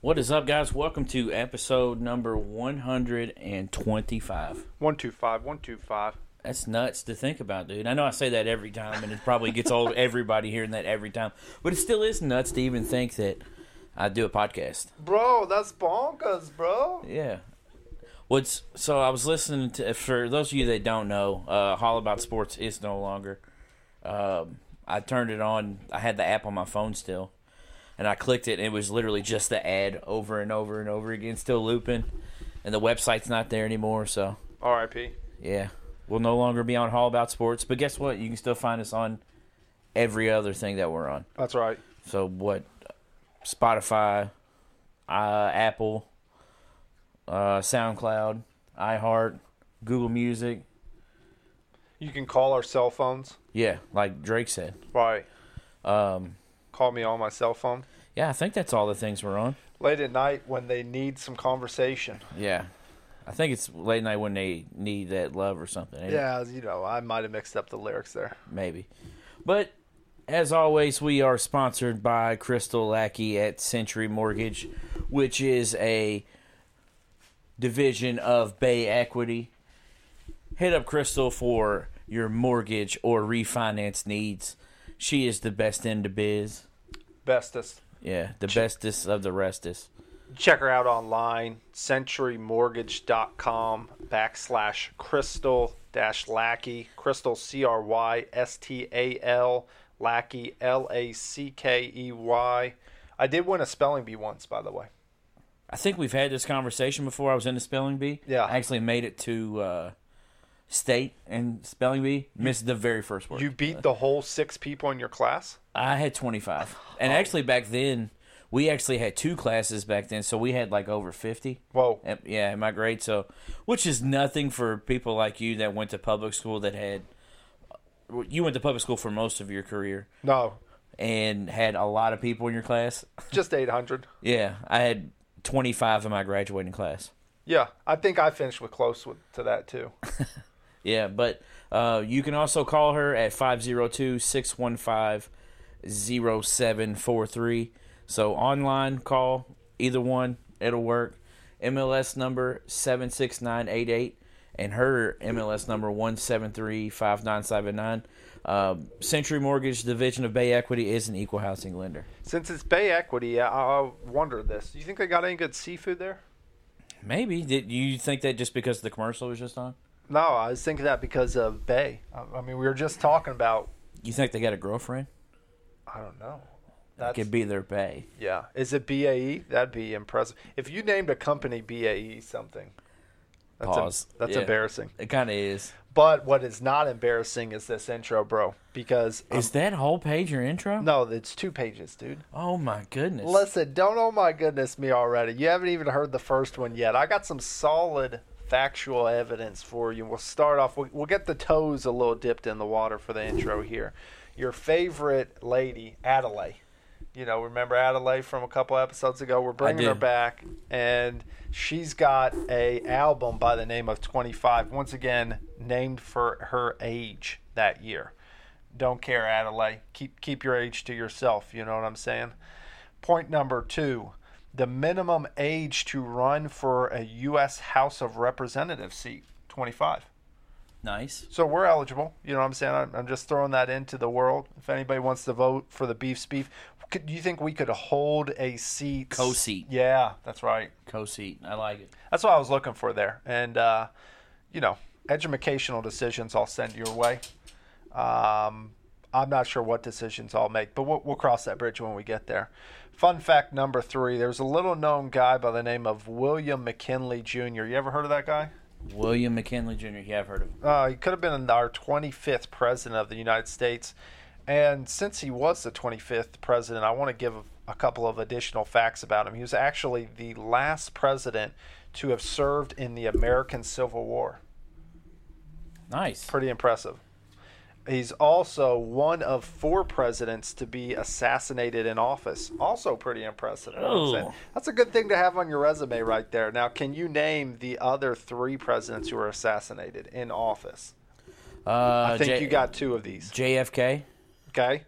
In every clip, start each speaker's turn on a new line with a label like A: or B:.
A: What is up, guys? Welcome to episode number 125.
B: One two five, one two five.
A: That's nuts to think about, dude. I know I say that every time, and it probably gets old everybody hearing that every time, but it still is nuts to even think that I do a podcast.
B: Bro, that's bonkers, bro.
A: Yeah. What's so? I was listening to for those of you that don't know, uh, Hall About Sports is no longer. Um, I turned it on. I had the app on my phone still, and I clicked it. and It was literally just the ad over and over and over again, still looping, and the website's not there anymore. So
B: R.I.P.
A: yeah, we'll no longer be on Hall About Sports. But guess what? You can still find us on every other thing that we're on.
B: That's right.
A: So what? Spotify, uh, Apple, uh, SoundCloud, iHeart, Google Music.
B: You can call our cell phones.
A: Yeah, like Drake said.
B: Right.
A: Um,
B: Call me on my cell phone.
A: yeah, I think that's all the things we're on.
B: Late at night when they need some conversation.
A: Yeah, I think it's late night when they need that love or something. ain't it?
B: Yeah, you know, I might have mixed up the lyrics there.
A: maybe. But as always, we are sponsored by Crystal Lackey at Century Mortgage, which is a division of Bay Equity. Hit up Crystal for your mortgage or refinance needs. She is the best in the biz.
B: Bestest.
A: Yeah, the bestest of the restest.
B: Check her out online, centurymortgage.com backslash crystal dash lackey. Crystal C R Y S T A L Lackey L A C K E Y. I did win a spelling bee once, by the way.
A: I think we've had this conversation before. I was in the spelling bee.
B: Yeah.
A: I actually made it to uh, state and spelling bee. Missed the very first word.
B: You beat the whole six people in your class?
A: I had 25. And actually, back then, we actually had two classes back then, so we had like over 50.
B: Whoa.
A: And- Yeah, in my grade. So, which is nothing for people like you that went to public school that had. You went to public school for most of your career
B: No,
A: and had a lot of people in your class.
B: just 800.
A: Yeah, I had 25 in my graduating class.
B: Yeah, I think I finished with close with, to that too.
A: Yeah, but uh, you can also call her at 502 615 0743. So online call, either one, it'll work. MLS number 76988 and her MLS number 1735979. Uh, Century Mortgage Division of Bay Equity is an equal housing lender.
B: Since it's Bay Equity, I, I wonder this. Do you think they got any good seafood there?
A: Maybe. Did you think that just because the commercial was just on?
B: No, I was thinking that because of Bay. I, I mean, we were just talking about,
A: You think they got a girlfriend?
B: I don't know.
A: That
B: That's,
A: could be their bay.
B: yeah. Is it BAE? That'd be impressive. If you named a company BAE something, that's, em-
A: Pause.
B: that's
A: Yeah.
B: embarrassing.
A: It kind of is.
B: But what is not embarrassing is this intro, bro. Because, um,
A: Is that whole page your intro?
B: no, it's two pages, dude.
A: Oh my goodness.
B: Listen, don't oh my goodness me already. You haven't even heard the first one yet. I got some solid factual evidence for you. We'll start off. We'll, we'll get the toes a little dipped in the water for the intro here. Your favorite lady, Adelaide. You know, remember Adelaide from a couple episodes ago? We're bringing her
A: do.
B: back, and she's got a album by the name of Twenty Five. Once again, named for her age that year. Don't care, Adelaide. Keep keep your age to yourself. You know what I'm saying? Point number two the minimum age to run for a U.S. House of Representative seat 25.
A: Nice.
B: So we're eligible. You know what I'm saying? I'm, I'm just throwing that into the world. If anybody wants to vote for the Beef's Beef, could, do you think we could hold a seat?
A: Co seat.
B: Yeah, that's right.
A: Co seat. I like it.
B: That's what I was looking for there. And, uh, you know, educational decisions I'll send your way. Um, I'm not sure what decisions I'll make, but we'll, we'll cross that bridge when we get there. Fun fact number three there's a little known guy by the name of William McKinley Jr. You ever heard of that guy?
A: William McKinley Jr. Yeah, I've heard of him.
B: Uh, he could have been our 25th president of the United States. And since he was the 25th president, I want to give a couple of additional facts about him. He was actually the last president to have served in the American Civil War.
A: Nice.
B: Pretty impressive. He's also one of four presidents to be assassinated in office. Also pretty impressive. you know what I'm saying?
A: Oh.
B: That's a good thing to have on your resume right there. Now, can you name the other three presidents who were assassinated in office?
A: Uh,
B: I think you got two of these.
A: JFK.
B: Okay.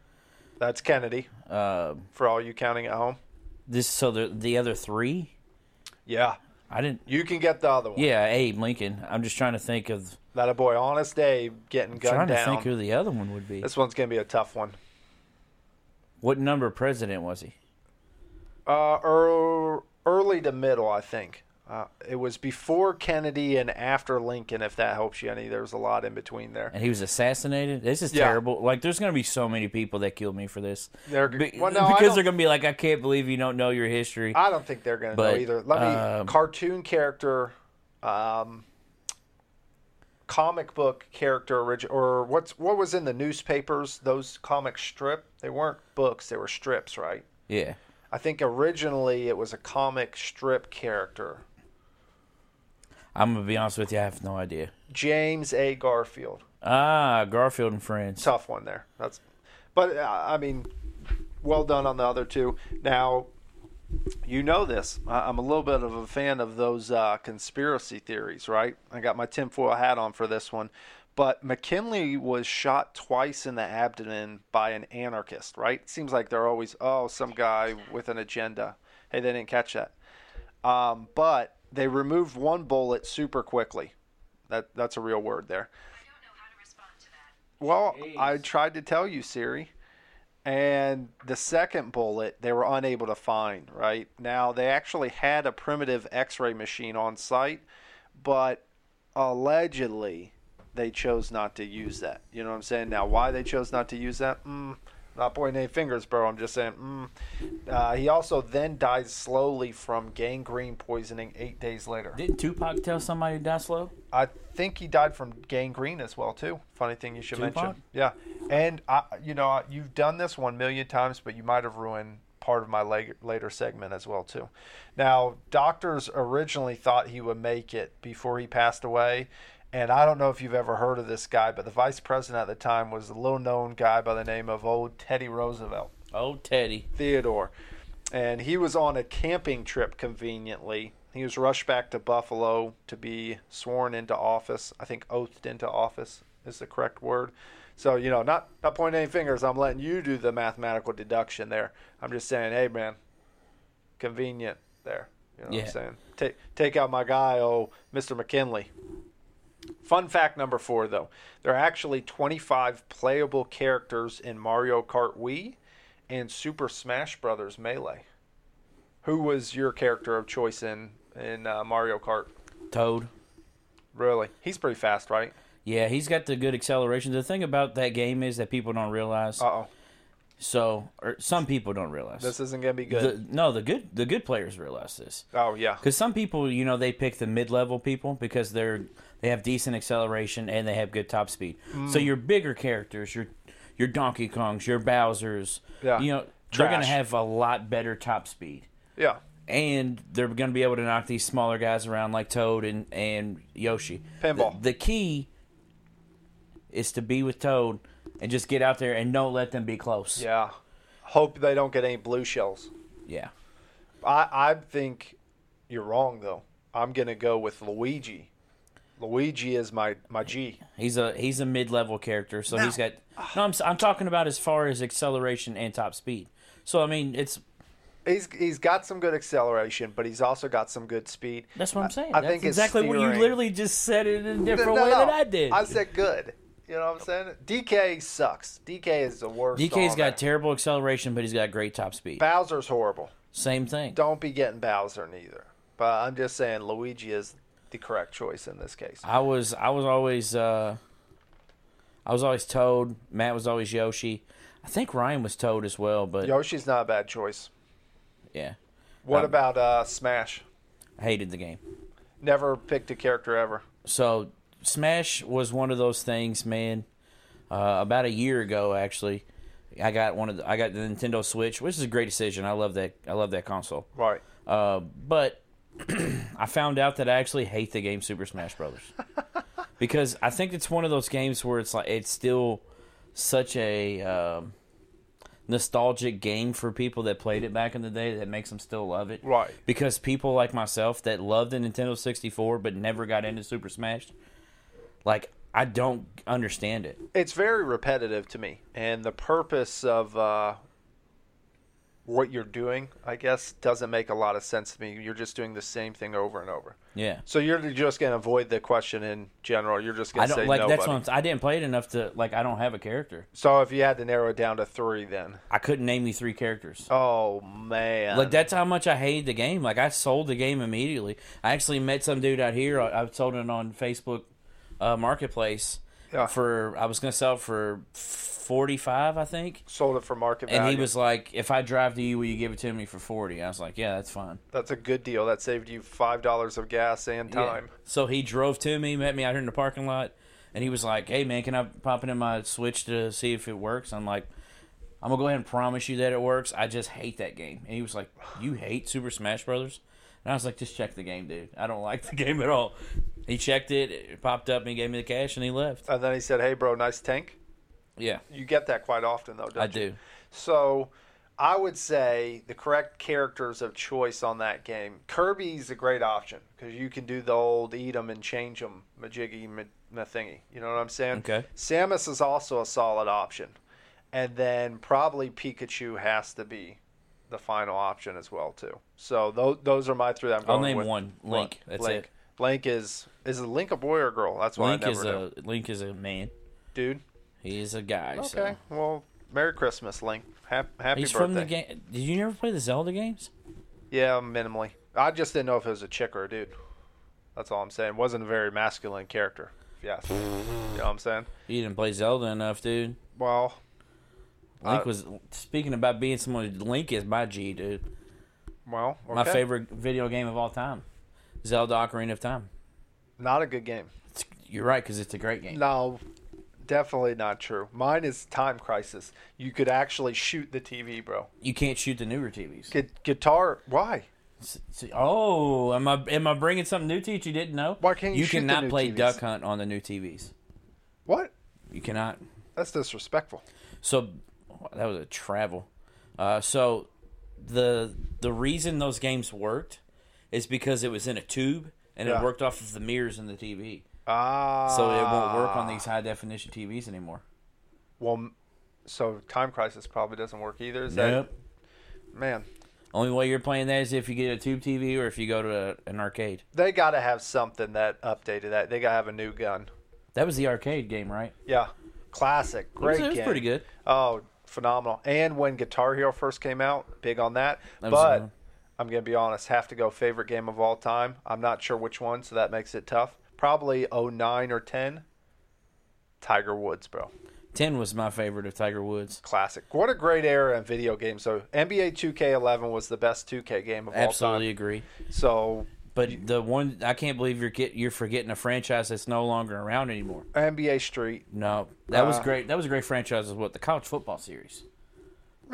B: That's Kennedy
A: Uh,
B: for all you counting at home.
A: This so the the other three.
B: Yeah.
A: I didn't.
B: You can get the other one.
A: Yeah, Abe Lincoln. I'm just trying to think of
B: That a boy, honest Abe getting
A: trying
B: gunned
A: to
B: down.
A: think who the other one would be.
B: this one's gonna be a tough one.
A: What number president was he?
B: Uh, ear- early to middle, I think. Uh, it was before Kennedy and after Lincoln, if that helps you any. There was a lot in between there.
A: And he was assassinated. This is
B: Yeah.
A: terrible. Like, there's gonna be so many people that killed me for this.
B: They're-
A: Be-
B: well, no, I
A: because
B: don't-
A: they're gonna be like, I can't believe you don't know your history.
B: I don't think they're going to know
A: But,
B: either. Let me
A: um,
B: cartoon character, um, comic book character, orig- or what's what was in the newspapers? Those comic strip. They weren't books. They were strips, right?
A: yeah,
B: I think originally it was a comic strip character,
A: I'm gonna be honest with you. I have no idea.
B: James A. Garfield.
A: Ah, Garfield and Friends.
B: tough one there. That's, but uh, I mean, well done on the other two. Now, you know this. I- I'm a little bit of a fan of those uh, conspiracy theories, right? I got my tinfoil hat on for this one. But McKinley was shot twice in the abdomen by an anarchist, right? Seems like they're always, oh, some guy with an agenda. Hey, they didn't catch that. Um, but they removed one bullet super quickly. That that's a real word there.
C: I don't know how to respond to that.
B: Well, I tried to tell you, Siri. And the second bullet, they were unable to find, right? Now, they actually had a primitive x ray machine on site, but allegedly they chose not to use that. You know what I'm saying? Now, why they chose not to use that? Mm, not pointing any fingers, bro. I'm just saying. Mm. Uh, he also then died slowly from gangrene poisoning eight days later.
A: Didn't Tupac tell somebody to die slow?
B: I think he died from gangrene as well too. Funny thing you should
A: Tupac?
B: mention. Yeah, and I, you know, you've done this one million times, but you might have ruined part of my leg- later segment as well too. Now, doctors originally thought he would make it before he passed away, and I don't know if you've ever heard of this guy, but the vice president at the time was a little-known guy by the name of old Teddy Roosevelt.
A: Oh, Teddy.
B: Theodore. And he was on a camping trip conveniently. He was rushed back to Buffalo to be sworn into office. I think oathed into office is the correct word. So, you know, not, not pointing any fingers. I'm letting you do the mathematical deduction there. I'm just saying, hey, man, convenient there. You know what
A: Yeah.
B: I'm saying? Take, take out my guy, oh, Mr. McKinley. Fun fact number four, though. There are actually 25 playable characters in Mario Kart Wii and Super Smash Brothers Melee. Who was your character of choice in, in uh, Mario Kart?
A: Toad.
B: Really? He's pretty fast, right?
A: Yeah, he's got the good acceleration. The thing about that game is that people don't realize.
B: Uh oh.
A: so, or some people don't realize.
B: This isn't going to be good.
A: the, no, the good the good players realize this.
B: oh, yeah.
A: Because some people, you know, they pick the mid-level people because they're they have decent acceleration and they have good top speed.
B: Mm.
A: So your bigger characters, your your Donkey Kongs, your Bowser's,
B: Yeah.
A: you know, they're going
B: Trash.
A: to have a lot better top speed,
B: Yeah.
A: and they're going to be able to knock these smaller guys around like Toad and and Yoshi.
B: Pinball.
A: The, the key is to be with Toad and just get out there and don't let them be close.
B: Yeah. Hope they don't get any blue shells.
A: Yeah.
B: I, I think you're wrong, though. I'm going to go with Luigi. Luigi is my, my G.
A: He's a he's a mid level character, so he's got
B: ah.
A: no. I'm s- I'm talking about as far as acceleration and top speed. So I mean, it's
B: He's, he's got some good acceleration, but he's also got some good speed.
A: that's what I'm saying.
B: I
A: that's
B: think it's
A: exactly what you
B: steering.
A: literally just said it in a different
B: No,
A: way
B: no.
A: than I did.
B: I said good. You know what I'm saying? DK sucks. DK is the worst.
A: DK's
B: on
A: got
B: there.
A: terrible acceleration, but he's got great top speed.
B: Bowser's horrible.
A: Same thing.
B: Don't be getting Bowser neither. But I'm just saying Luigi is the correct choice in this case.
A: I was I was always uh, I was always Toad. Matt was always Yoshi. I think Ryan was Toad as well, but
B: Yoshi's not a bad choice.
A: yeah,
B: What
A: Um,
B: about uh, Smash?
A: I hated the game.
B: Never picked a character ever.
A: so smash was one of those things man uh, about a year ago actually i got one of the, i got the nintendo switch which is a great decision i love that i love that console
B: Right.
A: uh, but i found out that i actually hate the game super smash brothers because i think it's one of those games where it's like it's still such a um, nostalgic game for people that played it back in the day that makes them still love it
B: Right.
A: because people like myself that loved the Nintendo 64 but never got into Super Smash, like I don't understand it.
B: It's very repetitive to me, and the purpose of uh, what you're doing, I guess, doesn't make a lot of sense to me. You're just doing the same thing over and over.
A: Yeah.
B: So you're just going to avoid the question in general. You're just
A: I
B: going to say
A: don't like
B: nobody.
A: that's what I'm, s- I didn't play it enough to like I don't have a character.
B: so if you had to narrow it down to three, then
A: I couldn't name you three characters.
B: oh man,
A: Like that's how much I hated the game. Like I sold the game immediately. I actually met some dude out here. I, I sold it on Facebook uh, Marketplace
B: Yeah.
A: for I was gonna sell it for forty five, I think.
B: sold it for market
A: And
B: value.
A: he was like, "If I drive to you, will you give it to me for 40? I was like, "Yeah, that's fine."
B: that's a good deal. That saved you five dollars of gas and
A: Yeah.
B: time.
A: So he drove to me, met me out here in the parking lot, and he was like, "Hey man, can I pop it in my Switch to see if it works?" I'm like, "I'm gonna go ahead and promise you that it works. I just hate that game." And he was like, "You hate Super Smash Brothers?" And I was like, "Just check the game, dude. I don't like the game at all." He checked it, it popped up, and he gave me the cash, and he left.
B: And then he said, "Hey, bro, nice tank."
A: Yeah,
B: You get that quite often, though. Don't
A: I
B: you?
A: do.
B: So I would say the correct characters of choice on that game. Kirby's a great option because you can do the old eat 'em and change 'em, majiggy, ma- ma thingy. You know what I'm saying?
A: Okay.
B: Samus is also a solid option, and then probably Pikachu has to be the final option as well too. So those those are my three. That I'm
A: I'll
B: going
A: name
B: with.
A: one. Link. That's
B: Link. Link is is Link a boy or a girl? That's
A: it.
B: why
A: Link
B: I
A: is
B: never know.
A: a Link is a man.
B: dude.
A: He is a guy.
B: Okay.
A: So.
B: Well, Merry Christmas, Link. Hap- happy
A: He's
B: birthday.
A: from the game. Did you never play the Zelda games?
B: Yeah, minimally. I just didn't know if it was a chick or a dude. That's all I'm saying. Wasn't a very masculine character. Yes. you know what I'm saying?
A: You didn't play Zelda enough, dude.
B: Well,
A: Link
B: Uh,
A: was speaking about being someone. Link is my G, dude.
B: well, okay.
A: My favorite video game of all time, Zelda: Ocarina of Time.
B: Not a good game.
A: It's, you're right because it's a great game.
B: No, definitely not true. Mine is Time Crisis. You could actually shoot the TV, bro.
A: You can't shoot the newer TVs.
B: Gu- guitar. Why?
A: S- s- oh, am I am I bringing something new to you? that You didn't know?
B: Why can't you shoot the
A: cannot
B: new
A: play
B: TVs?
A: Duck Hunt on the new TVs.
B: What?
A: You cannot.
B: That's disrespectful.
A: So that was a travel. Uh, so the the reason those games worked is because it was in a tube and
B: Yeah.
A: it worked off of the mirrors in the TV.
B: Ah.
A: So it won't work on these high definition TVs anymore.
B: Well, m- so Time Crisis probably doesn't work either. Is
A: Nope.
B: that man?
A: Only way you're playing that is if you get a tube TV or if you go to a, an arcade.
B: They got to have something that updated that. They got to have a new gun.
A: That was the arcade game, right?
B: Yeah, classic,
A: It was-
B: great
A: it was
B: game.
A: pretty good.
B: Oh, phenomenal! And when Guitar Hero first came out, big on that.
A: That was
B: but
A: another-
B: I'm gonna be honest, have to go favorite game of all time. I'm not sure which one, so that makes it tough. Probably 09 or 10. Tiger Woods, bro,
A: Ten was my favorite of Tiger Woods.
B: classic. What a great era in video games. So NBA 2K11 was the best 2K game of
A: Absolutely
B: all
A: agree.
B: time. So
A: But the one I can't believe you're get, you're forgetting a franchise that's no longer around anymore.
B: NBA Street,
A: No, that was
B: Uh,
A: great. That was a great franchise. Is what the college football series.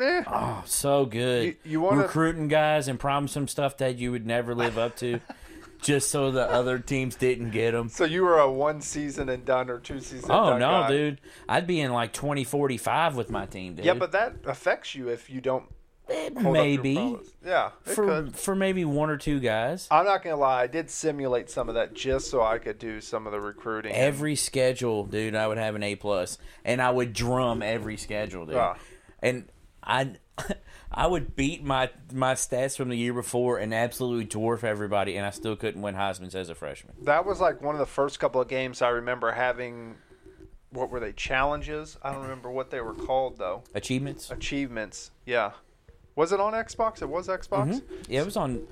B: eh,
A: Oh, so good.
B: You- you wanna-
A: recruiting guys and promise them stuff that you would never live up to, just so the other teams didn't get them.
B: So you were a one season and done or two season. and
A: Oh
B: done
A: no,
B: guy.
A: dude! I'd be in like twenty forty five with my team, dude.
B: Yeah, but that affects you if you don't. Hold up your
A: maybe
B: prowess. Yeah, it
A: for
B: could. Uh,
A: for maybe one or two guys.
B: I'm not gonna lie. I did simulate some of that just so I could do some of the recruiting.
A: Every schedule, dude, I would have an A plus, and I would drum every schedule, dude.
B: Ah.
A: And I, I would beat my my stats from the year before and absolutely dwarf everybody, and I still couldn't win Heisman's as a freshman.
B: that was like one of the first couple of games I remember having. What were they challenges? I don't remember what they were called though.
A: Achievements?
B: Achievements. Yeah. Was it on Xbox? It was Xbox.
A: Yeah, it was on,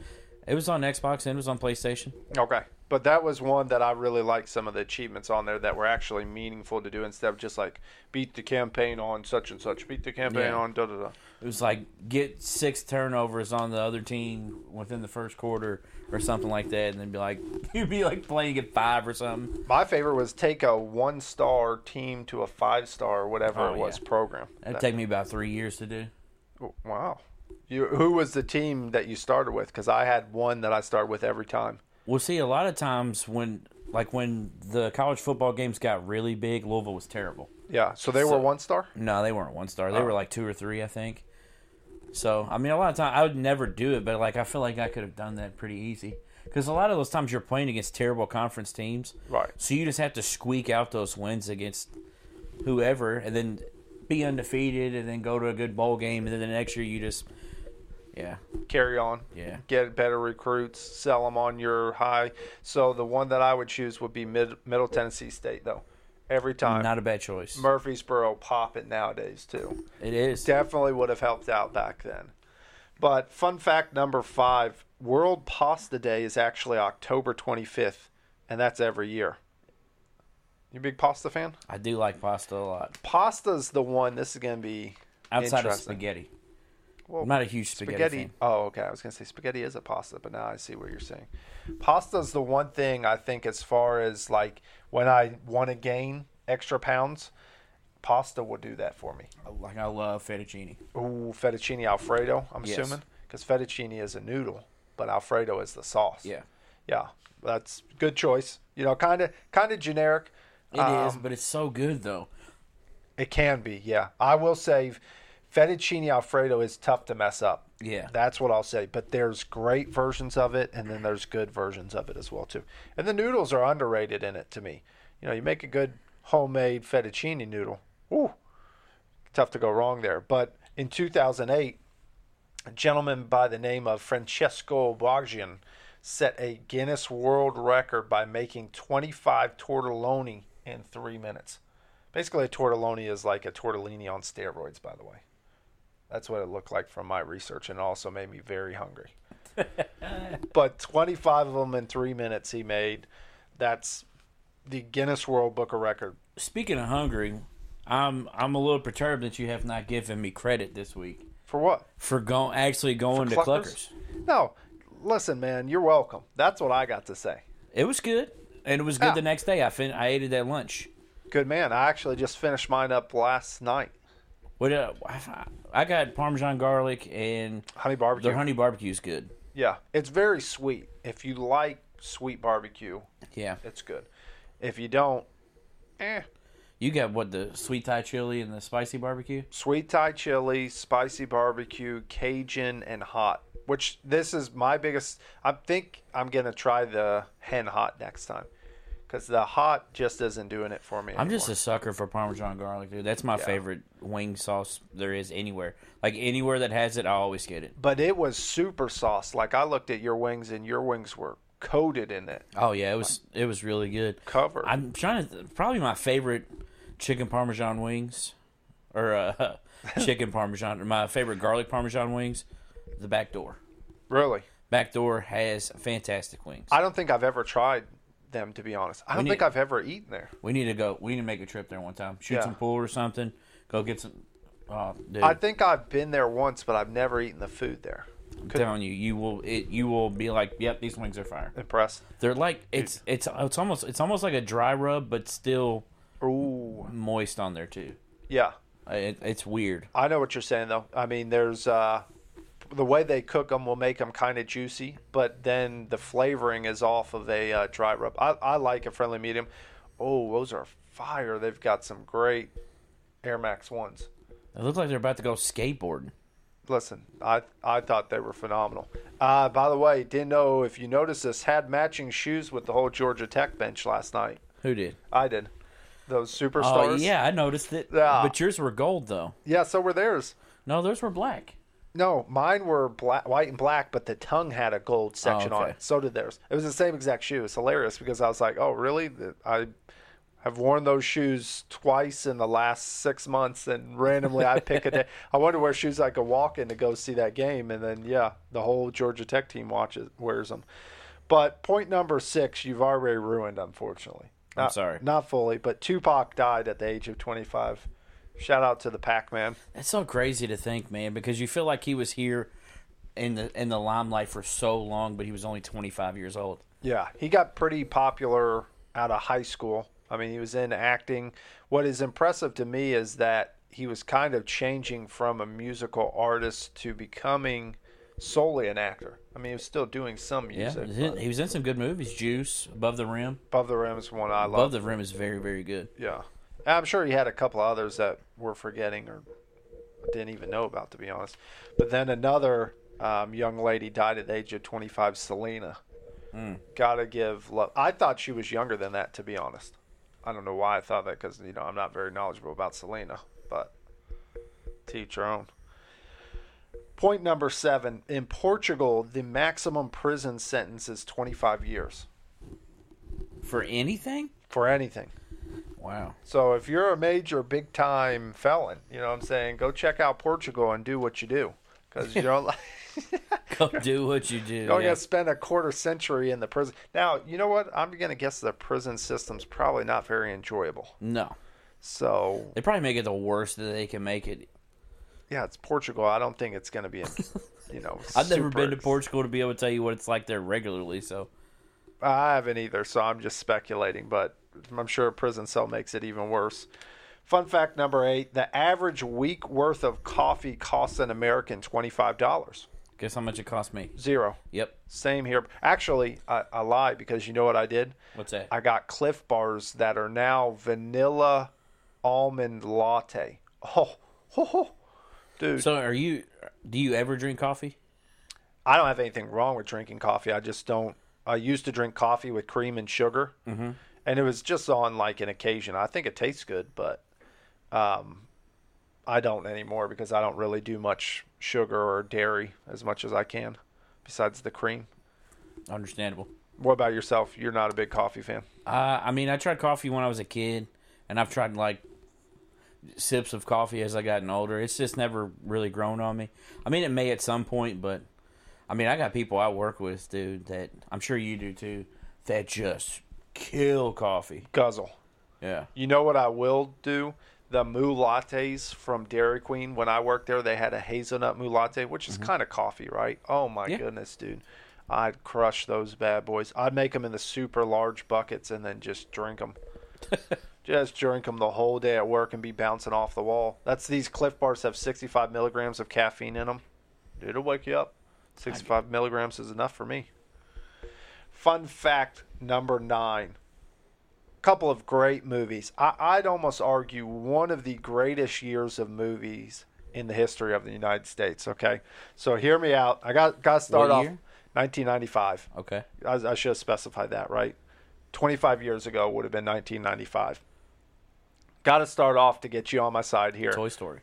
A: it was on Xbox and it was on PlayStation.
B: Okay. But that was one that I really liked some of the achievements on there that were actually meaningful to do instead of just like beat the campaign on such and such, beat the campaign
A: Yeah.
B: on da da da.
A: It was like get six turnovers on the other team within the first quarter or something like that, and then be like you'd be like playing at five or something.
B: My favorite was take a one star team to a five star, whatever
A: Oh,
B: it was,
A: yeah.
B: program.
A: That'd take me about three years to do.
B: wow. You, who was the team that you started with? Because I had one that I started with every time.
A: Well, see, a lot of times when, like, when the college football games got really big, Louisville was terrible. Uh.
B: Yeah. So they were
A: So-
B: one star?
A: No, they weren't one star. They
B: Oh.
A: were like two or three, I think. So, I mean, a lot of time I would never do it, but like, I feel like I could have done that pretty easy. Because a lot of those times you're playing against terrible conference teams,
B: Right.
A: So you just have to squeak out those wins against whoever, and then be undefeated, and then go to a good bowl game, and then the next year you just Yeah.
B: carry on.
A: Yeah.
B: Get better recruits, sell them on your high. So the one that I would choose would be Mid- Middle Tennessee State, though. Every time.
A: Not a bad choice.
B: Murfreesboro popping nowadays, too.
A: It is.
B: Definitely would have helped out back then. But fun fact number five World Pasta Day is actually October 25th, and that's every year. You a big pasta fan?
A: I do like pasta a lot.
B: Pasta's the one. This is going to be
A: Outside of
B: interesting.
A: spaghetti.
B: Well,
A: I'm not a huge spaghetti,
B: spaghetti.
A: fan.
B: Oh, okay. I was gonna say spaghetti is a pasta, but now I see what you're saying. Pasta is the one thing I think, as far as like when I want to gain extra pounds, pasta will do that for me.
A: Like I love fettuccine.
B: Ooh, fettuccine alfredo. I'm
A: Yes.
B: assuming because fettuccine is a noodle, but alfredo is the sauce.
A: Yeah.
B: yeah. That's good choice. You know, kind of, kind of generic.
A: It is, but it's so good though.
B: It can be, yeah. I will say fettuccine alfredo is tough to mess up.
A: Yeah.
B: That's what I'll say. But there's great versions of it and then there's good versions of it as well too. And the noodles are underrated in it to me. You know, you make a good homemade fettuccine noodle. Ooh. Tough to go wrong there. But in 2008, a gentleman by the name of Francesco Boggian set a Guinness World Record by making 25 tortelloni in 3 minutes. Basically, a tortelloni is like a tortellini on steroids, by the way. That's what it looked like from my research, and it also made me very hungry. but 25 of them in three minutes he made. That's the Guinness World Book of Record.
A: Speaking of Hungary, I'm I'm a little perturbed that you have not given me credit this week
B: For what?
A: for going actually going to Cluckers.
B: Cluckers? No, listen, man, you're welcome. That's what I got to say.
A: It was good, and it was good
B: Ah.
A: the next day. I fin- I ate it at lunch.
B: Good man. I actually just finished mine up last night.
A: What uh, I- I got Parmesan garlic and
B: Honey barbecue.
A: their honey barbecue's good.
B: Yeah, it's very sweet. If you like sweet barbecue,
A: Yeah,
B: it's good. If you don't, eh.
A: you got what the sweet Thai chili and the spicy barbecue.
B: sweet Thai chili, spicy barbecue, Cajun, and hot. Which this is my biggest. I think I'm gonna try the hen hot next time, because the hot just isn't doing it for me.
A: I'm just a sucker for Parmesan garlic, dude. That's my
B: Yeah.
A: favorite wing sauce there is anywhere. Like anywhere that has it, I always get it.
B: But it was super sauce. Like I looked at your wings, and your wings were coated in it,
A: Oh yeah, it was it was really good.
B: covered.
A: I'm trying to th- probably my favorite chicken parmesan wings or uh, chicken parmesan or my favorite garlic parmesan wings, the back door.
B: really,
A: Back door has fantastic wings.
B: I don't think I've ever tried them to be honest. I don't
A: need-
B: think I've ever eaten there.
A: We need to go. We need to make a trip there one time. Shoot
B: Yeah.
A: some pool or something. Go get some. Oh, dude,
B: I think I've been there once, but I've never eaten the food there.
A: I'm telling you, you will. It you will be like, yep, these wings are fire.
B: Impressed.
A: They're like it's it's it's almost it's almost like a dry rub, but still
B: Ooh,
A: moist on there too.
B: yeah.
A: Uh, It, it's weird.
B: I know what you're saying though. I mean, there's uh, the way they cook them will make them kind of juicy, but then the flavoring is off of a uh, dry rub. I, I like a friendly medium. Oh, those are fire! They've got some great Air Max ones.
A: It looks like they're about to go skateboarding.
B: Listen, I I thought they were phenomenal. Uh, by the way, didn't know if you noticed this had matching shoes with the whole Georgia Tech bench last night.
A: Who did?
B: I did. Those superstars.
A: Oh yeah, I noticed it.
B: Yeah.
A: But yours were gold though.
B: Yeah. So were theirs.
A: No, theirs were black.
B: No, mine were black, white and black, but the tongue had a gold section on
A: Oh, okay.
B: it. So did theirs. It was the same exact shoe. It's hilarious because I was like, "Oh, really? The- I have worn those shoes twice in the last six months, and randomly I pick a day. I wonder where shoes I could walk in to go see that game." And then, yeah, the whole Georgia Tech team watches wears them. But point number six, you've already ruined, unfortunately.
A: I'm
B: Not-
A: sorry.
B: not fully, but Tupac died at the age of 25. Shout out to the Pac-Man.
A: That's so crazy to think, man, because you feel like he was here in the in the limelight for so long, but he was only 25 years old.
B: Yeah, he got pretty popular out of high school. I mean, he was in acting. What is impressive to me is that he was kind of changing from a musical artist to becoming solely an actor. I mean, he was still doing some
A: Yeah,
B: music.
A: he was in-
B: but
A: he was in some good movies. Juice, Above the Rim.
B: Above the Rim is one I love.
A: Above the Rim is very very good.
B: Yeah. And I'm sure he had a couple others that we're forgetting or didn't even know about, to be honest. But then another um, young lady died at the age of 25, Selena. Gotta give love. I thought she was younger than that, to be honest. I don't know why I thought that because, you know, I'm not very knowledgeable about Selena, but teach her own. Point number seven in Portugal, the maximum prison sentence is 25 years
A: for anything.
B: for anything.
A: Wow.
B: So if you're a major, big time felon, you know what I'm saying, go check out Portugal and do what you do. Because you don't like,
A: Go do what you do.
B: you're
A: yeah.
B: going to spend a quarter century in the prison. Now, you know what? I'm going to guess the prison system's probably not very enjoyable.
A: No,
B: So,
A: they probably make it the worst that they can make it.
B: yeah, it's Portugal. I don't think it's going to be, in, you know,
A: I've never
B: super-
A: been to Portugal to be able to tell you what it's like there regularly. So
B: I haven't either, so I'm just speculating, but I'm sure a prison cell makes it even worse. Fun fact number eight the average week worth of coffee costs an American $25.
A: guess how much it cost me?
B: Zero.
A: Yep.
B: Same here. Actually, I, I lied because you know what I did?
A: What's that?
B: I got Cliff Bars that are now vanilla almond latte. Oh, ho, ho. dude.
A: So are you? Do you ever drink coffee?
B: I don't have anything wrong with drinking coffee. I just don't. I used to drink coffee with cream and sugar, mm-hmm. and it was just on like an occasion. I think it tastes good, but um, I don't anymore because I don't really do much sugar or dairy as much as I can, besides the cream.
A: Understandable.
B: What about yourself? You're not a big coffee fan.
A: Uh, I mean, I tried coffee when I was a kid, and I've tried like sips of coffee as I gotten older. It's just never really grown on me. I mean, it may at some point, but I mean, I got people I work with, dude, that I'm sure you do too, that just kill coffee.
B: Guzzle.
A: Yeah.
B: You know what I will do? The moo lattes from Dairy Queen. When I worked there, they had a hazelnut moo latte, which is kind of coffee, right? Oh my
A: Yeah.
B: goodness, dude. I'd crush those bad boys. I'd make them in the super large buckets and then just drink them. just drink them the whole day at work and be bouncing off the wall. That's these Cliff Bars have 65 milligrams of caffeine in them. It'll wake you up. 65 milligrams is enough for me. Fun fact number nine couple of great movies. I, I'd almost argue one of the greatest years of movies in the history of the United States. Okay, so hear me out. I got got to start
A: What
B: off
A: year?
B: 1995.
A: Okay.
B: I, I should have specified that, right? 25 years ago would have been 1995. Got to start off to get you on my side here.
A: Toy Story.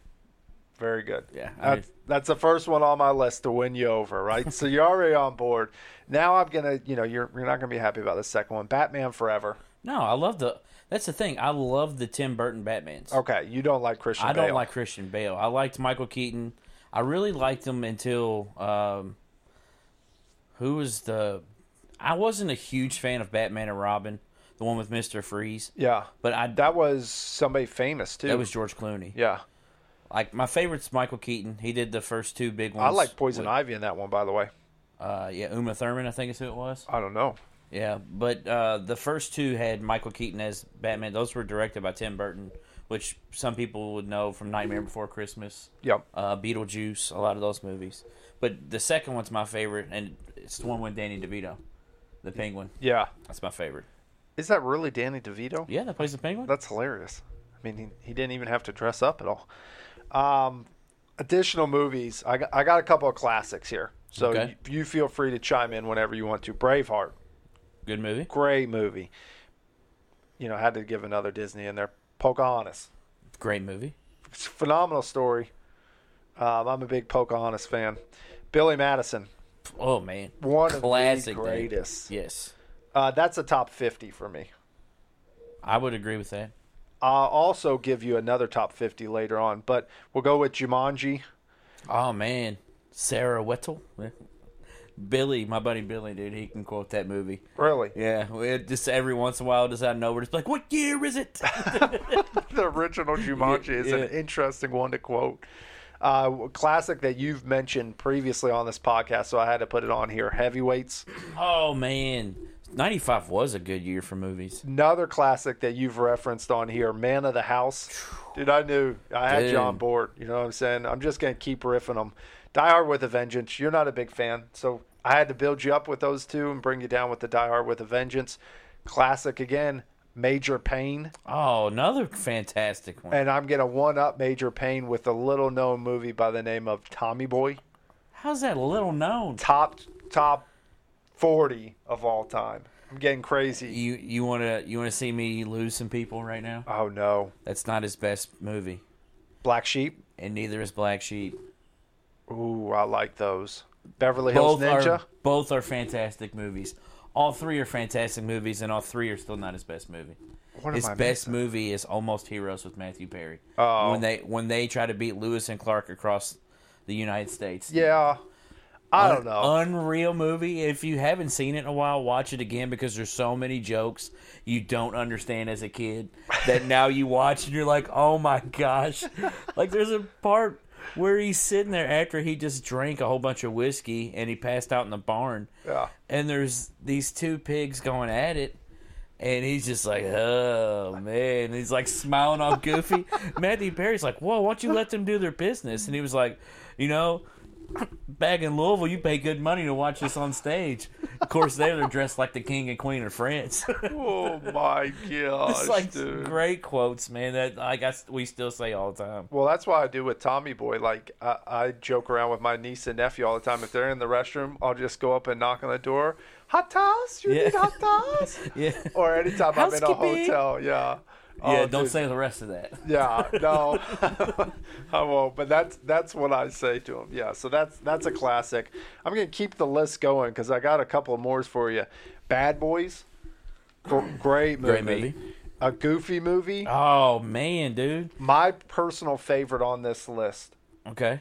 B: Very good.
A: Yeah, I
B: That's,
A: mean-
B: that's the first one on my list to win you over, right? so you're already on board. Now I'm gonna, you know, you're you're not gonna be happy about the second one, Batman Forever.
A: No, I love the. That's the thing. I love the Tim Burton Batmans.
B: Okay, you don't like Christian.
A: I don't
B: Bale.
A: like Christian Bale. I liked Michael Keaton. I really liked him until um, who was the? I wasn't a huge fan of Batman and Robin, the one with Mister Freeze.
B: Yeah,
A: But I that,
B: That was somebody famous too.
A: was George Clooney.
B: yeah.
A: Like my favorite's Michael Keaton. He did the first two big ones.
B: I like Poison
A: with,
B: Ivy in that one, by the way.
A: Uh, yeah, Uma Thurman, I think is who it was.
B: I don't know.
A: Yeah, but uh, the first two had Michael Keaton as Batman. Those were directed by Tim Burton, which some people would know from Nightmare Before Christmas.
B: Yep.
A: uh, Beetlejuice, a lot of those movies. But the second one's my favorite, and it's the one with Danny DeVito, the Penguin.
B: Yeah.
A: That's my favorite.
B: Is that really Danny DeVito?
A: Yeah, that plays the Penguin.
B: That's hilarious. I mean, he, he didn't even have to dress up at all. Um, additional movies. I got, I got a couple of classics here. So
A: Okay.
B: you, you feel free to chime in whenever you want to. Braveheart,
A: Good movie.
B: great movie. You know, had to give another Disney in there. Pocahontas,
A: Great movie.
B: it's a phenomenal story. Um, I'm a big Pocahontas fan. Billy Madison,
A: Oh man,
B: one of
A: Classic,
B: the
A: dude.
B: greatest.
A: yes,
B: Uh, that's a top 50 for me.
A: I would agree with that.
B: I'll also give you another top 50 later on, but we'll go with Jumanji.
A: Oh man, Sarah Whittle, Billy, my buddy Billy, dude, he can quote that movie.
B: Really?
A: Yeah, it just every once in a while, just out of nowhere, just like, what year is it?
B: The original Jumanji is
A: Yeah.
B: an interesting one to quote. Uh, classic that you've mentioned previously on this podcast, so I had to put it on here. Heavyweights.
A: oh man, ninety five was a good year for movies.
B: Another classic that you've referenced on here, Man of the House. Dude, I knew I had
A: Dude.
B: you on board. You know what I'm saying? I'm just going to keep riffing them. Die Hard with a Vengeance. You're not a big fan, so I had to build you up with those two and bring you down with the Die Hard with a Vengeance. Classic again, Major Pain.
A: Oh, another fantastic one.
B: And I'm going to one up Major Pain with a little known movie by the name of Tommy Boy.
A: How's that little known?
B: Top, top 40 of all time. I'm getting crazy.
A: You you want to you want to see me lose some people right now?
B: Oh, no.
A: That's not his best movie,
B: Black Sheep.
A: and neither is Black Sheep.
B: Ooh, I like those. Beverly Hills
A: Both
B: Ninja.
A: are both are fantastic movies. All three are fantastic movies, and all three are still not his best movie.
B: What am
A: His
B: I
A: best
B: missing?
A: movie is Almost Heroes with Matthew Perry.
B: Oh.
A: When they when they try to beat Lewis and Clark across the United States.
B: Yeah, I don't know.
A: Unreal movie. If you haven't seen it in a while, watch it again because there's so many jokes you don't understand as a kid that now you watch and you're like, oh my gosh. like there's a part where he's sitting there after he just drank a whole bunch of whiskey and he passed out in the barn.
B: Yeah.
A: And there's these two pigs going at it. And he's just like, oh man. He's like smiling all goofy. Matthew Perry's like, whoa, why don't you let them do their business? And he was like, you know, back in Louisville, you pay good money to watch this on stage. Of course, there they're dressed like the king and queen of France.
B: oh my gosh,
A: it's like
B: dude.
A: great quotes, man. That like I, we still say all the time.
B: Well, that's why I do with Tommy Boy. Like I, I joke around with my niece and nephew all the time. If they're in the restroom, I'll just go up and knock on the door. Hot toss, you
A: Yeah.
B: need hot toss.
A: Yeah,
B: Or anytime I'm in a
A: Housekeeping.
B: hotel, yeah.
A: yeah.
B: Oh,
A: don't
B: dude.
A: say the rest of that.
B: Yeah, no, I won't. But that's that's what I say to him. Yeah, so that's that's a classic. I'm gonna keep the list going because I got a couple more for you. Bad Boys, gr- great movie.
A: Great movie.
B: A goofy movie.
A: Oh man, dude.
B: My personal favorite on this list
A: Okay.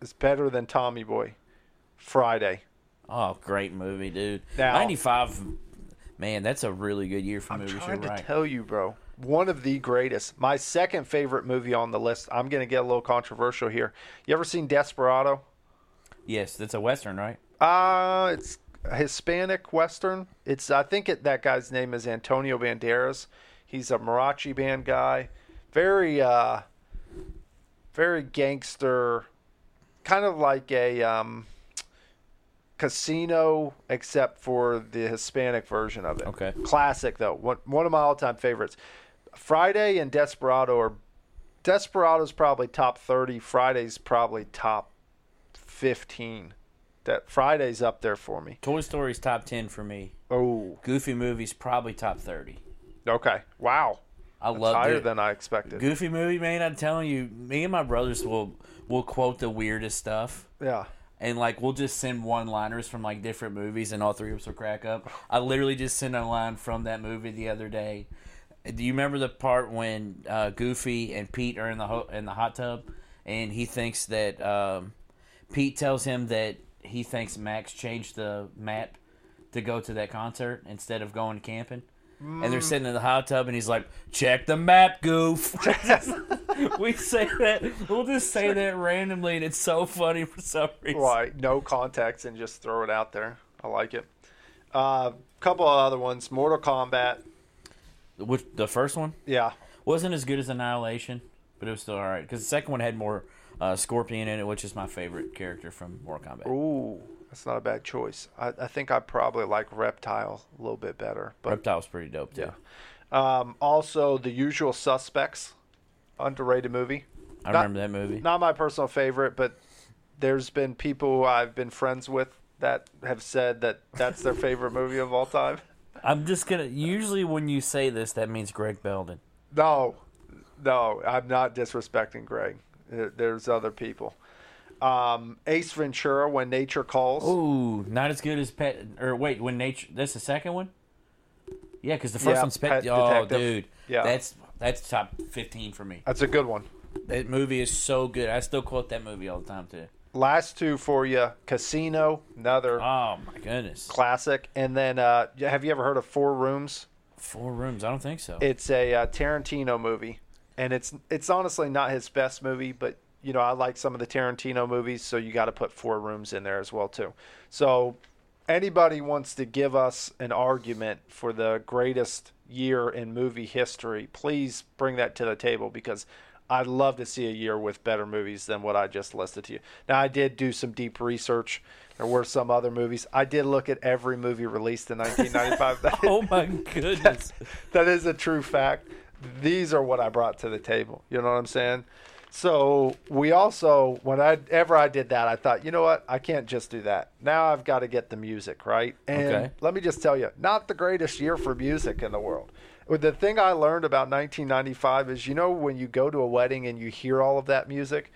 B: is better than Tommy Boy. Friday.
A: Oh, great movie, dude.
B: Now-
A: Ninety five. Man, that's a really good year for movies. You're
B: Trying to
A: right.
B: tell you, bro. One of the greatest. My second favorite movie on the list. I'm gonna get a little controversial here. You ever seen Desperado?
A: yes, that's a western, right?
B: Uh, it's Hispanic Western. It's I think it, that guy's name is Antonio Banderas. He's a mariachi band guy. Very uh, very gangster, kind of like a um, casino, except for the Hispanic version of it.
A: Okay.
B: Classic though. One one of my all time favorites. Friday and Desperado are Desperado's probably top thirty. Friday's probably top fifteen. That Friday's up there for me.
A: Toy Story's top ten for me.
B: Oh,
A: Goofy movies probably top thirty.
B: okay. Wow,
A: I
B: That's
A: love
B: higher
A: it.
B: than I expected.
A: Goofy movie, man. I'm telling you, me and my brothers will will quote the weirdest stuff,
B: yeah,
A: and like we'll just send one liners from like different movies, and all three of us will crack up. I literally just sent a line from that movie the other day. Do you remember the part when uh, Goofy and Pete are in the ho- in the hot tub, and he thinks that um, Pete tells him that he thinks Max changed the map to go to that concert instead of going camping. And they're sitting in the hot tub, and he's like, "Check the map, goof." we say that. We'll just say that randomly, and it's so funny for some reason.
B: like no context and just throw it out there. I like it. A uh, couple of other ones. Mortal Kombat.
A: Which the first one
B: Yeah,
A: wasn't as good as Annihilation, but it was still all right because the second one had more uh, Scorpion in it, which is my favorite character from Mortal Kombat.
B: Ooh, that's not a bad choice. I, I think I probably like Reptile a little bit better. But
A: Reptile's pretty dope too.
B: um, also, The Usual Suspects, underrated movie.
A: I
B: Not-
A: remember that movie.
B: Not my personal favorite, but there's been people I've been friends with that have said that that's their favorite movie of all time.
A: I'm just gonna. Usually, when you say this, that means Greg Belden.
B: No, no, I'm not disrespecting Greg. There- There's other people. Um, Ace Ventura, When Nature Calls.
A: Ooh, not as good as Pet. Or wait, when nature. That's the second one. Yeah, because the first
B: Yeah,
A: one's Pet.
B: Pet
A: oh,
B: Detective.
A: dude,
B: Yeah.
A: that's that's top fifteen for me.
B: That's a good one.
A: That movie is so good. I still quote that movie all the time too.
B: Last two for you Casino, another
A: Oh my goodness,
B: classic. And then, uh, have you ever heard of Four Rooms?
A: four rooms. I don't think so.
B: It's a uh, Tarantino movie, and it's it's honestly not his best movie, but you know I like some of the Tarantino movies, so you got to put Four Rooms in there as well too. So anybody wants to give us an argument for the greatest year in movie history, please bring that to the table because. I'd love to see a year with better movies than what I just listed to you. Now, I did do some deep research. There were some other movies. I did look at every movie released in 1995. That-
A: oh my goodness.
B: that is a true fact. These are what I brought to the table. You know what I'm saying? So we also, whenever I did that, I thought, you know what? I can't just do that. Now I've got to get the music right. And
A: Okay.
B: let me just tell you, not the greatest year for music in the world. The thing I learned about 1995 is, you know, when you go to a wedding and you hear all of that music,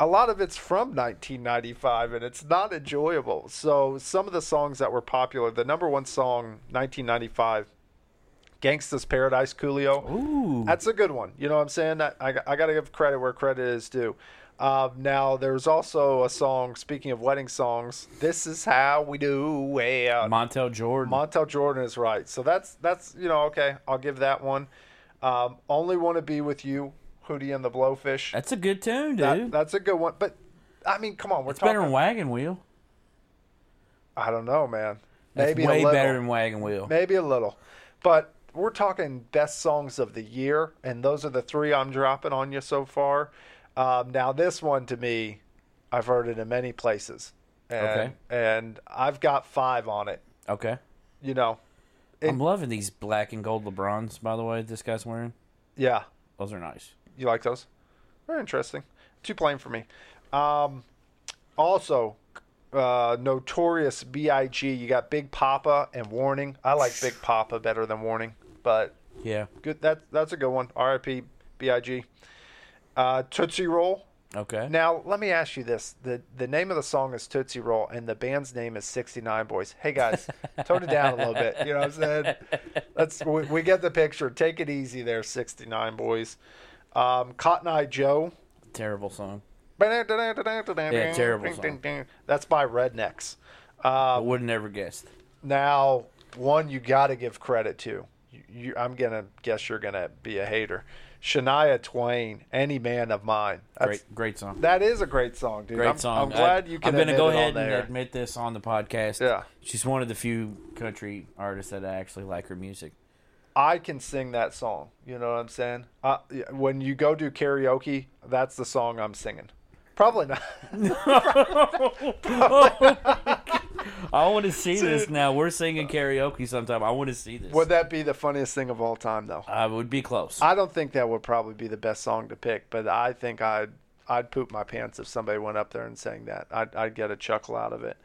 B: a lot of it's from 1995 and it's not enjoyable. So some of the songs that were popular, the number one song 1995 Gangsta's Paradise Coolio.
A: Ooh.
B: That's a good one. You know what I'm saying? I, I, got to give credit where credit is due. Um, now, there's also a song, speaking of wedding songs, This Is How We Do Way Out.
A: Montel Jordan.
B: Montel Jordan is right. So that's, that's you know, okay, I'll give that one. Um, Only Want to Be With You, Hootie and the Blowfish.
A: That's a good tune, dude.
B: That, that's a good one. But, I mean, come on, we're
A: it's
B: talking.
A: better than Wagon Wheel.
B: I don't know, man.
A: That's
B: Maybe
A: way
B: a little.
A: better than Wagon Wheel.
B: Maybe a little. But we're talking best songs of the year, and those are the three I'm dropping on you so far. Um, now, this one to me, I've heard it in many places. And,
A: Okay.
B: And I've got five on it,
A: Okay.
B: you know.
A: I'm loving these black and gold LeBrons, by the way, this guy's wearing.
B: Yeah.
A: Those are nice.
B: You like those? Very interesting. Too plain for me. Um, also, uh, Notorious B.I.G. You got Big Papa and Warning. I like Big Papa better than Warning, but
A: Yeah.
B: Good. That that's a good one. R.I.P. B.I.G. Uh, Tootsie Roll.
A: Okay.
B: Now let me ask you this: the the name of the song is Tootsie Roll, and the band's name is Sixty Nine Boys. Hey guys, tone it down a little bit. You know what I'm saying? Let's we, we get the picture. Take it easy there, Sixty Nine Boys. Um, Cotton Eye Joe.
A: Terrible song.
B: Yeah,
A: terrible song.
B: That's by Rednecks. Uh,
A: I would have never guessed.
B: Now, one you got to give credit to. You, you, I'm gonna guess you're gonna be a hater. Shania Twain, any man of mine. That's,
A: Great, great song.
B: That is a great song, dude.
A: Great
B: I'm,
A: song.
B: I'm glad you can.
A: I'm gonna
B: admit
A: go
B: it on
A: ahead and
B: there.
A: admit this on the podcast.
B: Yeah.
A: She's one of the few country artists that I actually like her music.
B: I can sing that song. You know what I'm saying? Uh, yeah, when you go do karaoke, that's the song I'm singing. Probably not.
A: I want to see this now. We're singing karaoke sometime. I want to see this.
B: would that be the funniest thing of all time, though?
A: I would be close.
B: I don't think that would probably be the best song to pick, but I think I'd I'd poop my pants if somebody went up there and sang that. I'd, I'd get a chuckle out of it.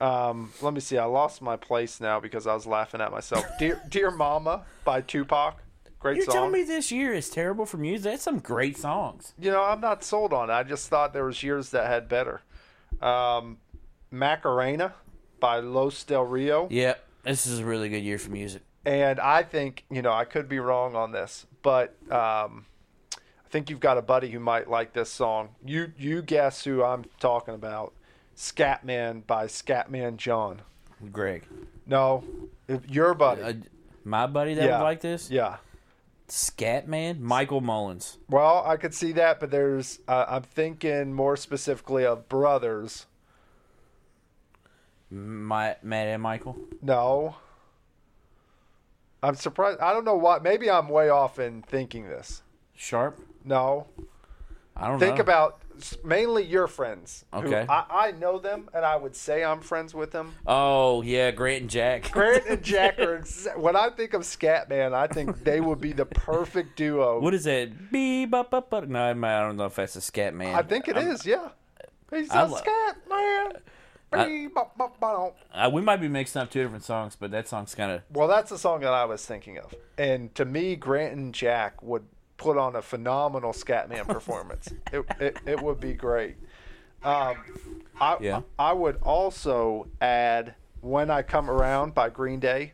B: Um, let me see. I lost my place now because I was laughing at myself. Dear Dear Mama by Tupac, great
A: You're
B: song.
A: telling me this year is terrible for music? That's some great songs.
B: You know, I'm not sold on it. I just thought there was years that had better. Um, Macarena by Los Del Rio.
A: Yep. This is a really good year for music.
B: And I think, you know, I could be wrong on this, but um, I think you've got a buddy who might like this song. You you guess who I'm talking about. Scatman by Scatman John.
A: Greg,
B: No, if- your buddy.
A: uh, my buddy that
B: Yeah.
A: would like this,
B: yeah.
A: Scatman, Michael Mullins.
B: Well, I could see that, but there's uh, I'm thinking more specifically of brothers.
A: My Matt and Michael.
B: No. I'm surprised. I don't know why. Maybe I'm way off in thinking this.
A: Sharp.
B: No.
A: I don't
B: think
A: know.
B: about s- mainly your friends. who
A: Uh-huh. Okay.
B: I, I know them, and I would say I'm friends with them.
A: Oh yeah, Grant and Jack.
B: Grant and Jack are. exa- When I think of Scatman, I think they would be the perfect duo.
A: What is that? Bee bop bop bop. No, I might- I don't know if that's a scat man.
B: I think it is. Yeah. He's a
A: I lo-
B: Scatman.
A: I-
B: Bee, bop, bop, bop.
A: Uh, we might be mixing up two different songs, but that song's kind of
B: Well, that's the song that I was thinking of, and to me, Grant and Jack would put on a phenomenal Scatman performance. it, it it would be great. Um, I
A: Yeah.
B: I would also add "When I Come Around" by Green Day.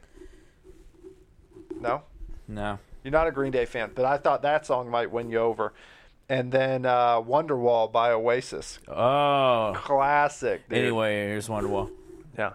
B: No,
A: no.
B: you're not a Green Day fan, but I thought that song might win you over. And then uh, "Wonderwall" by Oasis,
A: Oh.
B: classic. Dude.
A: Anyway, here's Wonderwall.
B: yeah,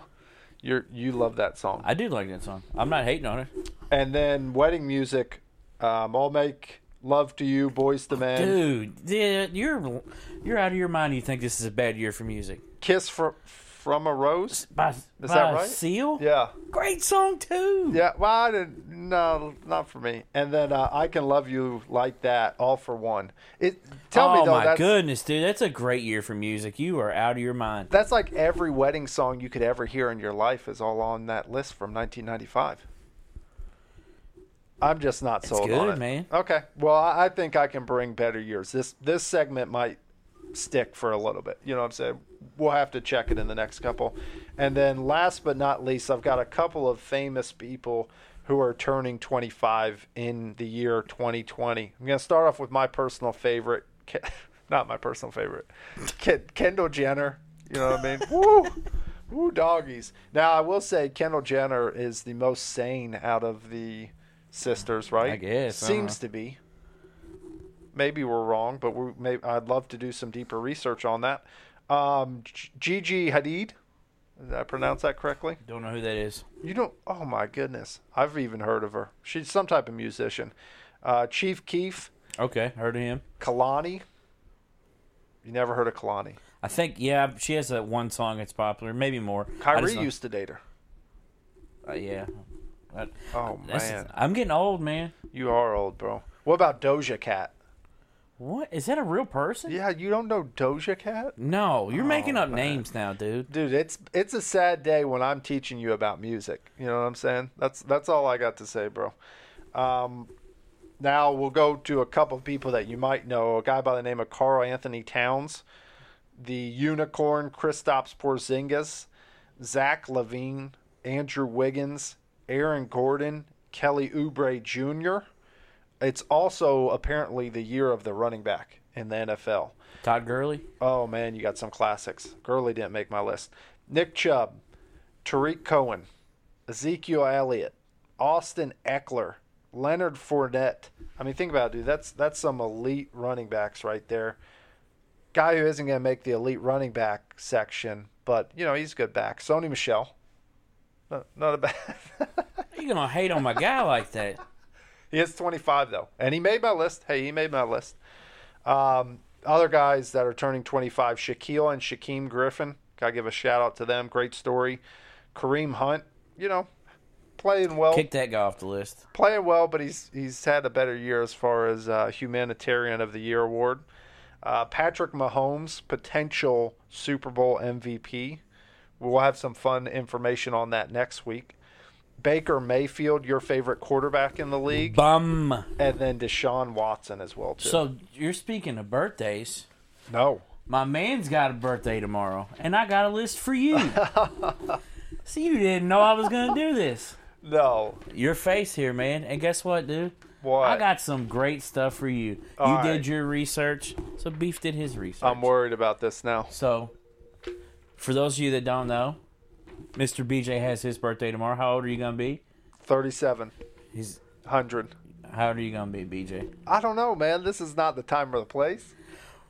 B: you are you love that song.
A: I do like that song. I'm not hating on it,
B: And then wedding music, um, I'll make love to you, boys to men.
A: dude. Yeah, you're you're out of your mind. You think this is a bad year for music?
B: Kiss from from a rose.
A: By, by
B: that right?
A: Seal.
B: Yeah,
A: Great song too.
B: yeah. Well, I didn't. No, not for me. And then uh, I can love you like that, all for one. It. Tell
A: oh
B: me though,
A: my
B: that's
A: goodness, dude, that's a great year for music. You are out of your mind.
B: that's like every wedding song you could ever hear in your life is all on that list from 1995. I'm just not sold on
A: good,
B: it,
A: man.
B: Okay. Well, I I think I can bring better years. This this segment might stick for a little bit. You know what I'm saying? We'll have to check it in the next couple. And then last but not least, I've got a couple of famous people who are turning 25 in the year 2020. I'm going to start off with my personal favorite. Ke- Not my personal favorite. Ken- Kendall Jenner. You know what I mean? Woo! Woo doggies. Now I will say Kendall Jenner is the most sane out of the sisters, right?
A: I guess, I don't
B: Seems to be. Maybe we're wrong, but we may, I'd love to do some deeper research on that. Um, G- Gigi Hadid. Did I pronounce that correctly?
A: Don't know who that is.
B: You don't. Oh my goodness! I've even heard of her. She's some type of musician. Uh, Chief Keef,
A: Okay, heard of him.
B: Kalani. You never heard of Kalani?
A: I think yeah, she has that one song that's popular, maybe more. I
B: Kyrie
A: just don't-
B: used to date her.
A: uh, yeah. I-
B: Oh
A: that's-
B: man,
A: I'm getting old, man.
B: you are old, bro. What about Doja Cat?
A: What is that a real person?
B: Yeah, you don't know Doja Cat,
A: No, you're making up
B: man.
A: names now, dude.
B: dude. It's it's a sad day when I'm teaching you about music. You know what I'm saying? That's that's all I got to say, bro. Um, now we'll go to a couple of people that you might know. A guy by the name of Carl Anthony Towns, the unicorn Kristaps Porzingis, Zach Levine, Andrew Wiggins, Aaron Gordon, Kelly Oubre Jr. It's also apparently the year of the running back in the NFL.
A: Todd Gurley.
B: Oh man, you got some classics. Gurley didn't make my list. Nick Chubb, Tariq Cohen, Ezekiel Elliott, Austin Eckler, Leonard Fournette. I mean, think about it, dude. That's that's some elite running backs right there. Guy who isn't going to make the elite running back section, but you know he's a good back. Sony Michelle, not, not a bad.
A: You're gonna hate on my guy like that.
B: he is 25 though, and he made my list. Hey, he made my list. Um, other guys that are turning 25, Shaquille and Shaquem Griffin. Gotta give a shout out to them. Great story. Kareem Hunt, you know, playing well,
A: Kick that guy off the list.
B: playing well, but he's he's had a better year as far as uh, humanitarian of the year award. Uh, Patrick Mahomes, potential Super Bowl MVP. We'll have some fun information on that next week. Baker Mayfield, your favorite quarterback in the league,
A: Bum.
B: and then Deshaun Watson as well too.
A: So you're speaking of birthdays.
B: no,
A: My man's got a birthday tomorrow, and I got a list for you. See, you didn't know I was gonna do this.
B: no,
A: Your face here, man. And guess what, dude?
B: What?
A: I got some great stuff for you. you
B: All right.
A: did your research, so Beef did his research.
B: I'm worried about this now.
A: so, for those of you that don't know, Mr. BJ has his birthday tomorrow. How old are you gonna be?
B: 37,
A: He's
B: 100.
A: how old are you gonna be, BJ?
B: I don't know, man. This is not the time or the place.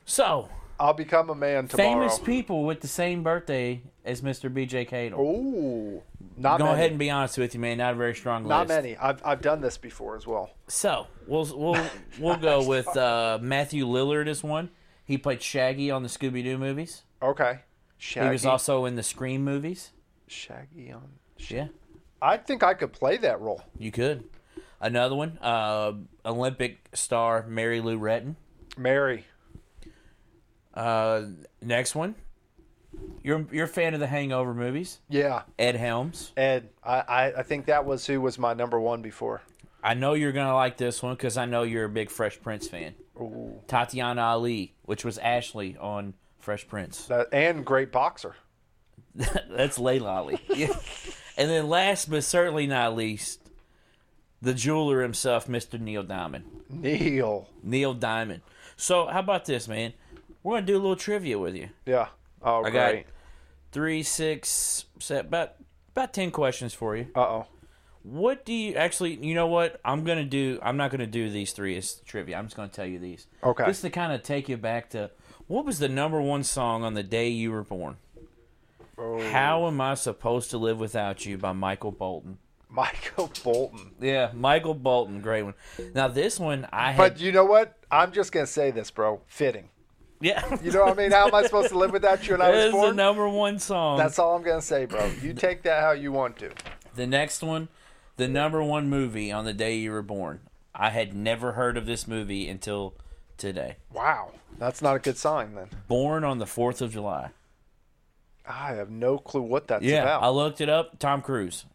A: So,
B: I'll become a man tomorrow.
A: famous people with the same birthday as Mr. BJ Cadle.
B: Ooh, not
A: Go
B: many.
A: ahead and be honest with you, man. Not a very strong
B: Not
A: list.
B: many. I've, I've done this before as well.
A: So we'll we'll we'll go with uh, Matthew Lillard is one. He played Shaggy on the Scooby Doo movies.
B: Okay. Shaggy.
A: He was also in the Scream movies.
B: Shaggy on.
A: Yeah,
B: I think I could play that role.
A: you could. Another one, uh, Olympic star Mary Lou Retton.
B: Mary.
A: Uh, next one, you're you're a fan of the Hangover movies.
B: Yeah.
A: Ed Helms.
B: Ed. I, I, I think that was who was my number one before.
A: I know you're gonna like this one because I know you're a big Fresh Prince fan.
B: Ooh.
A: Tatiana Ali, which was Ashley on Fresh Prince.
B: That, and great boxer.
A: That's Layla Ali. Yeah. and then last but certainly not least, the jeweler himself, Mr. Neil Diamond.
B: Neil.
A: Neil Diamond. So how about this, man? We're gonna do a little trivia with you.
B: Yeah. Oh,
A: I got
B: great.
A: Three, six, set about about ten questions for you.
B: Uh oh.
A: What do you actually you know what? I'm gonna do I'm not gonna do these three as trivia. I'm just gonna tell you these.
B: Okay.
A: Just to kind of take you back to what was the number one song on the day you were born? How Am I Supposed to Live Without You by Michael Bolton.
B: Michael Bolton.
A: Yeah, Michael Bolton, great one. Now this one I had,
B: But you know what? I'm just gonna say this, bro. Fitting.
A: yeah,
B: You know what I mean? How am I supposed to live without you when I
A: that
B: was
A: is the
B: born?
A: number one song.
B: That's all I'm gonna say, bro. You take that how you want to.
A: the next one, the number one movie on the day you were born. I had never heard of this movie until today.
B: Wow. That's not a good sign then.
A: Born on the Fourth of July.
B: I have no clue what that's
A: yeah,
B: about.
A: I looked it up. Tom Cruise.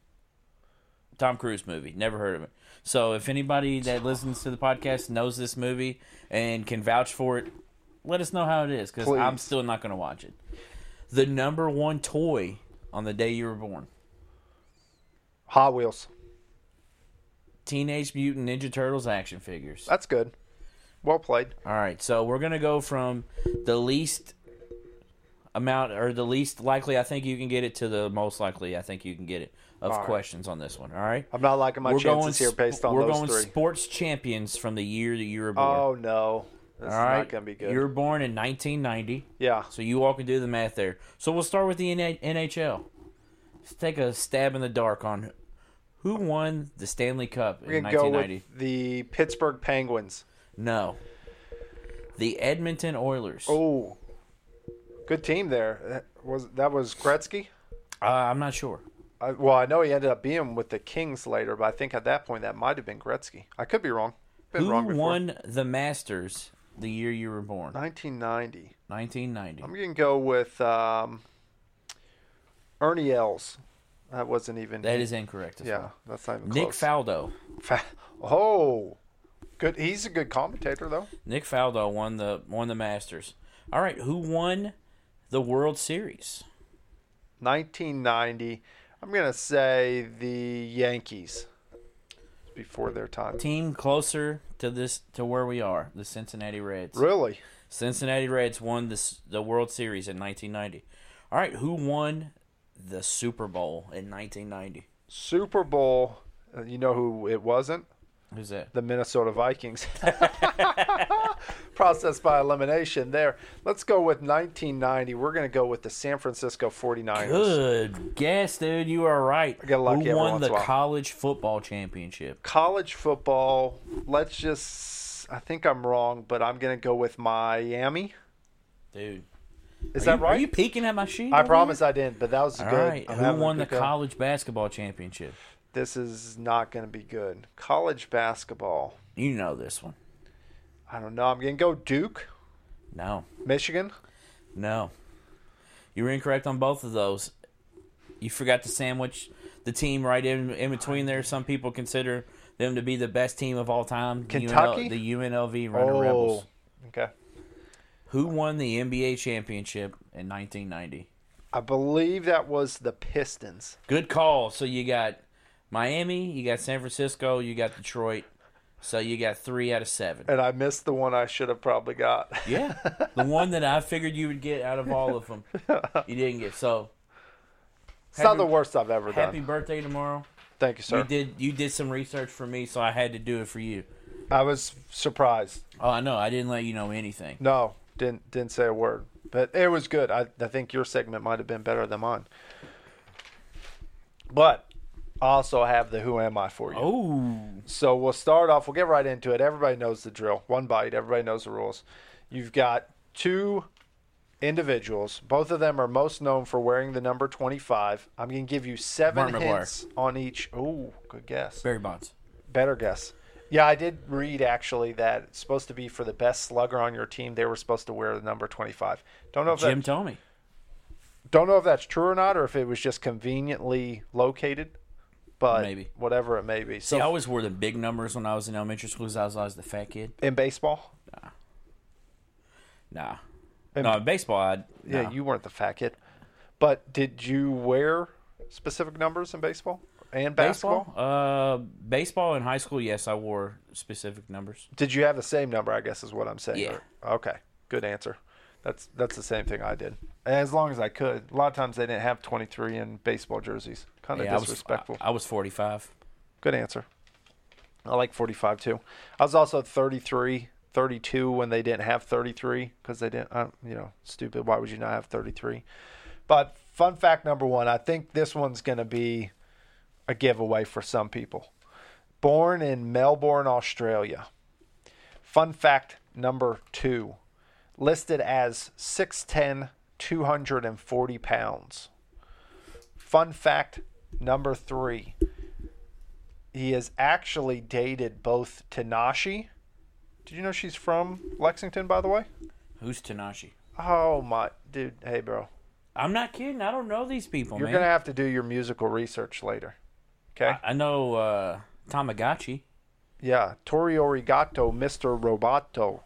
A: Tom Cruise movie. Never heard of it. So if anybody that listens to the podcast knows this movie and can vouch for it, let us know how it is because
B: Please.
A: I'm still not going to watch it. The number one toy on the day you were born.
B: Hot Wheels. Uh
A: Teenage Mutant Ninja Turtles action figures.
B: That's good. Well played.
A: All right, so we're gonna go from the least amount or the least likely I think you can get it to the most likely I think you can get it of
B: right.
A: questions on this one. All right,
B: I'm not liking my chances here
A: sp-
B: based on
A: we're
B: those
A: going
B: three.
A: sports champions from the year that you were born.
B: oh no, this
A: All
B: is
A: right,
B: not gonna be good.
A: You were born in 1990,
B: yeah,
A: so you all can do the math there. So we'll start with the NA- NHL. Let's take a stab in the dark on who won the Stanley Cup
B: we're
A: in
B: gonna go
A: 1990.
B: with the Pittsburgh Penguins.
A: No, the Edmonton Oilers.
B: Oh, good team there. That was that was Gretzky?
A: Uh, I'm not sure.
B: I, well, I know he ended up being with the Kings later, but I think at that point that might have been Gretzky. I could be wrong. Been
A: Who
B: wrong before.
A: won the Masters the year you were born?
B: 1990.
A: 1990.
B: I'm gonna go with um, Ernie Els. That wasn't even.
A: That is incorrect. as
B: Yeah,
A: well.
B: that's not even
A: Nick
B: close.
A: Faldo.
B: Fa- oh, good. He's a good commentator though.
A: Nick Faldo won the won the Masters. All right, who won the World Series?
B: 1990. I'm gonna say the Yankees. Before their time.
A: Team closer to this to where we are, the Cincinnati Reds.
B: Really?
A: Cincinnati Reds won this the World Series in 1990. All right, who won the Super Bowl in 1990?
B: Super Bowl. uh, You know who it wasn't?
A: Who's that?
B: The Minnesota Vikings. Process by elimination there. Let's go with 1990. We're going to go with the San Francisco 49ers.
A: Good guess, dude. You are right.
B: get lucky
A: Who
B: every
A: won
B: once
A: the
B: in a while.
A: college football championship?
B: College football. Let's just. I think I'm wrong, but I'm going to go with Miami.
A: Dude,
B: Is
A: Are
B: that
A: you-
B: right?
A: Are you peeking at my sheet?
B: I promise I didn't, but that was
A: All
B: good.
A: right.
B: I'm
A: Who
B: having a
A: won the
B: good go.
A: college basketball championship?
B: This is not going to be good. College basketball.
A: You know this one.
B: I don't know. I'm going to go Duke,
A: No,
B: Michigan.
A: no. You were incorrect on both of those. You forgot to sandwich the team right in in between there. Some people consider them to be the best team of all time. the UNL
B: Kentucky? Oh.
A: the UNLV Runner Rebels.
B: okay.
A: Who won the NBA championship in 1990?
B: I believe that was the Pistons.
A: Good call. So you got Miami, you got San Francisco, you got Detroit. So you got three out of seven.
B: and I missed the one I should have probably got.
A: Yeah, the one that I figured you would get out of all of them, you didn't get. So
B: it's not
A: Happy-
B: the worst I've ever
A: happy
B: done.
A: birthday tomorrow.
B: Thank you, sir.
A: You did you did some research for me, so I had to do it for you.
B: I was surprised.
A: Oh, I know. I didn't let you know anything.
B: No, didn't didn't say a word, but it was good. I, I think your segment might have been better than mine. But I also have the who am I for you.
A: Oh,
B: So we'll start off. We'll get right into it. Everybody knows the drill. One bite. Everybody knows the rules. You've got two individuals. Both of them are most known for wearing the number 25. I'm going to give you seven
A: Mark McGwire.
B: hints on each. Ooh, good guess.
A: Barry Bonds.
B: Better guess. Yeah, I did read actually that it's supposed to be for the best slugger on your team. They were supposed to wear the number 25. Don't know if
A: Jim
B: that,
A: told me.
B: don't know if that's true or not, or if it was just conveniently located. But
A: Maybe.
B: whatever it may be. So
A: See, I always wore the big numbers when I was in elementary school because I was always the fat kid.
B: in baseball,
A: Nah.
B: And-
A: no, in baseball, I.
B: Yeah,
A: nah.
B: you weren't the fat kid. But did you wear specific numbers in baseball and basketball?
A: Baseball? Uh, baseball in high school, yes, I wore specific numbers.
B: Did you have the same number? I guess is what I'm saying.
A: Yeah.
B: Or- Okay. Good answer. That's that's the same thing I did. As long as I could. A lot of times they didn't have 23 in baseball jerseys. Kind of
A: Yeah, I was,
B: disrespectful.
A: I, I was 45.
B: Good answer. I like 45 too. I was also 33, 32 when they didn't have 33 because they didn't, uh, you know, stupid. Why would you not have 33? But fun fact number one, I think this one's going to be a giveaway for some people. Born in Melbourne, Australia. Fun fact number two, listed as 6'10, 240 pounds. Fun fact number three he has actually dated both Tanashi. Did you know she's from Lexington, by the way?
A: Who's Tanashi?
B: Oh my dude, hey bro,
A: I'm not kidding. I don't know these people,
B: you're
A: man.
B: gonna have to do your musical research later. Okay.
A: I know uh, Tamagotchi.
B: yeah, Toriori Gato, Mr. Roboto,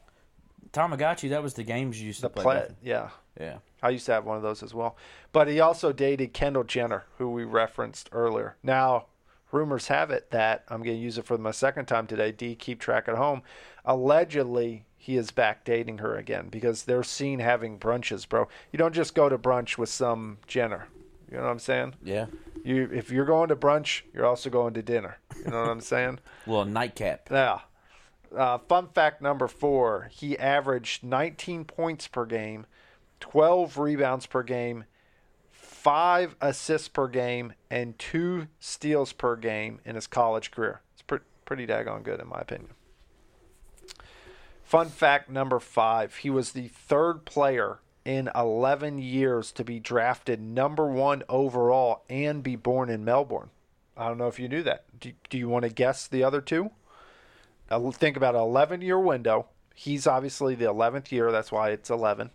A: Tamagotchi, that was the games you used
B: the
A: to play.
B: plant.
A: back-
B: Yeah,
A: Yeah.
B: I used to have one of those as well. But he also dated Kendall Jenner, who we referenced earlier. Now, rumors have it that I'm going to use it for my second time today. D, keep track at home. Allegedly, he is back dating her again because they're seen having brunches, bro. You don't just go to brunch with some Jenner. You know what I'm saying?
A: Yeah.
B: You if you're going to brunch, you're also going to dinner. You know what I'm saying?
A: Well, nightcap.
B: Now, uh, fun fact number four: he averaged 19 points per game, 12 rebounds per game, five assists per game, and two steals per game in his college career. It's pretty pretty daggone good, in my opinion. Fun fact number five: he was the third player in 11 years to be drafted number one overall and be born in Melbourne. I don't know if you knew that. Do, do you want to guess the other two? Uh, think about an 11 year window. He's obviously the 11th year. That's why it's 11.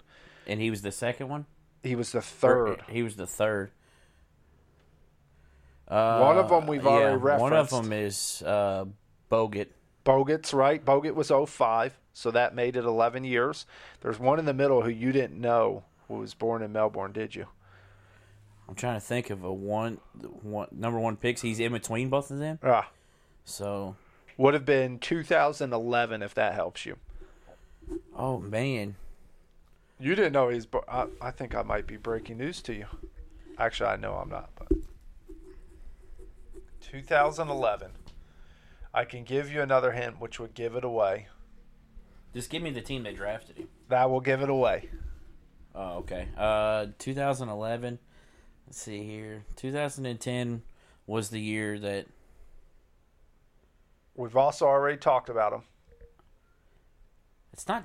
A: And he was the second one?
B: He was the third.
A: He was the third.
B: one of them we've
A: Uh, yeah,
B: already referenced.
A: one of them is uh, Bogut.
B: Bogut's right. Bogut was 05, so that made it 11 years. There's one in the middle who you didn't know who was born in Melbourne, did you?
A: I'm trying to think of a one, one number one picks. He's in between both of them.
B: Ah,
A: So,
B: would have been 2011 if that helps you.
A: oh man,
B: You didn't know he's. Bo- I, I think I might be breaking news to you. Actually, I know I'm not. But 2011. I can give you another hint, which would give it away.
A: just give me the team that drafted him.
B: That will give it away.
A: Oh, okay. Uh, 2011. Let's see here. 2010 was the year that
B: We've also already talked about him.
A: it's not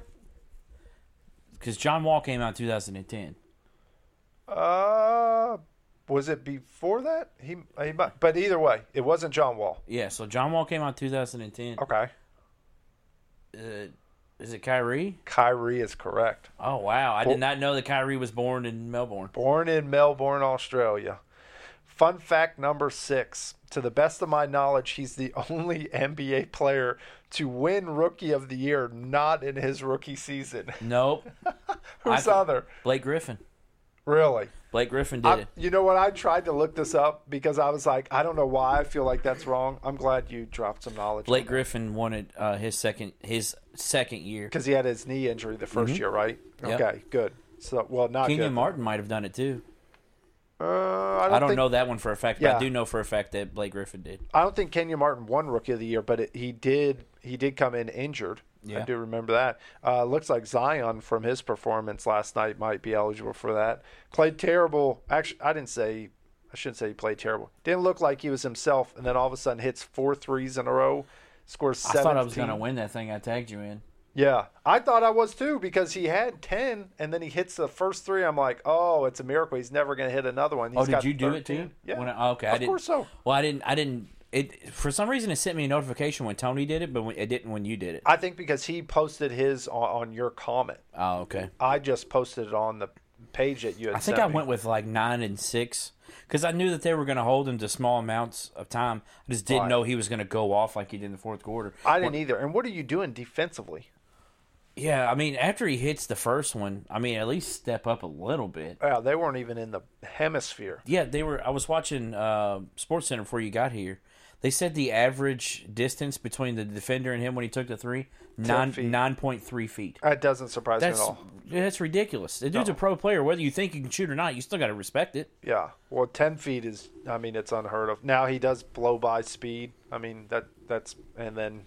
A: because John Wall came out in 2010.
B: Uh, was it before that? He, he might, but either way, it wasn't John Wall.
A: Yeah, so John Wall came out in 2010.
B: Okay,
A: Uh, is it Kyrie?
B: Kyrie is correct.
A: Oh wow, I
B: Well-
A: did not know that Kyrie was born in Melbourne.
B: Born in Melbourne, Australia. Fun fact number six. To the best of my knowledge, he's the only NBA player to win Rookie of the Year not in his rookie season.
A: Nope. I
B: Who's
A: th-
B: other?
A: Blake Griffin.
B: Really?
A: Blake Griffin did
B: I,
A: it.
B: you know what? I tried to look this up because I was like, I don't know why I feel like that's wrong. I'm glad you dropped some knowledge.
A: Blake Griffin won it uh, his second his second year.
B: Because he had his knee injury the 1st year, right?
A: Yep.
B: Okay, good. So, well, not
A: Kenyon
B: good.
A: Mm-hmm. Martin might have done it too.
B: Uh, I don't,
A: I don't
B: think,
A: know that one for a fact, but
B: Yeah.
A: I do know for a fact that Blake Griffin did.
B: I don't think Kenya Martin won Rookie of the Year, but it, he did. He did come in injured. I
A: Yeah.
B: do remember that. Uh, looks like Zion from his performance last night might be eligible for that. Played terrible. Actually, I didn't say. I shouldn't say he played terrible. Didn't look like he was himself, and then all of a sudden hits four threes in a row, scores
A: I
B: seven.
A: thought I was going to win that thing I tagged you in.
B: Yeah, I thought I was too because he had ten, and then he hits the first three. I'm like, oh, it's a miracle. He's never going to hit another one.
A: Oh,
B: He's
A: did
B: got
A: you do it
B: 13.
A: too?
B: Yeah.
A: When I- oh, okay, I
B: Of
A: didn't,
B: course so.
A: Well, I didn't. I didn't. It for some reason it sent me a notification when Tony did it, but when- it didn't when you did it.
B: I think because he posted his on, on your comment.
A: oh, okay.
B: I just posted it on the page that you had
A: I think
B: sent
A: I
B: me.
A: went with like nine and six because I knew that they were going to hold him to small amounts of time. I just didn't
B: Right.
A: know he was going to go off like he did in the fourth quarter.
B: I didn't either. And what are you doing defensively?
A: Yeah, I mean, after he hits the first one, I mean, at least step up a little bit.
B: Wow, they weren't even in the hemisphere.
A: Yeah, they were. I was watching uh, Sports Center before you got here. They said the average distance between the defender and him when he took the three nine
B: feet.
A: nine point three feet.
B: That doesn't surprise
A: That's
B: me at all.
A: that's ridiculous. The dude's a pro player. Whether you think you can shoot or not, you still got to respect it.
B: Yeah. Well, ten feet is. I mean, it's unheard of. Now he does blow by speed. I mean, that that's and then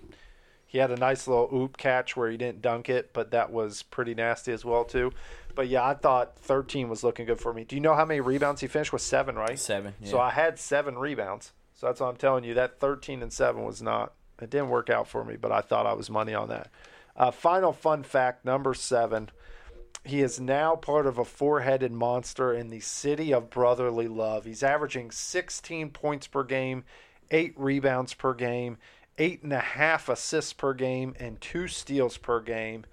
B: he had a nice little oop catch where he didn't dunk it, but that was pretty nasty as well too. But yeah, I thought thirteen was looking good for me. Do you know how many rebounds he finished with? Seven, right?
A: Seven,
B: So
A: yeah.
B: I had seven rebounds. So that's what I'm telling you. That thirteen and seven was not. It didn't work out for me, but I thought I was money on that. Uh, final fun fact number seven. He is now part of a four headed monster in the city of brotherly love. He's averaging 16 points per game, eight rebounds per game, eight and a half assists per game, and two steals per game.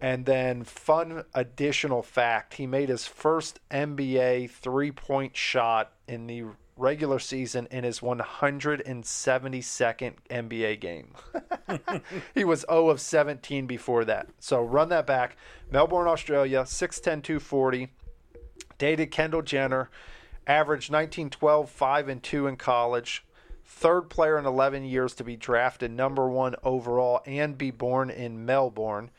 B: And then, fun additional fact he made his first NBA three point shot in the regular season in his 172nd NBA game. He was 0 of 17 before that. So run that back. Melbourne, Australia, 6'10, 240. Dated Kendall Jenner. Averaged 19, 12, 5, and 2 in college. third player in 11 years to be drafted number one overall and be born in Melbourne.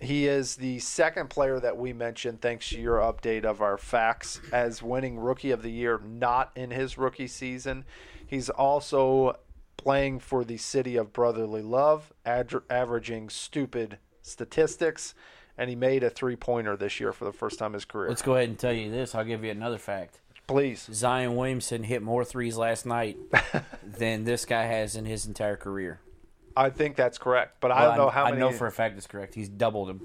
B: He is the second player that we mentioned, thanks to your update of our facts, as winning Rookie of the Year, not in his rookie season. He's also playing for the city of brotherly love, ad- averaging stupid statistics, and he made a three pointer this year for the first time in his career.
A: Let's go ahead and tell you this. I'll give you another fact.
B: Please.
A: Zion Williamson hit more threes last night than this guy has in his entire career.
B: I think that's correct, but I don't know how
A: I
B: many.
A: know for a fact it's correct. He's doubled him.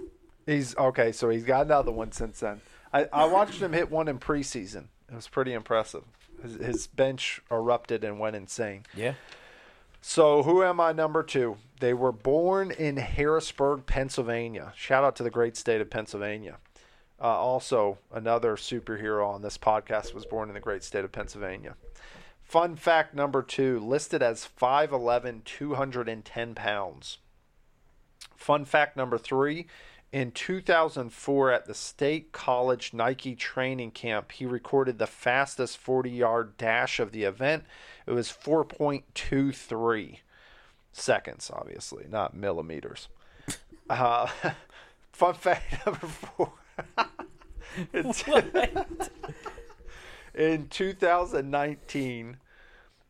B: He's okay, so he's got another one since then. I, I watched him hit one in preseason. It was pretty impressive. His, his bench erupted and went insane.
A: Yeah.
B: So, who am I number two? They were born in Harrisburg, Pennsylvania. Shout out to the great state of Pennsylvania. Uh, also, another superhero on this podcast was born in the great state of Pennsylvania. Fun fact number two listed as 5'11, 210 pounds. Fun fact number three in 2004, at the State College Nike training camp, he recorded the fastest 40 yard dash of the event. It was 4.23 seconds, obviously, not millimeters. Uh, fun fact number four. It's- in 2019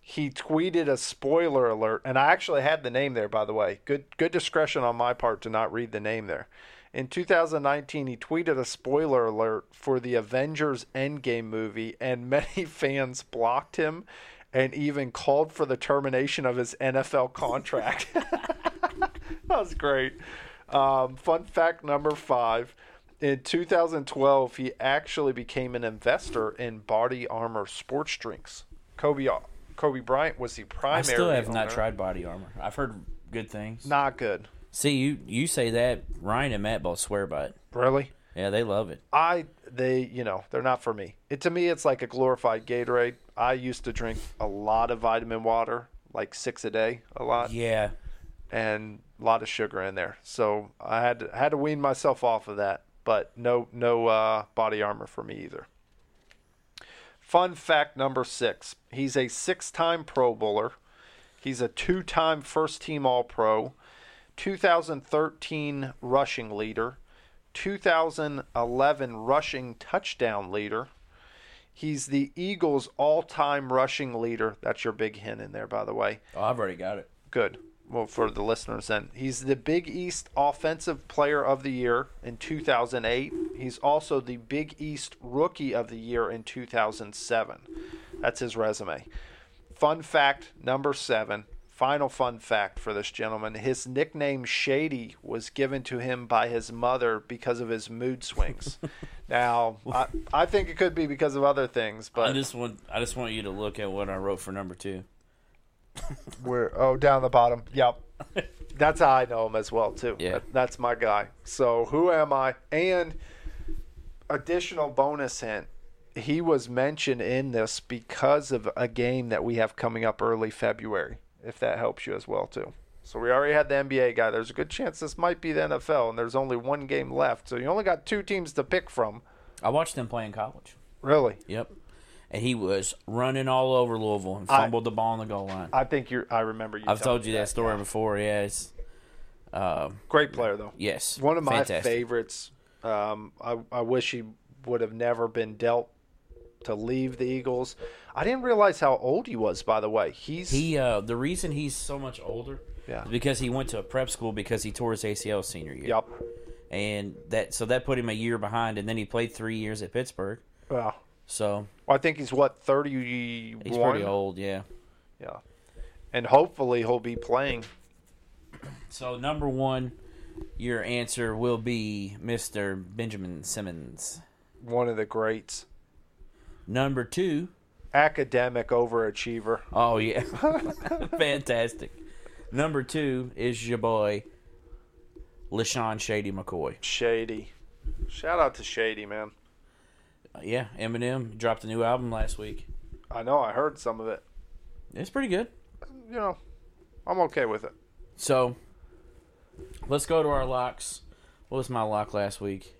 B: he tweeted a spoiler alert and I actually had the name there by the way. Good good discretion on my part to not read the name there. In 2019 he tweeted a spoiler alert for the Avengers Endgame movie and many fans blocked him and even called for the termination of his NFL contract. that was great. Um, fun fact number five. In 2012, he actually became an investor in Body Armor sports drinks. Kobe uh, Kobe Bryant was the primary.
A: I still have not
B: owner.
A: tried body armor. I've heard good things.
B: Not good,
A: See, you you say that Ryan and Matt both swear by it.
B: really.
A: Yeah, they love it.
B: I they you know they're not for me. It to me it's like a glorified Gatorade. I used to drink a lot of vitamin water, like six a day, a lot,
A: Yeah.
B: and a lot of sugar in there. So I had to, had to wean myself off of that. But no no uh, body armor for me either. Fun fact number six: He's a six-time Pro Bowler. He's a two-time first-team All-Pro, 2013 rushing leader, 2011 rushing touchdown leader. He's the Eagles' all-time rushing leader. That's your big hint in there, by the way.
A: Oh, I've already got it.
B: Good. Well, for the listeners, then he's the Big East Offensive Player of the Year in 2008. He's also the Big East Rookie of the Year in 2007. That's his resume. Fun fact number seven. Final fun fact for this gentleman: his nickname Shady was given to him by his mother because of his mood swings. now, I, I think it could be because of other things,
A: I
B: but
A: just want I just want you to look at what I wrote for number two.
B: We're oh down the bottom. Yep. That's how I know him as well too.
A: Yeah.
B: That- that's my guy. So who am I? And additional bonus hint. He was mentioned in this because of a game that we have coming up early February, if that helps you as well too. So we already had the NBA guy. There's a good chance this might be the NFL and there's only one game left. So you only got two teams to pick from.
A: I watched them play in college.
B: Really?
A: Yep. And he was running all over Louisville and fumbled the ball on the goal line.
B: I think you're I remember you.
A: I've
B: telling
A: told
B: me
A: you that story before. Yes,
B: Great player though.
A: yes.
B: One of my
A: Fantastic.
B: favorites. Um, I, I wish he would have never been dealt to leave the Eagles. I didn't realize how old he was, by the way. He's
A: He uh, the reason he's so much older,
B: Yeah.
A: is because he went to a prep school because he tore his ACL senior year.
B: yep.
A: and that so that put him a year behind, and then he played three years at Pittsburgh.
B: Well,
A: So
B: I think he's what thirty
A: he's pretty old, yeah.
B: Yeah, and hopefully he'll be playing.
A: So number one, your answer will be Mister Benjamin Simmons.
B: One of the greats,
A: Number two,
B: academic overachiever.
A: oh yeah, fantastic. Number two is your boy, Lashawn Shady McCoy.
B: Shady. Shout out to Shady, man.
A: Yeah, Eminem dropped a new album last week.
B: I know I heard some of it.
A: It's pretty good.
B: You know, I'm okay with it.
A: So let's go to our locks. What was my lock last week?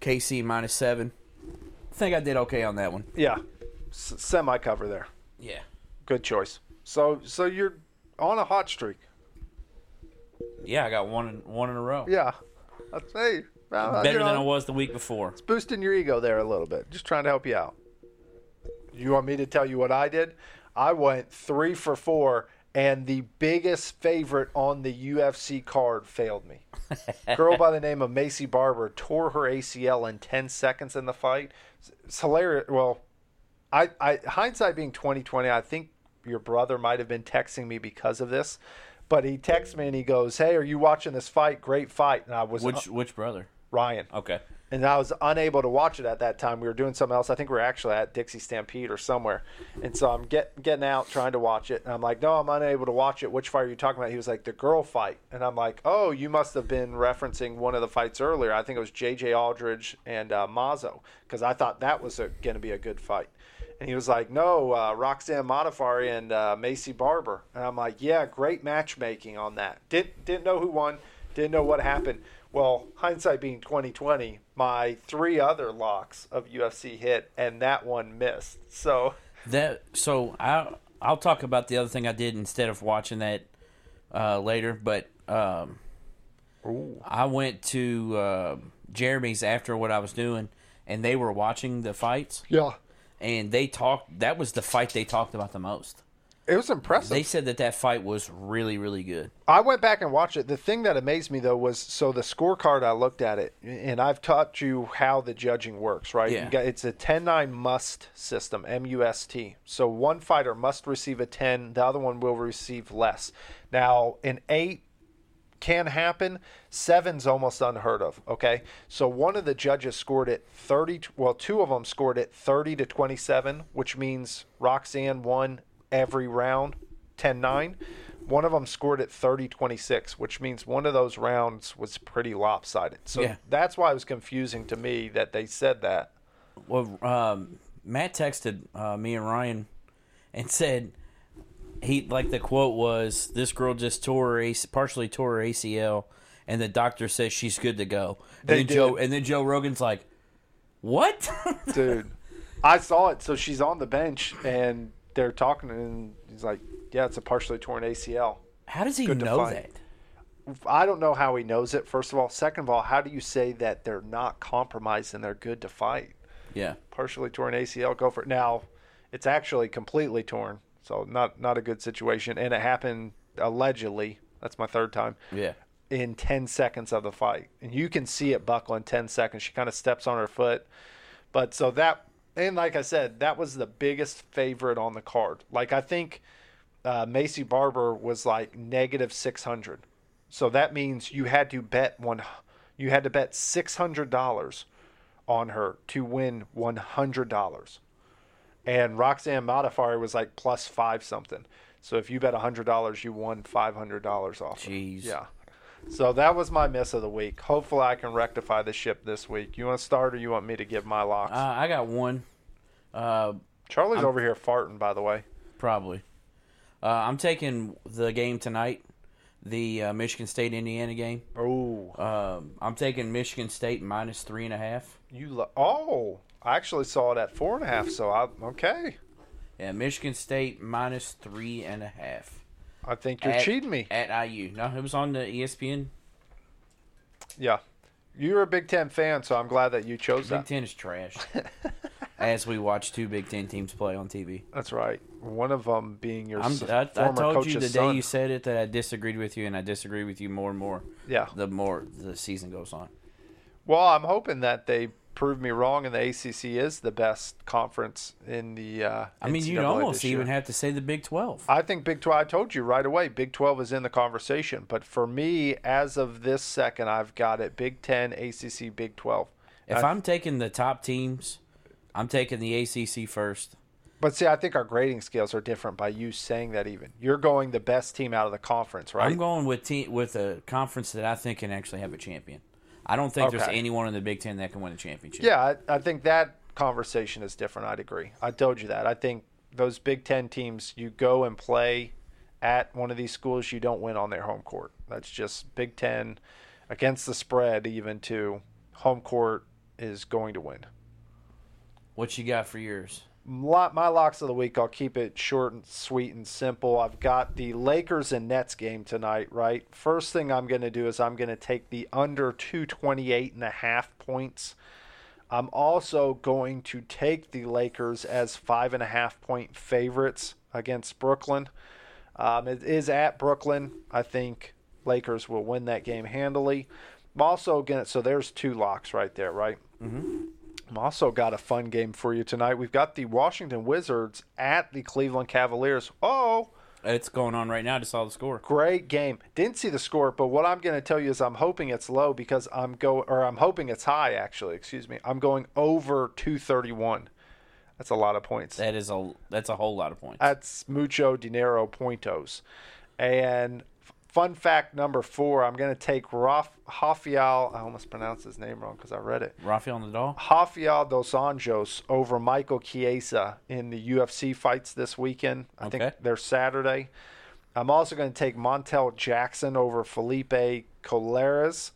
A: KC minus seven. I think I did okay on that one.
B: Yeah, S- semi cover there.
A: Yeah.
B: Good choice. So so you're on a hot streak.
A: Yeah, I got one in, one in a row.
B: Yeah. I'd say well,
A: Better
B: you
A: than I
B: know,
A: was the week before.
B: it's boosting your ego there a little bit. Just trying to help you out. You want me to tell you what I did? I went three for four, and the biggest favorite on the UFC card failed me. Girl by the name of Macy Barber tore her ACL in ten seconds in the fight. It's hilarious. Well, I, I hindsight being 2020, I think your brother might have been texting me because of this. But he texts me and he goes, "Hey, are you watching this fight? Great fight!" And I was "Uh,
A: Which which brother?
B: Ryan
A: Okay.
B: and I was unable to watch it at that time. We were doing something else. I think we were actually at Dixie Stampede or somewhere. And so I'm get, getting out trying to watch it. And I'm like, no, I'm unable to watch it. Which fight are you talking about? He was like, the girl fight. And I'm like, oh, you must have been referencing one of the fights earlier. I think it was J.J. Aldridge and uh, Mazo because I thought that was going to be a good fight. And he was like, no, uh, Roxanne Modafari and uh, Macy Barber. And I'm like, yeah, great matchmaking on that. Didn't, didn't know who won, didn't know what happened. Well, hindsight being 2020, my three other locks of UFC hit, and that one missed. So
A: That so I I'll talk about the other thing I did instead of watching that uh, later, but um, I went to uh, Jeremy's after what I was doing, and they were watching the fights,
B: yeah,
A: and they talked. That was the fight they talked about the most.
B: it was impressive.
A: They said that that fight was really really good.
B: I went back and watched it. The thing that amazed me though was so the scorecard I looked at it, and I've taught you how the judging works, right?
A: Yeah.
B: You got, it's a 10 9 must system, M U S T. So one fighter must receive a 10, the other one will receive less. Now, an 8 can happen. Seven's almost unheard of. Okay, so one of the judges scored it thirty. Well, two of them scored it thirty to twenty-seven, which means Roxanne won every round, 10-9. One of them scored it 30-26, which means one of those rounds was pretty lopsided. So
A: Yeah.
B: that's why it was confusing to me that they said that.
A: Well, um, Matt texted uh, me and Ryan and said he like the quote was this girl just tore her AC, partially tore her ACL and the doctor says she's good to go. And
B: They
A: then
B: did.
A: Joe and then Joe Rogan's like, "What?"
B: dude. I saw it. So she's on the bench and they're talking, and he's like, "Yeah, it's a partially torn ACL."
A: How does he
B: to
A: know
B: find.
A: that?
B: I don't know how he knows it. First of all, second of all, how do you say that they're not compromised and they're good to fight?
A: Yeah.
B: Partially torn ACL, go for it. Now, it's actually completely torn, so not not a good situation. And it happened allegedly. That's my third time.
A: Yeah.
B: In ten seconds of the fight, and you can see it buckle in ten seconds. She kind of steps on her foot, but so that and like I said, that was the biggest favorite on the card. Like I think uh, Macy Barber was like negative six hundred. So that means you had to bet one, you had to bet six hundred dollars on her to win one hundred dollars. And Roxanne Modafari was like plus five something. So if you bet hundred dollars, you won five hundred dollars off. her.
A: Jeez.
B: Yeah. So that was my miss of the week. Hopefully, I can rectify the ship this week. You want to start, or you want me to give my locks?
A: Uh, I got one uh
B: Charlie's over here farting, by the way.
A: probably. Uh, I'm taking the game tonight, the uh, Michigan State Indiana game.
B: Oh,
A: Um, I'm taking Michigan State minus three and a half.
B: you lo- oh! I actually saw it at four and a half. So I okay.
A: Yeah, Michigan State minus three and a half.
B: I think you're
A: At-
B: cheating me.
A: At IU. No, it was on the E ESPN.
B: Yeah, you're a Big Ten fan, so I'm glad that you chose
A: Big
B: that.
A: Ten is trash. As we watch two Big Ten teams play on TV.
B: That's right. One of them being your
A: I'm,
B: s-
A: I, I
B: former
A: told
B: coach's
A: you the
B: son.
A: day you said it that I disagreed with you, and I disagree with you more and more
B: yeah.
A: the more the season goes on.
B: Well, I'm hoping that they prove me wrong, and the ACC is the best conference in the. Uh,
A: I mean, you'd
B: NCAA
A: almost
B: this year.
A: even have to say the Big 12.
B: I think Big 12, I told you right away, Big 12 is in the conversation. But for me, as of this second, I've got it Big 10, ACC, Big 12.
A: If I'm taking the top teams, I'm taking the ACC first.
B: But see, I think our grading scales are different by you saying that even. You're going the best team out of the conference, right?
A: I'm going with team, with a conference that I think can actually have a champion. I don't think there's
B: Okay.
A: anyone in the Big Ten that can win a championship.
B: Yeah, I, I think that conversation is different. I'd agree. I told you that. I think those Big Ten teams, you go and play at one of these schools, you don't win on their home court. That's just Big Ten against the spread, even to home court is going to win.
A: What you got for yours?
B: Lot my locks of the week. I'll keep it short and sweet and simple. I've got the Lakers and Nets game tonight. Right. First thing I'm going to do is I'm going to take the under 228 and a half points. I'm also going to take the Lakers as five and a half point favorites against Brooklyn. Um, it is at Brooklyn. I think Lakers will win that game handily. I'm also going to, so there's two locks right there, right? Mm-hmm. I've also got a fun game for you tonight. We've got the Washington Wizards at the Cleveland Cavaliers. Oh,
A: It's going on right now. I just saw the score.
B: great game. Didn't see the score, but what I'm going to tell you is I'm hoping it's low because I'm go or I'm hoping it's high actually. Excuse me. I'm going over 231. That's a lot of points.
A: That is a that's a whole lot of points.
B: That's mucho dinero puntos. And f- fun fact number four, I'm going to take Raf, Rafael. I almost pronounced his name wrong because I read it.
A: Rafael Nadal.
B: Rafael dos Anjos over Michael Chiesa in the UFC fights this weekend. I
A: Okay.
B: think they're Saturday. I'm also going to take Montel Jackson over Felipe Coleras.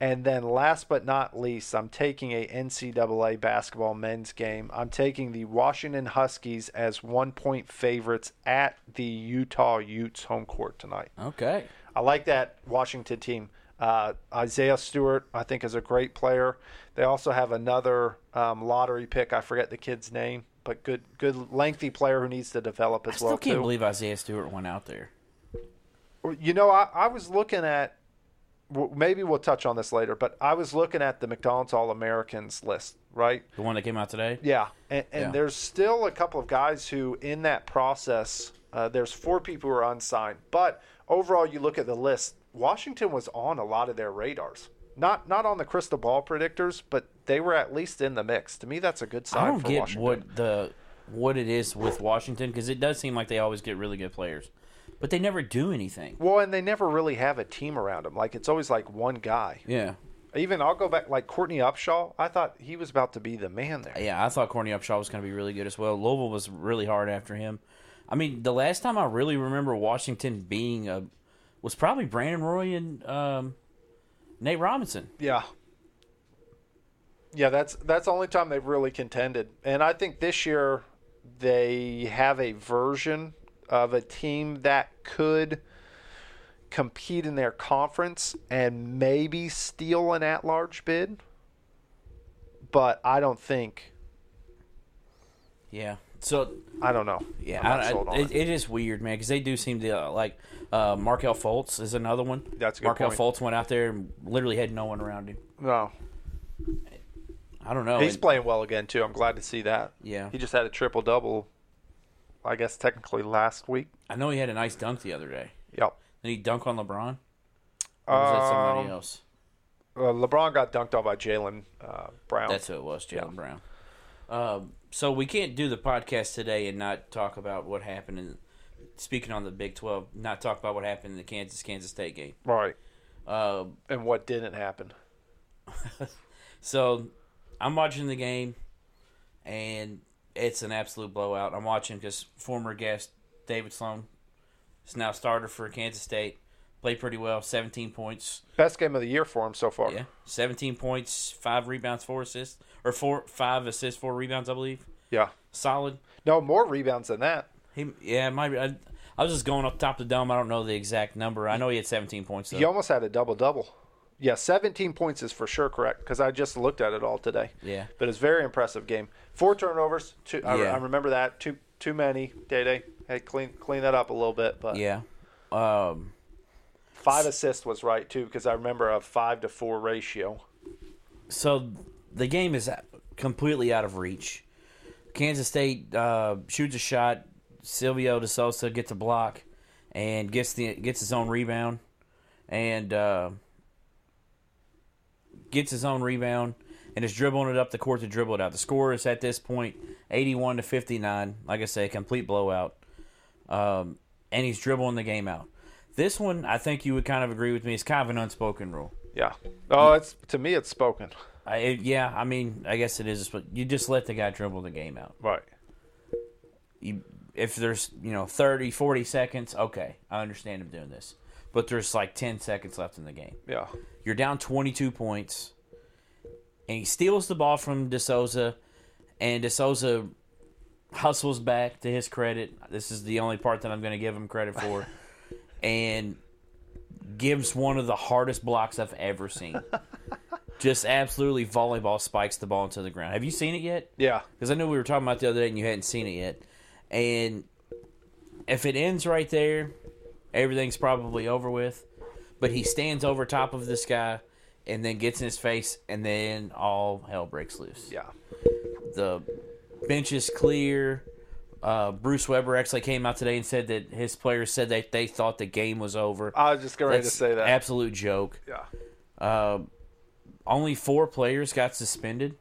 B: And then last but not least, I'm taking a NCAA basketball men's game. I'm taking the Washington Huskies as one point favorites at the Utah Utes home court tonight.
A: Okay.
B: I like that Washington team. Uh, Isaiah Stewart, I think, is a great player. They also have another um, lottery pick. I forget the kid's name, but good, good, lengthy player who needs to develop as
A: I still
B: well
A: can't
B: too.
A: believe Isaiah Stewart went out there.
B: you know, I, I was looking at. w- Maybe we'll touch on this later, but I was looking at the McDonald's All Americans list, right?
A: The one that came out today.
B: Yeah, and, and
A: Yeah.
B: there's still a couple of guys who, in that process, uh, there's four people who are unsigned. But overall, you look at the list. Washington was on a lot of their radars. Not not on the crystal ball predictors, but they were at least in the mix. To me, that's a good sign
A: I don't
B: for
A: get
B: Washington.
A: what the what it is with Washington because it does seem like they always get really good players, but they never do anything.
B: Well, and they never really have a team around them. Like it's always like one guy.
A: Yeah.
B: Even I'll go back like Courtney Upshaw. I thought he was about to be the man there.
A: Yeah, I thought Corny Upshaw was going to be really good as well. Louisville was really hard after him. I mean, the last time I really remember Washington being a was probably Brandon Roy and um, Nate Robinson.
B: Yeah. Yeah, that's that's the only time they've really contended. And I think this year they have a version of a team that could compete in their conference and maybe steal an at large bid. But I don't think
A: Yeah. So
B: I don't know.
A: yeah,
B: I'm not
A: I- I-
B: sold on
A: it,
B: it.
A: it is weird, man, because they do seem to uh, like uh, Markel Fultz is another one.
B: That's a good
A: Markel
B: point.
A: Fultz went out there and literally had no one around him.
B: No.
A: I don't know.
B: He's
A: And-
B: playing well again too. I'm glad to see that.
A: Yeah.
B: He just had a triple double I guess technically last week.
A: I know he had a nice dunk the other day.
B: Yep.
A: Did he dunk on LeBron? Or was that
B: Um,
A: somebody else?
B: Uh, LeBron got dunked on by Jalen uh, Brown.
A: That's who it was, Jalen Brown. Um, so we can't do the podcast today and not talk about what happened. In, speaking on the Big Twelve, not talk about what happened in the Kansas Kansas State game.
B: Right.
A: Uh,
B: And what didn't happen?
A: so I'm watching the game, and it's an absolute blowout. I'm watching because former guest David Sloan is now starter for Kansas State. Played pretty well, 17 points.
B: Best game of the year for him so far.
A: Yeah, seventeen points, five rebounds, four assists, or four, five assists, four rebounds, I believe.
B: Yeah.
A: Solid.
B: No, more rebounds than that.
A: He, yeah, might. be- I, I was just going off the top of the dome. I don't know the exact number. I know he had seventeen points. Though.
B: He almost had a double double. Yeah, 17 points is for sure correct because I just looked at it all today.
A: Yeah.
B: But it's a very impressive game. Four turnovers. Two, I,
A: Yeah.
B: I remember that. Too too many. Day day. Hey, clean clean that up a little bit. But
A: Yeah. Um.
B: five assists was right too because I remember a five to four ratio.
A: So the game is completely out of reach. Kansas State uh, shoots a shot. Silvio De Sosa gets a block and gets the gets his own rebound and uh, gets his own rebound and is dribbling it up the court to dribble it out. The score is at this point eighty-one to fifty-nine. Like I say, a complete blowout. Um, and he's dribbling the game out. This one, I think you would kind of agree with me. It's kind of an unspoken rule.
B: Yeah. Oh, it's to me it's spoken.
A: I, it- yeah, I mean, I guess it is, but you just let the guy dribble the game out.
B: Right.
A: You, if there's, you know, 30, 40 seconds, okay, I understand him doing this. But there's like 10 seconds left in the game.
B: Yeah.
A: You're down 22 points, and he steals the ball from DeSouza, and DeSouza hustles back to his credit. This is the only part that I'm going to give him credit for, and gives one of the hardest blocks I've ever seen. Just absolutely volleyball spikes the ball into the ground. Have you seen it yet?
B: Yeah.
A: because I know we were talking about the other day and you hadn't seen it yet. And if it ends right there, everything's probably over with. But he stands over top of this guy and then gets in his face, and then all hell breaks loose.
B: Yeah.
A: The bench is clear. Uh, Bruce Weber actually came out today and said that his players said that they thought the game was over.
B: I was just going to
A: That's
B: say that.
A: Absolute joke.
B: yeah.
A: Only four players got suspended.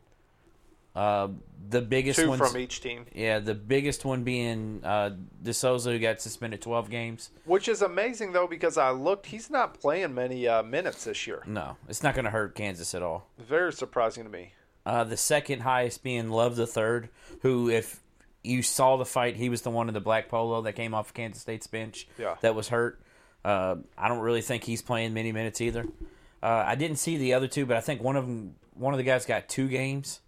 A: Uh, the biggest
B: Two
A: ones
B: from each team,
A: Yeah, the biggest one being uh, DeSouza, who got suspended 12 games.
B: which is amazing though because I looked. He's not playing many uh, minutes this year.
A: No, it's not going to hurt Kansas at all.
B: Very surprising to me.
A: Uh, the second highest being Love the third, who, if you saw the fight, he was the one in the black polo that came off Kansas State's bench
B: Yeah.
A: that was hurt. Uh, I don't really think he's playing many minutes either. Uh, I didn't see the other two, but I think one of them, one of the guys got two games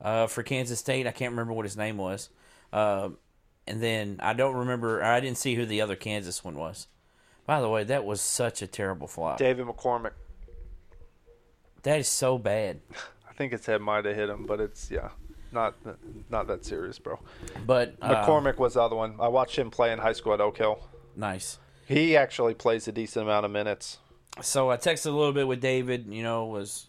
A: uh, for Kansas State. I can't remember what his name was. Uh, and then I don't remember. I didn't see who the other Kansas one was. By the way, that was such a terrible flop.
B: David McCormick.
A: That is so bad.
B: I think his head might have hit him, but it's yeah, not not that serious, bro.
A: But uh,
B: McCormick was the other one. I watched him play in high school at Oak Hill.
A: nice.
B: He actually plays a decent amount of minutes.
A: so I texted a little bit with David, you know, was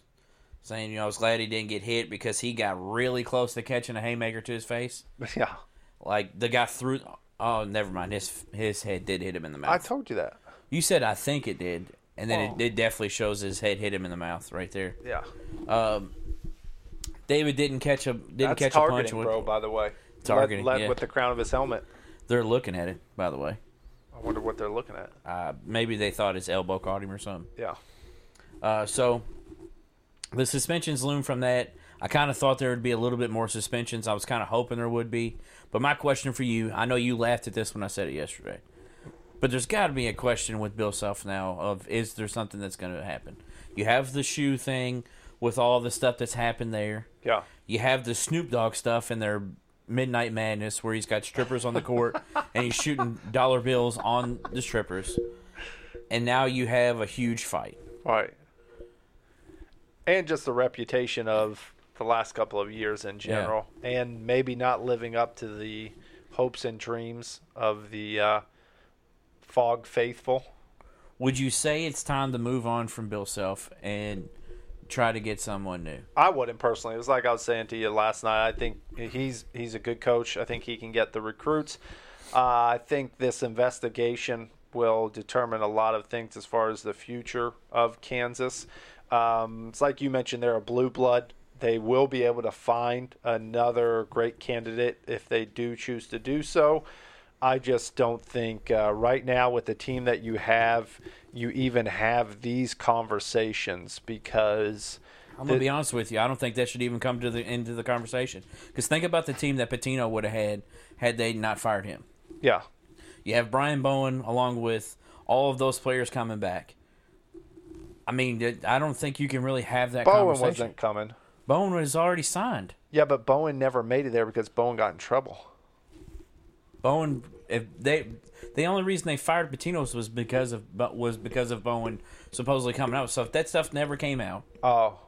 A: saying, you know, I was glad he didn't get hit because he got really close to catching a haymaker to his face.
B: Yeah,
A: Like the guy threw oh, never mind. His his head did hit him in the
B: I
A: mouth.
B: told you that.
A: you said I think it did. And then
B: Oh.
A: it, it definitely shows his head hit him in the mouth right there. Um,
B: Yeah,
A: David didn't catch a didn't
B: that's
A: catch a punch
B: targeting,
A: with,
B: bro. By the way, Let-
A: Targeting,
B: let-
A: yeah.
B: with the crown of his helmet.
A: They're looking at it, by the way.
B: I wonder what they're looking at.
A: Uh, maybe they thought his elbow caught him or something.
B: Yeah,
A: Uh, so the suspensions loom from that. I kind of thought there would be a little bit more suspensions. I was kind of hoping there would be. But my question for you, I know you laughed at this when I said it yesterday. But there's got to be a question with Bill Self now of is there something that's going to happen? You have the shoe thing with all the stuff that's happened there.
B: yeah.
A: You have the Snoop Dogg stuff and their Midnight Madness where he's got strippers on the court and he's shooting dollar bills on the strippers. And now you have a huge fight.
B: Right. And just the reputation of the last couple of years in general, and maybe not living up to the hopes and dreams of the uh, Fog faithful.
A: Would you say it's time to move on from Bill Self and try to get someone new?
B: I wouldn't personally. It was like I was saying to you last night. I think he's he's a good coach. I think he can get the recruits. Uh, I think this investigation will determine a lot of things as far as the future of Kansas. Um, it's like you mentioned, they're a blue blood. They will be able to find another great candidate if they do choose to do so. I just don't think uh, right now with the team that you have, you even have these conversations because
A: I'm gonna be honest with you. I don't think that should even come to the into the conversation. Because think about the team that Patino would have had had they not fired him.
B: yeah,
A: You have Brian Bowen along with all of those players coming back. I mean, that- I don't think you can really have that
B: Bowen
A: conversation.
B: wasn't coming.
A: Bowen was already signed.
B: Yeah, but Bowen never made it there because Bowen got in trouble.
A: Bowen, if they, the only reason they fired Patinos was because of but was because of Bowen supposedly coming out. So if that stuff never came out,
B: Oh,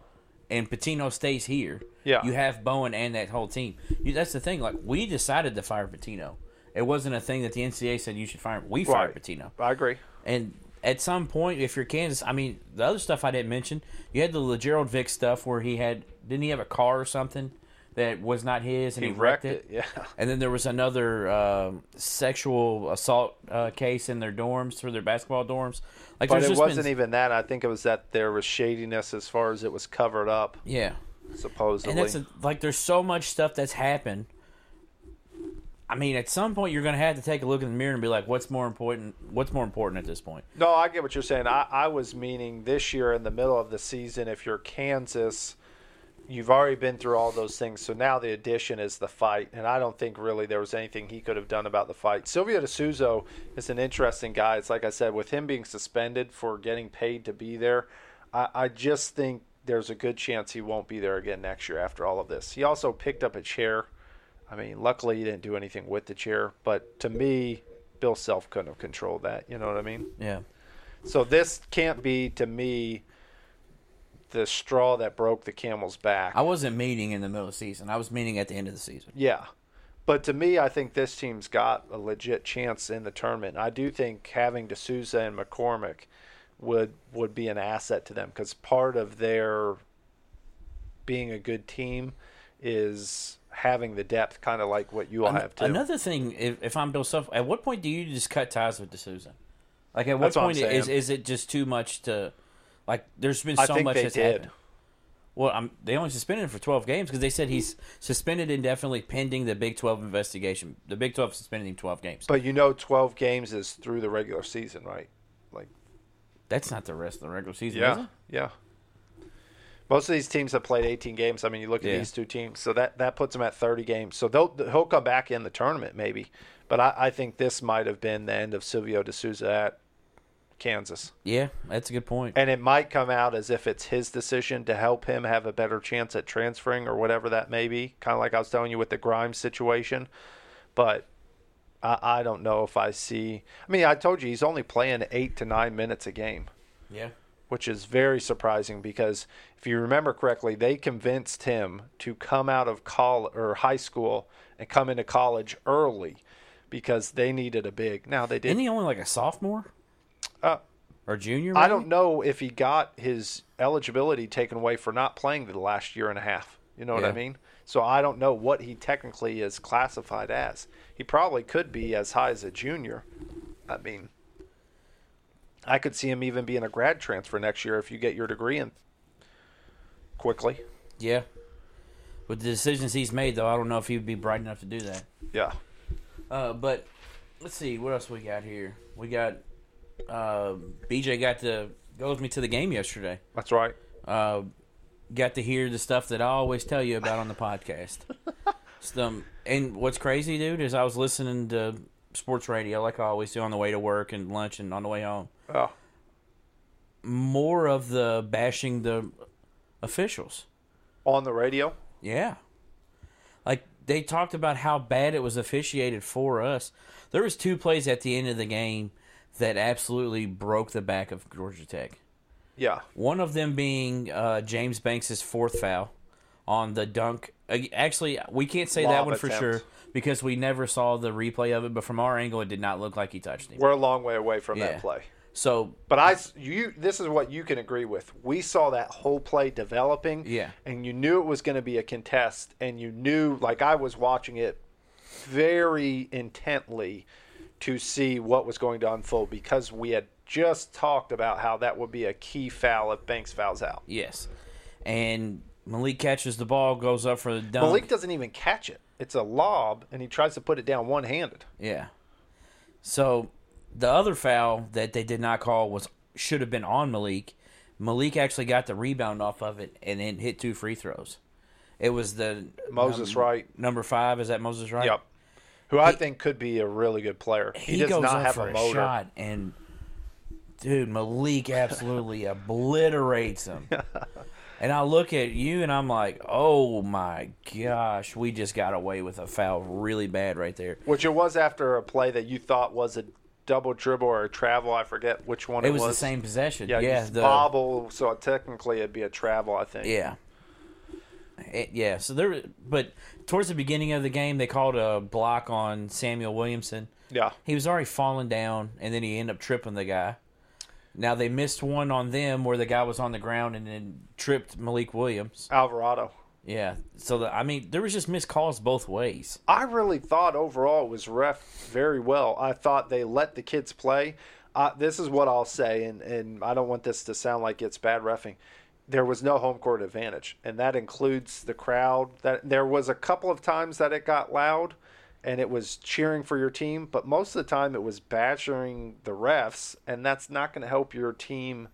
A: and Patino stays here,
B: Yeah.
A: you have Bowen and that whole team. You, that's the thing. Like we decided to fire Patino. It wasn't a thing that the NCAA said you should fire. him. We fired
B: Right.
A: Patino.
B: I agree.
A: And at some point, if you're Kansas, I mean, the other stuff I didn't mention, you had the LeGerald Vick stuff where he had didn't he have a car or something that was not his and he, wrecked, it.
B: Yeah.
A: And then there was another um sexual assault uh, case in their dorms for their basketball dorms. Like
B: But
A: there's
B: it
A: just
B: wasn't
A: been,
B: even that. I think it was that there was shadiness as far as it was covered up,
A: yeah.
B: supposedly.
A: And that's a, like there's so much stuff that's happened. I mean, at some point you're going to have to take a look in the mirror and be like, what's more important? What's more important at this point?
B: no, I get what you're saying. I, I was meaning this year in the middle of the season, if you're Kansas, you've already been through all those things. So now the addition is the fight. And I don't think really there was anything he could have done about the fight. Silvio D'Souza is an interesting guy. It's like I said, with him being suspended for getting paid to be there, I, I just think there's a good chance he won't be there again next year after all of this. He also picked up a chair. I mean, luckily he didn't do anything with the chair, but to me, Bill Self couldn't have controlled that. You know what I mean?
A: Yeah.
B: So this can't be to me the straw that broke the camel's back.
A: I wasn't meeting in the middle of the season. I was meeting at the end of the season.
B: Yeah. But to me, I think this team's got a legit chance in the tournament. I do think having D'Souza and McCormick would would be an asset to them because part of their being a good team is having the depth, kind of like what you all have too.
A: Uh, Another thing, if, if I'm Bill Self, at what point do you just cut ties with D'Souza? Like, at what
B: That's what I'm
A: point is
B: saying.
A: is it just too much to? Like, there's been
B: I
A: so
B: think
A: much
B: they
A: that's
B: did.
A: happened. Well, I'm, they only suspended him for 12 games because they said he's suspended indefinitely pending the Big 12 investigation. The Big 12 suspended him 12 games.
B: But you know, twelve games is through the regular season, right? Like
A: That's not the rest of the regular season, is it?
B: yeah. Most of these teams have played 18 games. I mean, you look at
A: Yeah.
B: these two teams, so that that puts them at 30 games. So they'll he'll come back in the tournament maybe, but I, I think this might have been the end of Silvio D'Souza at Kansas,
A: Yeah, that's a good point.
B: and it might come out as if it's his decision to help him have a better chance at transferring or whatever that may be. Kind of like I was telling you with the Grimes situation, but. I I don't know if I see. I mean, I told you he's only playing eight to nine minutes a game
A: Yeah.
B: which is very surprising because if you remember correctly, they convinced him to come out of col or high school and come into college early because they needed a big. Now they
A: Isn't
B: did.
A: he only like a sophomore?
B: Uh,
A: or junior?
B: I
A: maybe?
B: don't know if he got his eligibility taken away for not playing the last year and a half. You know what I
A: Yeah.
B: mean? So I don't know what he technically is classified as. He probably could be as high as a junior. I mean, I could see him even being a grad transfer next year if you get your degree in quickly.
A: Yeah. With the decisions he's made, though, I don't know if he would be bright enough to do that.
B: Yeah.
A: Uh, but let's see what else we got here. We got uh, BJ got to go with me to the game yesterday.
B: That's right.
A: Uh, got to hear the stuff that I always tell you about on the podcast. Some, and what's crazy, dude, is I was listening to sports radio like I always do on the way to work and lunch and on the way home.
B: Oh.
A: More of the bashing the officials.
B: On the radio?
A: Yeah. Like they talked about how bad it was officiated for us. There was two plays at the end of the game that absolutely broke the back of Georgia Tech.
B: Yeah.
A: One of them being uh, James Banks' fourth foul on the dunk. Uh, Actually, we can't say that
B: Lob
A: one for
B: attempt.
A: sure because we never saw the replay of it. But from our angle, it did not look like he touched him.
B: We're a long way away from
A: Yeah.
B: that play.
A: So
B: But I, you, this is what you can agree with. We saw that whole play developing,
A: Yeah.
B: and you knew it was going to be a contest, and you knew, like I was watching it very intently to see what was going to unfold because we had just talked about how that would be a key foul if Banks fouls out.
A: yes, and Malik catches the ball, goes up for the dunk.
B: Malik doesn't even catch it; it's a lob, and he tries to put it down one-handed.
A: Yeah. So the other foul that they did not call was should have been on Malik. Malik actually got the rebound off of it and then hit two free throws. It was the
B: Moses Wright.
A: number five. Is that Moses Wright?
B: Yep, who I think could be a really good player. He,
A: He,
B: does
A: goes
B: not
A: up
B: have
A: for
B: a
A: a,
B: motor.
A: shot and dude, Malik absolutely obliterates him. And I look at you and I'm like, oh my gosh, we just got away with a foul really bad right there.
B: Which it was after a play that you thought was a double dribble or a travel. I forget which one it,
A: It was, the same possession.
B: Yeah,
A: Yeah,
B: yeah
A: the-
B: bobble. So technically, it'd be a travel. I think.
A: Yeah. It- yeah. So there, but towards the beginning of the game, they called a block on Samuel Williamson.
B: Yeah.
A: He was already falling down, and then he ended up tripping the guy. Now they missed one on them where the guy was on the ground and then tripped Malik Williams.
B: Alvarado.
A: Yeah. So the, I mean, there was just missed calls both ways.
B: I really thought overall it was ref very well. I thought they let the kids play. Uh, this is what I'll say, and, and I don't want this to sound like it's bad refing. There was no home court advantage, and that includes the crowd. That there was a couple of times that it got loud, and it was cheering for your team, but most of the time it was badgering the refs, and that's not going to help your team.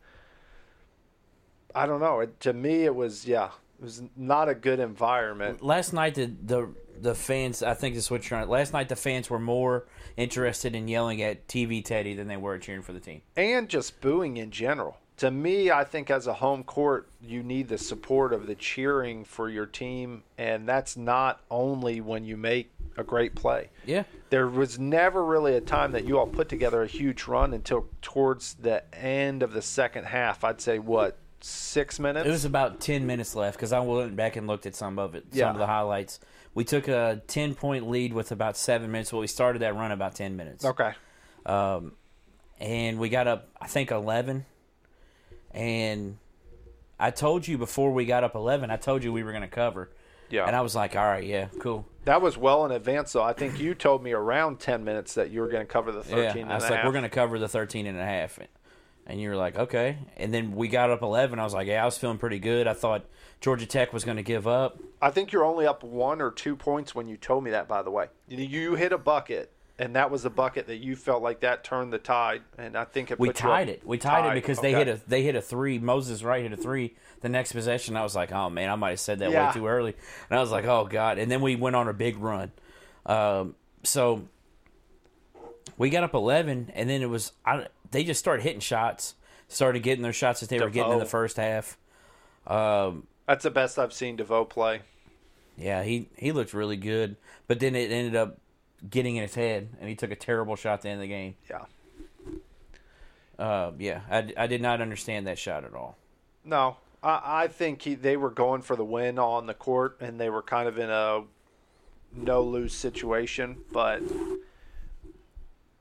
B: I don't know. It, to me, it was yeah, it was not a good environment.
A: Last night, the the the fans. I think is what you're on. Last night, the fans were more interested in yelling at TV Teddy than they were cheering for the team.
B: and just booing in general. to me, I think as a home court, you need the support of the cheering for your team, and that's not only when you make a great play.
A: Yeah.
B: There was never really a time that you all put together a huge run until towards the end of the second half. I'd say what six minutes.
A: It was about 10 minutes left because I went back and looked at some of it,
B: Yeah.
A: some of the highlights. We took a 10 point lead with about seven minutes. Well, we started that run about 10 minutes.
B: okay.
A: And we got up, I think, 11. And I told you before we got up 11, I told you we were going to cover.
B: Yeah.
A: And I was like, all right, yeah, cool.
B: That was well in advance, though. I think you told me around 10 minutes that you were going to cover the 13
A: Yeah.
B: and
A: I was
B: a
A: like,
B: half.
A: we're going to cover the 13 and a half. And you were like, okay. And then we got up 11. I was like, yeah, I was feeling pretty good. I thought Georgia Tech was going to give up.
B: I think you're only up one or two points when you told me that, by the way. You- You hit a bucket, and that was the bucket that you felt like that turned the tide, and I think it
A: We
B: put you
A: tied
B: up-
A: it. We tied,
B: Tied,
A: it because they
B: okay.
A: hit a they hit a three. Moses Wright hit a three. The next possession, I was like, oh man, I might have said that
B: Yeah.
A: way too early, and I was like, oh god. And then we went on a big run. Um, so we got up eleven, and then it was I, they just started hitting shots, started getting their shots that they were getting in the
B: Defoe.
A: first half.
B: That's the best I've seen DeVoe play.
A: Yeah, he he looked really good, but then it ended up getting in his head, and he took a terrible shot at the end of the game.
B: Yeah.
A: Uh, yeah, I, I did not understand that shot at all.
B: No, I, I think he, they were going for the win on the court, and they were kind of in a no lose situation. But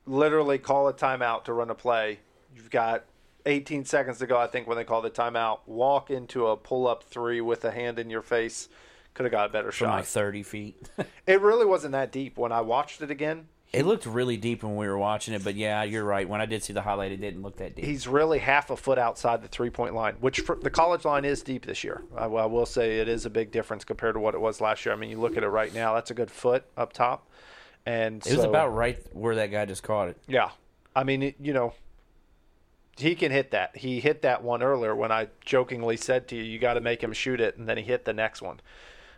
B: literally, call a timeout to run a play. You've got 18 seconds to go. I think when they call the timeout, walk into a pull up three with a hand in your face. Could have got a better
A: From like
B: shot.
A: thirty feet.
B: It really wasn't that deep. When I watched it again,
A: It looked really deep when we were watching it, but yeah, you're right. When I did see the highlight, it didn't look that deep.
B: he's really half a foot outside the three point line, which for, the college line is deep this year. I, I will say it is a big difference compared to what it was last year. I mean, you look at it right now, that's a good foot up top. And
A: It was about right where that guy just caught it.
B: yeah. I mean, it, you know, he can hit that. He hit that one earlier when I jokingly said to you, you got to make him shoot it, and then he hit the next one.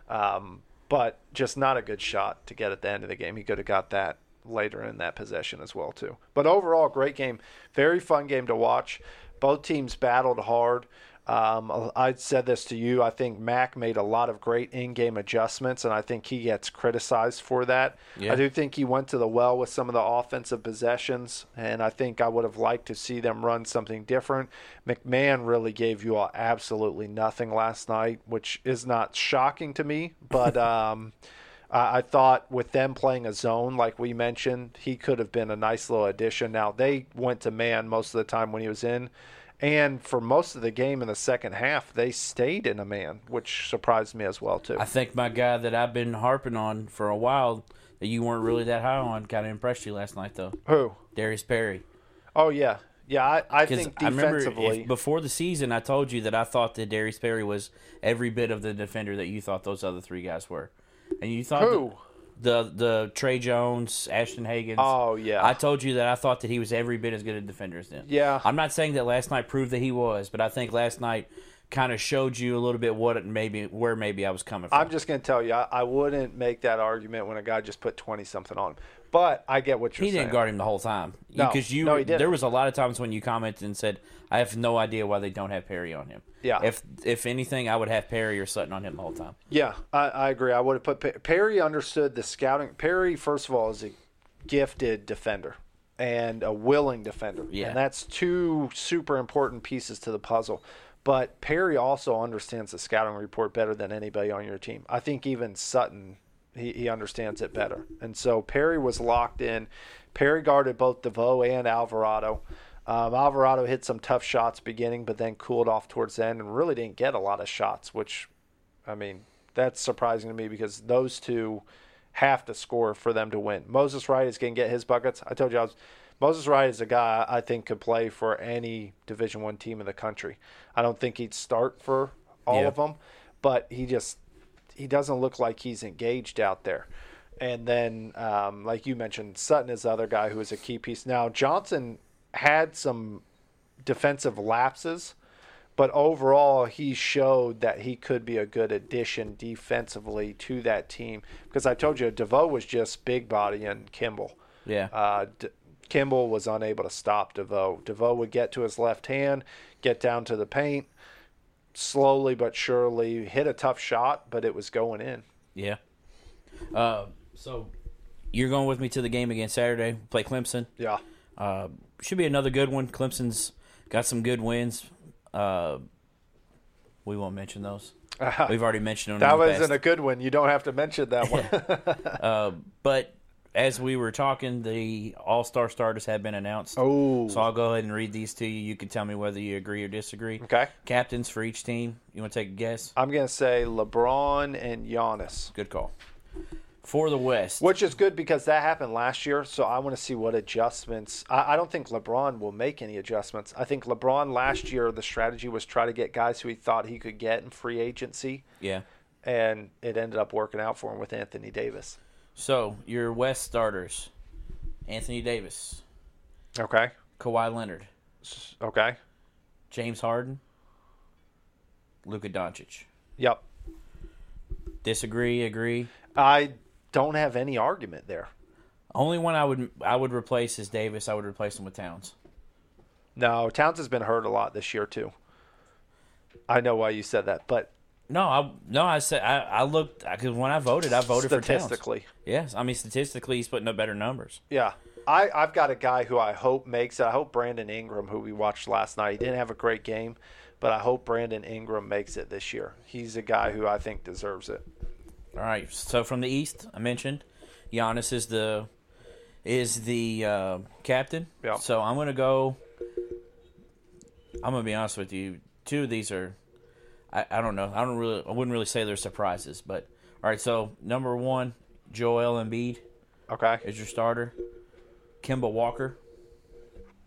B: Um, but just not a good shot to get at the end of the game. He could have got that later in that possession as well too. But overall, great game. Very fun game to watch. Both teams battled hard. Um, I said this to you. I think Mac made a lot of great in-game adjustments, and I think he gets criticized for that.
A: Yeah.
B: I do think he went to the well with some of the offensive possessions, and I think I would have liked to see them run something different. McMahon really gave you all absolutely nothing last night, which is not shocking to me, but um, I, I thought with them playing a zone, like we mentioned, he could have been a nice little addition. Now, they went to man most of the time when he was in. And for most of the game in the second half, they stayed in a man, which surprised me as well too.
A: I think my guy that I've been harping on for a while that you weren't really that high on kind of impressed you last night, though.
B: Who?
A: Darius Perry.
B: Oh yeah, yeah. I, I
A: Because
B: think
A: I remember if-
B: defensively,
A: before the season, I told you that I thought that Darius Perry was every bit of the defender that you thought those other three guys were, and you thought
B: Who?
A: The, the the Trey Jones, Ashton Hagens.
B: Oh, yeah.
A: I told you that I thought that he was every bit as good a defender as them.
B: Yeah.
A: I'm not saying that last night proved that he was, but I think last night kind of showed you a little bit what it maybe where maybe I was coming from.
B: I'm just gonna tell you, I, I wouldn't make that argument when a guy just put twenty something on him. But I get what you're
A: he
B: saying.
A: didn't guard him the whole time
B: No.
A: because you,
B: No, he didn't.
A: there was a lot of times when you commented and said I have no idea why they don't have Perry on him.
B: Yeah.
A: If if anything, I would have Perry or Sutton on him the whole time.
B: Yeah, I, I agree. I would have put Pe- Perry understood the scouting. Perry, first of all, is a gifted defender and a willing defender.
A: Yeah.
B: And that's two super important pieces to the puzzle. But Perry also understands the scouting report better than anybody on your team. I think even Sutton, he, he understands it better. And so Perry was locked in. Perry guarded both DeVoe and Alvarado. Um, Alvarado hit some tough shots beginning, but then cooled off towards the end and really didn't get a lot of shots, which I mean, that's surprising to me because those two have to score for them to win. Moses Wright is going to get his buckets. I told you I was. Moses Wright is a guy I think could play for any Division One team in the country. I don't think he'd start for all
A: Yeah.
B: of 'em, of them, but he just he doesn't look like he's engaged out there. And then, um, like you mentioned, Sutton is the other guy who is a key piece. Now Johnson had some defensive lapses, but overall, he showed that he could be a good addition defensively to that team. Because I told you, DeVoe was just big body and Kimball.
A: Yeah.
B: Uh, D- Kimball was unable to stop DeVoe. DeVoe would get to his left hand, get down to the paint, slowly but surely hit a tough shot, but it was going in.
A: Yeah. Uh, so you're going with me to the game again Saturday. Play Clemson.
B: Yeah.
A: Uh, should be another good one. Clemson's got some good wins. Uh, we won't mention those. We've already mentioned them.
B: That
A: in the
B: wasn't
A: past.
B: a good one. You don't have to mention that one.
A: But as we were talking, the All Star starters have been announced.
B: Oh.
A: So I'll go ahead and read these to you. You can tell me whether you agree or disagree.
B: Okay.
A: Captains for each team. You want to take a guess?
B: I'm going to say LeBron and Giannis,
A: Good call. For the West.
B: which is good because that happened last year. So I want to see what adjustments. I, I don't think LeBron will make any adjustments. I think LeBron last year, the strategy was try to get guys who he thought he could get in free agency,
A: Yeah.
B: and it ended up working out for him with Anthony Davis.
A: So your West starters: Anthony Davis,
B: Okay.
A: Kawhi Leonard,
B: Okay.
A: James Harden, Luka Doncic.
B: Yep.
A: Disagree? Agree?
B: I don't have any argument there.
A: Only one I would I would replace is Davis. I would replace him with Towns.
B: No, Towns has been hurt a lot this year too. I know why you said that, but
A: No, I no I said I, I looked because when I voted, I voted for Towns.
B: statistically,
A: Yes, I mean statistically, he's putting up better numbers.
B: yeah. I, I've got a guy who I hope makes it. I hope Brandon Ingram, who we watched last night, he didn't have a great game, but I hope Brandon Ingram makes it this year. He's a guy who I think deserves it.
A: All right. So from the East, I mentioned Giannis is the is the uh, captain.
B: Yeah.
A: So I'm gonna go. I'm gonna be honest with you. Two of these are, I, I don't know. I don't really. I wouldn't really say they're surprises, but all right. So number one, Joel Embiid
B: Okay.
A: is your starter. Kimba Walker,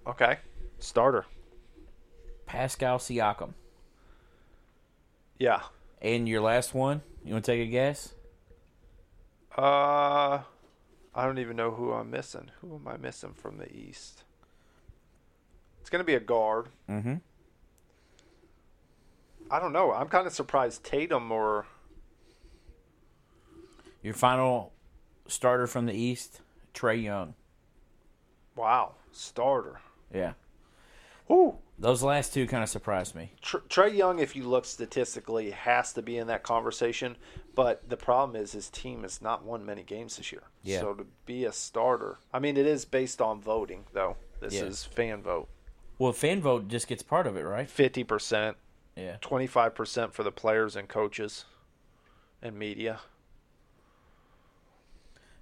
B: Okay. Starter.
A: Pascal Siakam,
B: Yeah.
A: and your last one. You want to take a guess?
B: Uh, I don't even know who I'm missing. Who am I missing from the East? It's going to be a guard.
A: Mm-hmm.
B: I don't know. I'm kind of surprised Tatum or
A: Your final starter from the East, Trey Young.
B: wow starter.
A: Yeah.
B: Ooh,
A: Those last two kind of surprised me.
B: Tr- Trey Young, if you look statistically, has to be in that conversation. But the problem is his team has not won many games this year.
A: Yeah.
B: So to be a starter, I mean, it is based on voting though. This
A: Yeah.
B: is fan vote.
A: Well, fan vote just gets part of it, right?
B: Fifty percent,
A: Yeah.
B: twenty five percent for the players and coaches, and media.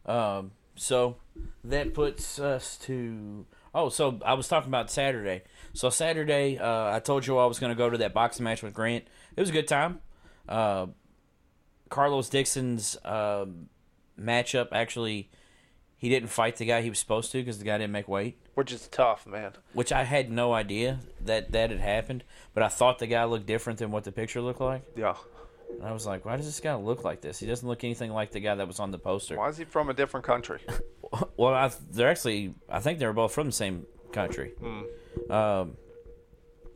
A: Um, so that puts us to. Oh, so I was talking about Saturday. So Saturday, uh, I told you I was going to go to that boxing match with Grant. It was a good time. Uh, Carlos Dixon's um matchup actually, he didn't fight the guy he was supposed to because the guy didn't make weight.
B: Which is tough, man.
A: which I had no idea that that had happened, but I thought the guy looked different than what the picture looked like.
B: Yeah.
A: And I was like, why does this guy look like this? He doesn't look anything like the guy that was on the poster.
B: Why is he from a different country?
A: Well, I, they're actually, I think they're both from the same country. Um,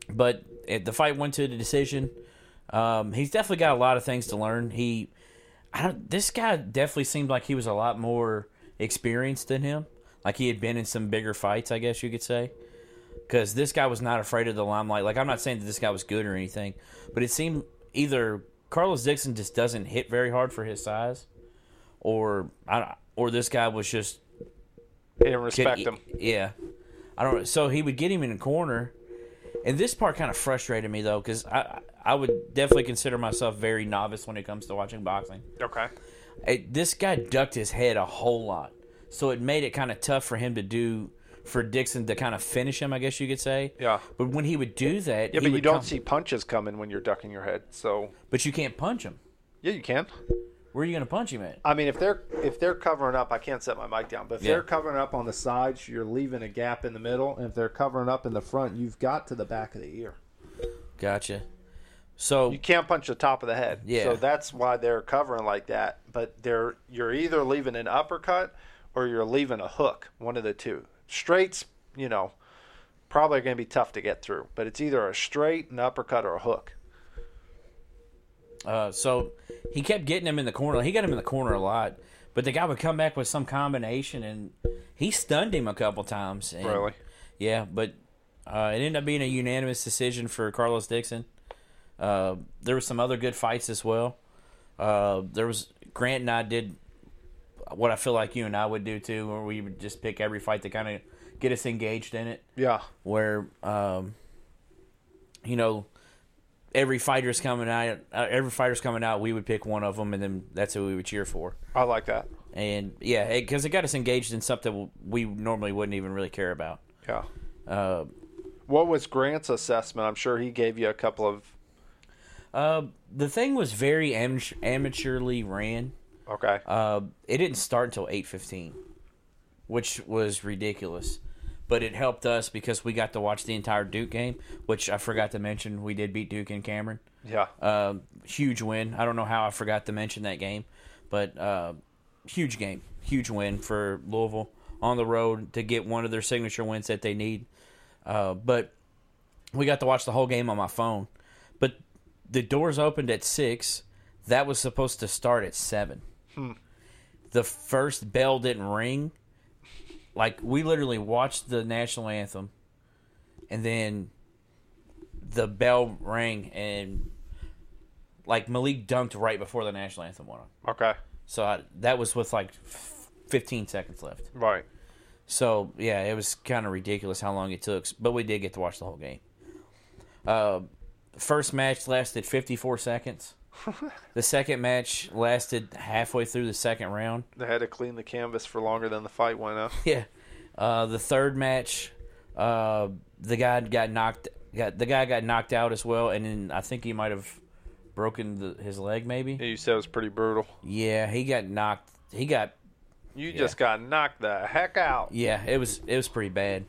A: but it, the fight went to the decision. Um, he's definitely got a lot of things to learn. He, I don't, this guy definitely seemed like he was a lot more experienced than him. Like he had been in some bigger fights, I guess you could say. Because this guy was not afraid of the limelight. Like I'm not saying that this guy was good or anything, but it seemed either Carlos Dixon just doesn't hit very hard for his size, or I, or this guy was just
B: He didn't respect
A: Get-
B: him.
A: Yeah, I don't. So he would get him in a corner, and this part kind of frustrated me though, because I I would definitely consider myself very novice when it comes to watching boxing.
B: Okay.
A: It, this guy ducked his head a whole lot, so it made it kind of tough for him to do for Dixon to kind of finish him. I guess you could say.
B: Yeah.
A: But when he would do that,
B: Yeah,
A: he
B: but you
A: would
B: don't
A: come-
B: see punches coming when you're ducking your head. So
A: But you can't punch him.
B: yeah, you can.
A: Where are you going to punch him at?
B: I mean, if they're if they're covering up, I can't set my mic down. But if
A: Yeah.
B: they're covering up on the sides, you're leaving a gap in the middle. And if they're covering up in the front, you've got to the back of the ear.
A: Gotcha. So
B: You can't punch the top of the head.
A: Yeah.
B: So that's why they're covering like that. But they're you're either leaving an uppercut or you're leaving a hook. One of the two. Straights, you know, probably going to be tough to get through. But it's either a straight, an uppercut, or a hook.
A: Uh, so he kept getting him in the corner. He got him in the corner a lot, but the guy would come back with some combination, and He stunned him a couple times. and-
B: Really?
A: Yeah, but uh, it ended up being a unanimous decision for Carlos Dixon. Uh, there was some other good fights as well. Uh, there was Grant and I did what I feel like you and I would do too, where we would just pick every fight to kind of get us engaged in it
B: Yeah.
A: where um, you know every fighter's coming out uh, every fighter's coming out we would pick one of them and then that's who we would cheer for
B: I like that.
A: and yeah because it, got us engaged in something we normally wouldn't even really care about
B: Yeah.
A: uh,
B: What was Grant's assessment? I'm sure he gave you a couple of.
A: uh, the thing was very am- amateurly ran
B: Okay.
A: uh, it didn't start until 8.15 which was ridiculous but it helped us because we got to watch the entire duke game which i forgot to mention we did beat duke and cameron
B: yeah.
A: Um, huge win. I don't know how I forgot to mention that game, but uh, huge game, huge win for Louisville on the road to get one of their signature wins that they need. Uh, but we got to watch the whole game on my phone. But the doors opened at six. That was supposed to start at seven. The first bell didn't ring. Like we literally watched the national anthem, and then the bell rang, and like Malik dunked right before the national anthem went on.
B: okay.
A: So I, that was with like f- 15 seconds left.
B: Right.
A: So yeah, it was kind of ridiculous how long it took, but we did get to watch the whole game. Uh, first match lasted 54 seconds. the second match lasted halfway through the second round.
B: They had to clean the canvas for longer than the fight went up.
A: Yeah. Uh, the third match, uh, the guy got knocked. Got the guy got knocked out as well, and then I think he might have broken the, his leg. Maybe.
B: You said it was pretty brutal.
A: Yeah, he got knocked. He got
B: You just got knocked the heck out.
A: Yeah, it was it was pretty bad.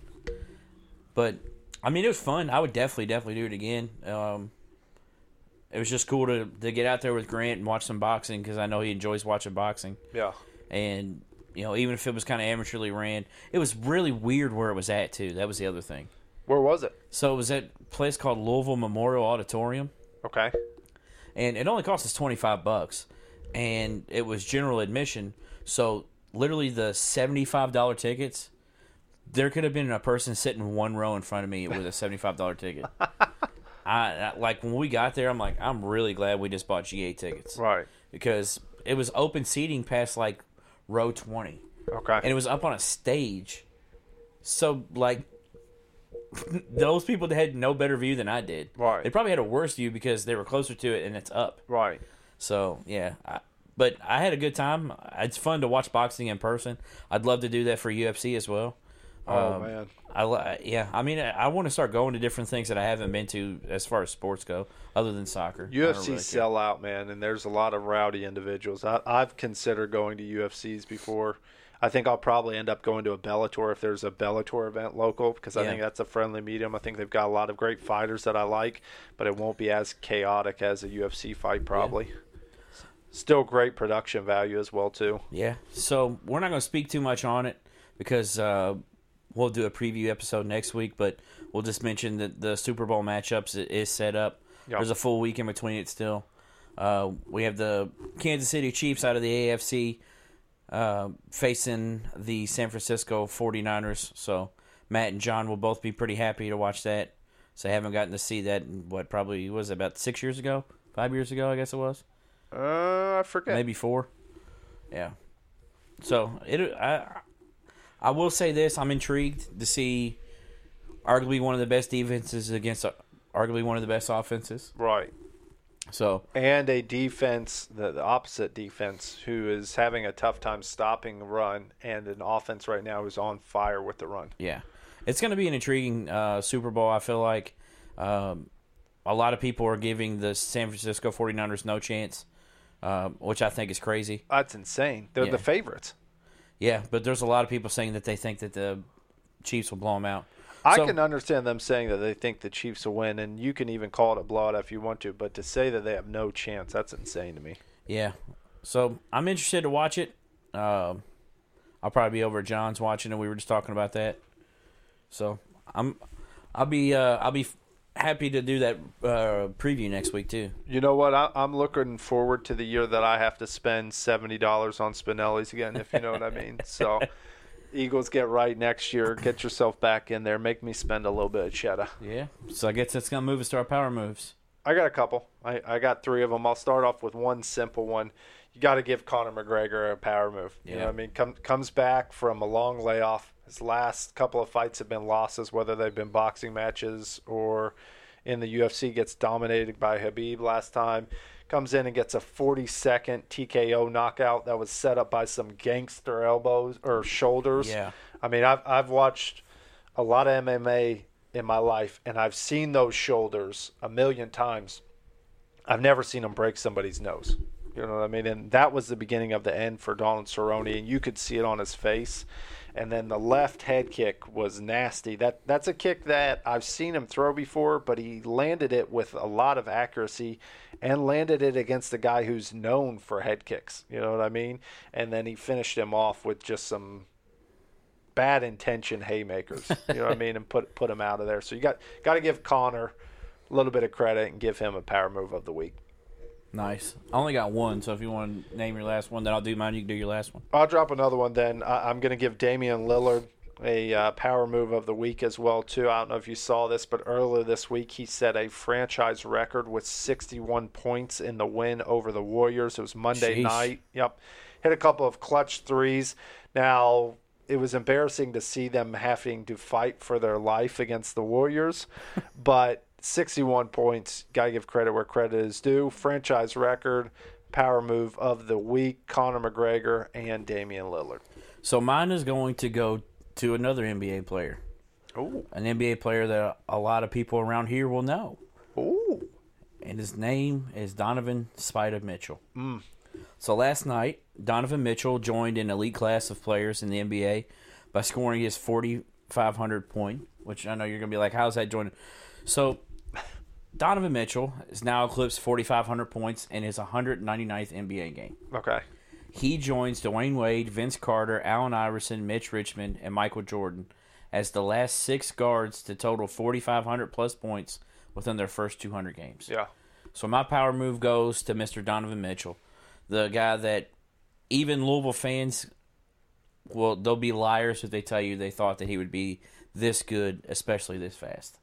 A: But I mean, it was fun. I would definitely definitely do it again. Um, it was just cool to to get out there with Grant and watch some boxing because I know he enjoys watching boxing.
B: Yeah.
A: And you know, even if it was kind of amateurly ran, it was really weird where it was at too. That was the other thing.
B: Where was it?
A: So it was at a place called Louisville Memorial Auditorium,
B: Okay.
A: and it only cost us twenty five bucks, and it was general admission. So literally the seventy five dollar tickets, there could have been a person sitting one row in front of me with a seventy five dollar ticket. I, I like when we got there, I'm like, I'm really glad we just bought GA tickets
B: Right.
A: because it was open seating past like row twenty,
B: Okay.
A: and it was up on a stage, so like. Those people had no better view than I did.
B: Right.
A: They probably had a worse view because they were closer to it and it's up.
B: right.
A: So yeah, I, but I had a good time. It's fun to watch boxing in person. I'd love to do that for UFC as well.
B: Oh man.
A: I li- yeah, I mean, I, I want to start going to different things that I haven't been to as far as sports go, other than soccer. I don't
B: UFC
A: really care.
B: sell out, man, and there's a lot of rowdy individuals. I, I've considered going to UFCs before. I think I'll probably end up going to a Bellator if there's a Bellator event local because I
A: Yeah.
B: think that's a friendly medium. I think they've got a lot of great fighters that I like, but it won't be as chaotic as a UFC fight probably. Still great production value as well too.
A: Yeah, so we're not going to speak too much on it because uh, we'll do a preview episode next week. But we'll just mention that the Super Bowl matchups i- is set up.
B: Yep.
A: There's a full week in between it still. Uh, we have the Kansas City Chiefs out of the AFC uh, facing the San Francisco 49ers. So Matt and John will both be pretty happy to watch that. So I haven't gotten to see that in what probably was it, about six years ago, five years ago, I guess it was
B: Uh, I forget.
A: maybe four. Yeah. So it, I, I will say this: I'm intrigued to see arguably one of the best defenses against arguably one of the best offenses.
B: Right.
A: So
B: and a defense, the, the opposite defense, who is having a tough time stopping the run, and an offense right now who's on fire with the run.
A: yeah, it's going to be an intriguing uh, Super Bowl. I feel like um, a lot of people are giving the San Francisco 49ers no chance, um, which I think is crazy.
B: That's insane. They're
A: Yeah.
B: the favorites.
A: Yeah, but there's a lot of people saying that they think that the Chiefs will blow them out.
B: I
A: So-
B: can understand them saying that they think the Chiefs will win, and you can even call it a blowout if you want to, but to say that they have no chance, that's insane to me.
A: Yeah. So I'm interested to watch it. Um, I'll probably be over at John's watching it. We were just talking about that. So I'm, I'll be, uh, I'll be f- happy to do that uh, preview next week too.
B: You know what? I, I'm looking forward to the year that I have to spend $70 on Spinelli's again, if you know what I mean. So Eagles get right next year. Get yourself back in there. Make me spend a little bit of cheddar.
A: Yeah. So I guess it's gonna move us to our power moves.
B: I got a couple. I, I got three of them. I'll start off with one simple one. You got to give Conor McGregor a power move. You know
A: Yeah.
B: what I mean? Come, comes back from a long layoff. His last couple of fights have been losses, whether they've been boxing matches or in the UFC. Gets dominated by Habib last time. Comes in and gets a 40 second TKO knockout that was set up by some gangster elbows or shoulders.
A: Yeah.
B: I mean, I've, I've watched a lot of MMA in my life, and I've seen those shoulders a million times. I've never seen him break somebody's nose. You know what I mean? And that was the beginning of the end for Donald Cerrone, and you could see it on his face. And then the left head kick was nasty. That that's a kick that I've seen him throw before, but he landed it with a lot of accuracy and landed it against a guy who's known for head kicks. You know what I mean? And then he finished him off with just some bad intention haymakers. You know what I mean? And put put him out of there. So you got got to give Connor a little bit of credit and give him a power move of the week.
A: Nice. I only got one, so if you want to name your last one, then I'll do mine. You can do your last one.
B: I'll drop another one then. I, I'm going to give Damian Lillard a uh, power move of the week as well too. I don't know if you saw this, but earlier this week he set a franchise record with 61 points in the win over the Warriors. It was Monday
A: Jeez.
B: night. Yep, hit a couple of clutch threes. Now it was embarrassing to see them having to fight for their life against the Warriors, but 61 points. Gotta give credit where credit is due. Franchise record, power move of the week. Conor McGregor and Damian Lillard.
A: So mine is going to go to another NBA player,
B: Ooh,
A: an NBA player that a lot of people around here will know,
B: ooh,
A: and his name is Donovan Spida Mitchell. So last night, Donovan Mitchell joined an elite class of players in the NBA by scoring his 4,500 point, which I know you're going to be like, how's that joining? So Donovan Mitchell is now eclipsed 4,500 points in his 199th NBA game.
B: okay.
A: He joins Dwayne Wade, Vince Carter, Allen Iverson, Mitch Richmond, and Michael Jordan as the last six guards to total 4,500 plus points within their first 200 games.
B: Yeah,
A: So my power move goes to Mr. Donovan Mitchell, the guy that even Louisville fans will they'll be liars if they tell you they thought that he would be this good, especially this fast.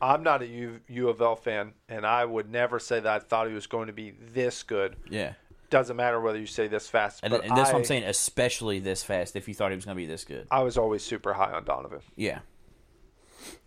B: I'm not a U, U of L fan, and I would never say that I thought he was going to be this good.
A: Yeah.
B: Doesn't matter whether you say this fast,
A: And,
B: but
A: and that's
B: I,
A: what I'm saying, especially this fast if you thought he was going to be this good.
B: I was always super high on Donovan.
A: Yeah.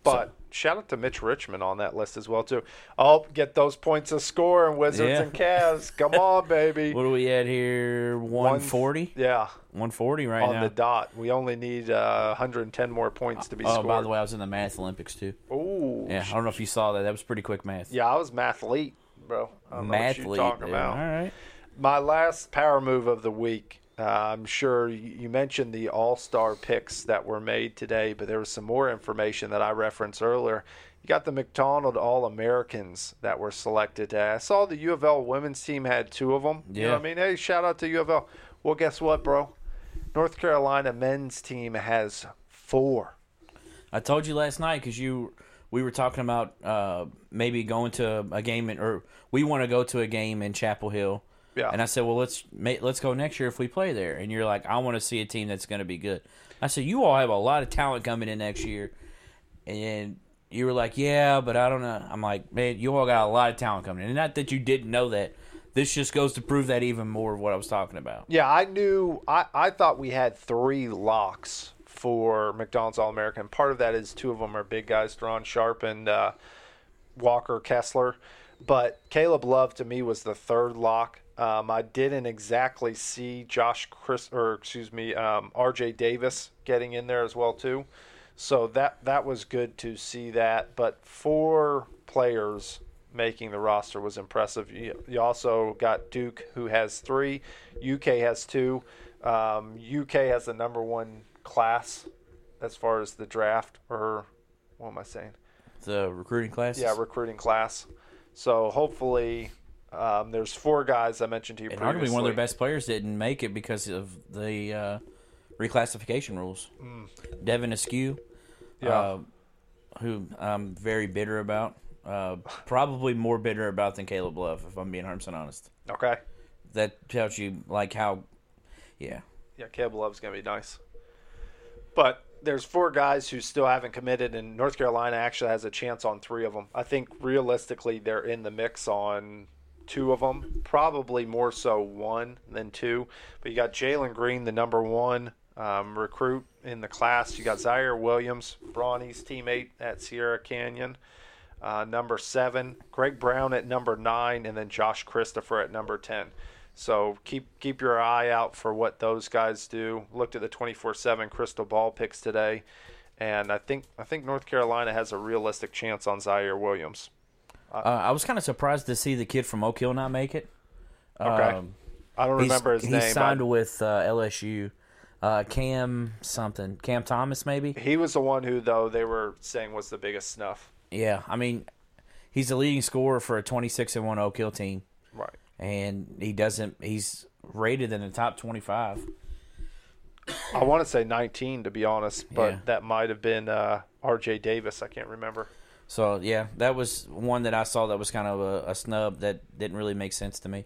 B: But shout out to Mitch Richmond on that list as well too. Oh, get those points of score and Wizards
A: Yeah.
B: and Cavs. Come on, baby.
A: What are we at here? 140?
B: Yeah,
A: 140 right
B: on
A: now.
B: the dot. We only need uh, 110 more points to be
A: Oh,
B: scored.
A: by the way, I was in the math Olympics too.
B: Ooh.
A: Yeah, I don't know if you saw that. That was pretty quick math.
B: Yeah, I was mathlete, bro. I don't know what
A: Mathlete.
B: you're talking
A: dude.
B: about.
A: All right.
B: My last power move of the week. Uh, I'm sure you you mentioned the All Star picks that were made today, but there was some more information that I referenced earlier. You got the McDonald All Americans that were selected today. I saw the U of L women's team had two of them. You know
A: Yeah.
B: what I mean? Hey, shout out to U of L. Well, guess what, bro? North Carolina men's team has four.
A: I told you last night because you we were talking about uh, maybe going to a game in, or we want to go to a game in Chapel Hill.
B: Yeah.
A: And I said, well, let's ma- let's go next year if we play there. And you're like, I want to see a team that's going to be good. I said, you all have a lot of talent coming in next year, and you were like, yeah, but I don't know. I'm like, man, you all got a lot of talent coming in, and not that you didn't know that. This just goes to prove that even more of what I was talking about.
B: Yeah, I knew. I, I thought we had three locks for McDonald's All American. Part of that is two of them are big guys, Daron Sharp and uh, Walker Kessler. But Caleb Love to me was the third lock. Um, I didn't exactly see Josh Chris or excuse me, um, R.J. Davis getting in there as well too. So that that was good to see that. But four players making the roster was impressive. You, you also got Duke who has three, UK has two. Um, UK has the number one class as far as the draft or what am I saying?
A: The recruiting class.
B: Yeah, recruiting class. So hopefully, um, there's four guys I mentioned to you
A: and
B: previously.
A: arguably one of their best players didn't make it because of the uh, reclassification rules.
B: Mm.
A: Devin Askew, uh, who I'm very bitter about, uh, probably more bitter about than Caleb Love, if I'm being 100% honest.
B: Okay.
A: That tells you like how, yeah.
B: Yeah, Caleb Love's gonna be nice. But there's four guys who still haven't committed, and North Carolina actually has a chance on three of them. I think realistically, they're in the mix on two of them, probably more so one than two. But you got Jalen Green, the number one um, recruit in the class. You got Zaire Williams, Brawny's teammate at Sierra Canyon. Uh, number seven, Greg Brown at number nine, and then Josh Christopher at number ten. So keep keep your eye out for what those guys do. Looked at the 24/7 crystal ball picks today, and I think I think North Carolina has a realistic chance on Zaire Williams.
A: Uh, I was kind of surprised to see the kid from Oak Hill not make it.
B: Okay,
A: Um,
B: I don't
A: he's-
B: remember his
A: he
B: name.
A: signed
B: but
A: with uh, LSU. Uh, Cam something. Cam Thomas, maybe?
B: he was the one who though they were saying was the biggest snuff.
A: Yeah. I mean, he's the leading scorer for a 26 and 1 Oak Hill team.
B: Right.
A: And he doesn't, he's rated in the top 25.
B: I want to say 19 to be honest, but
A: Yeah.
B: that might have been uh, R.J. Davis. I can't remember.
A: So, yeah, that was one that I saw that was kind of a, a snub that didn't really make sense to me.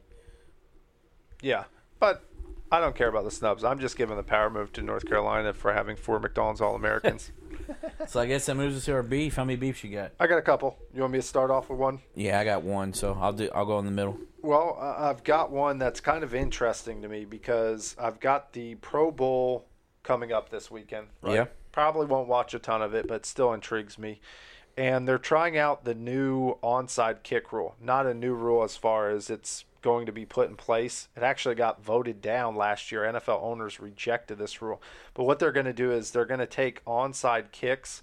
B: Yeah, but I don't care about the snubs. I'm just giving the power move to North Carolina for having four McDonald's All Americans.
A: So, I guess that moves us to our beef. How many beefs you got?
B: I got a couple. You want me to start off with one?
A: Yeah, I got one, so I'll do. I'll go in the middle.
B: Well, I- I've got one that's kind of interesting to me because I've got the Pro Bowl coming up this weekend.
A: Yeah.
B: Probably won't watch a ton of it, but still intrigues me. And they're trying out the new onside kick rule. Not a new rule as far as it's going to be put in place. It actually got voted down last year. NFL owners rejected this rule. But what they're going to do is they're going to take onside kicks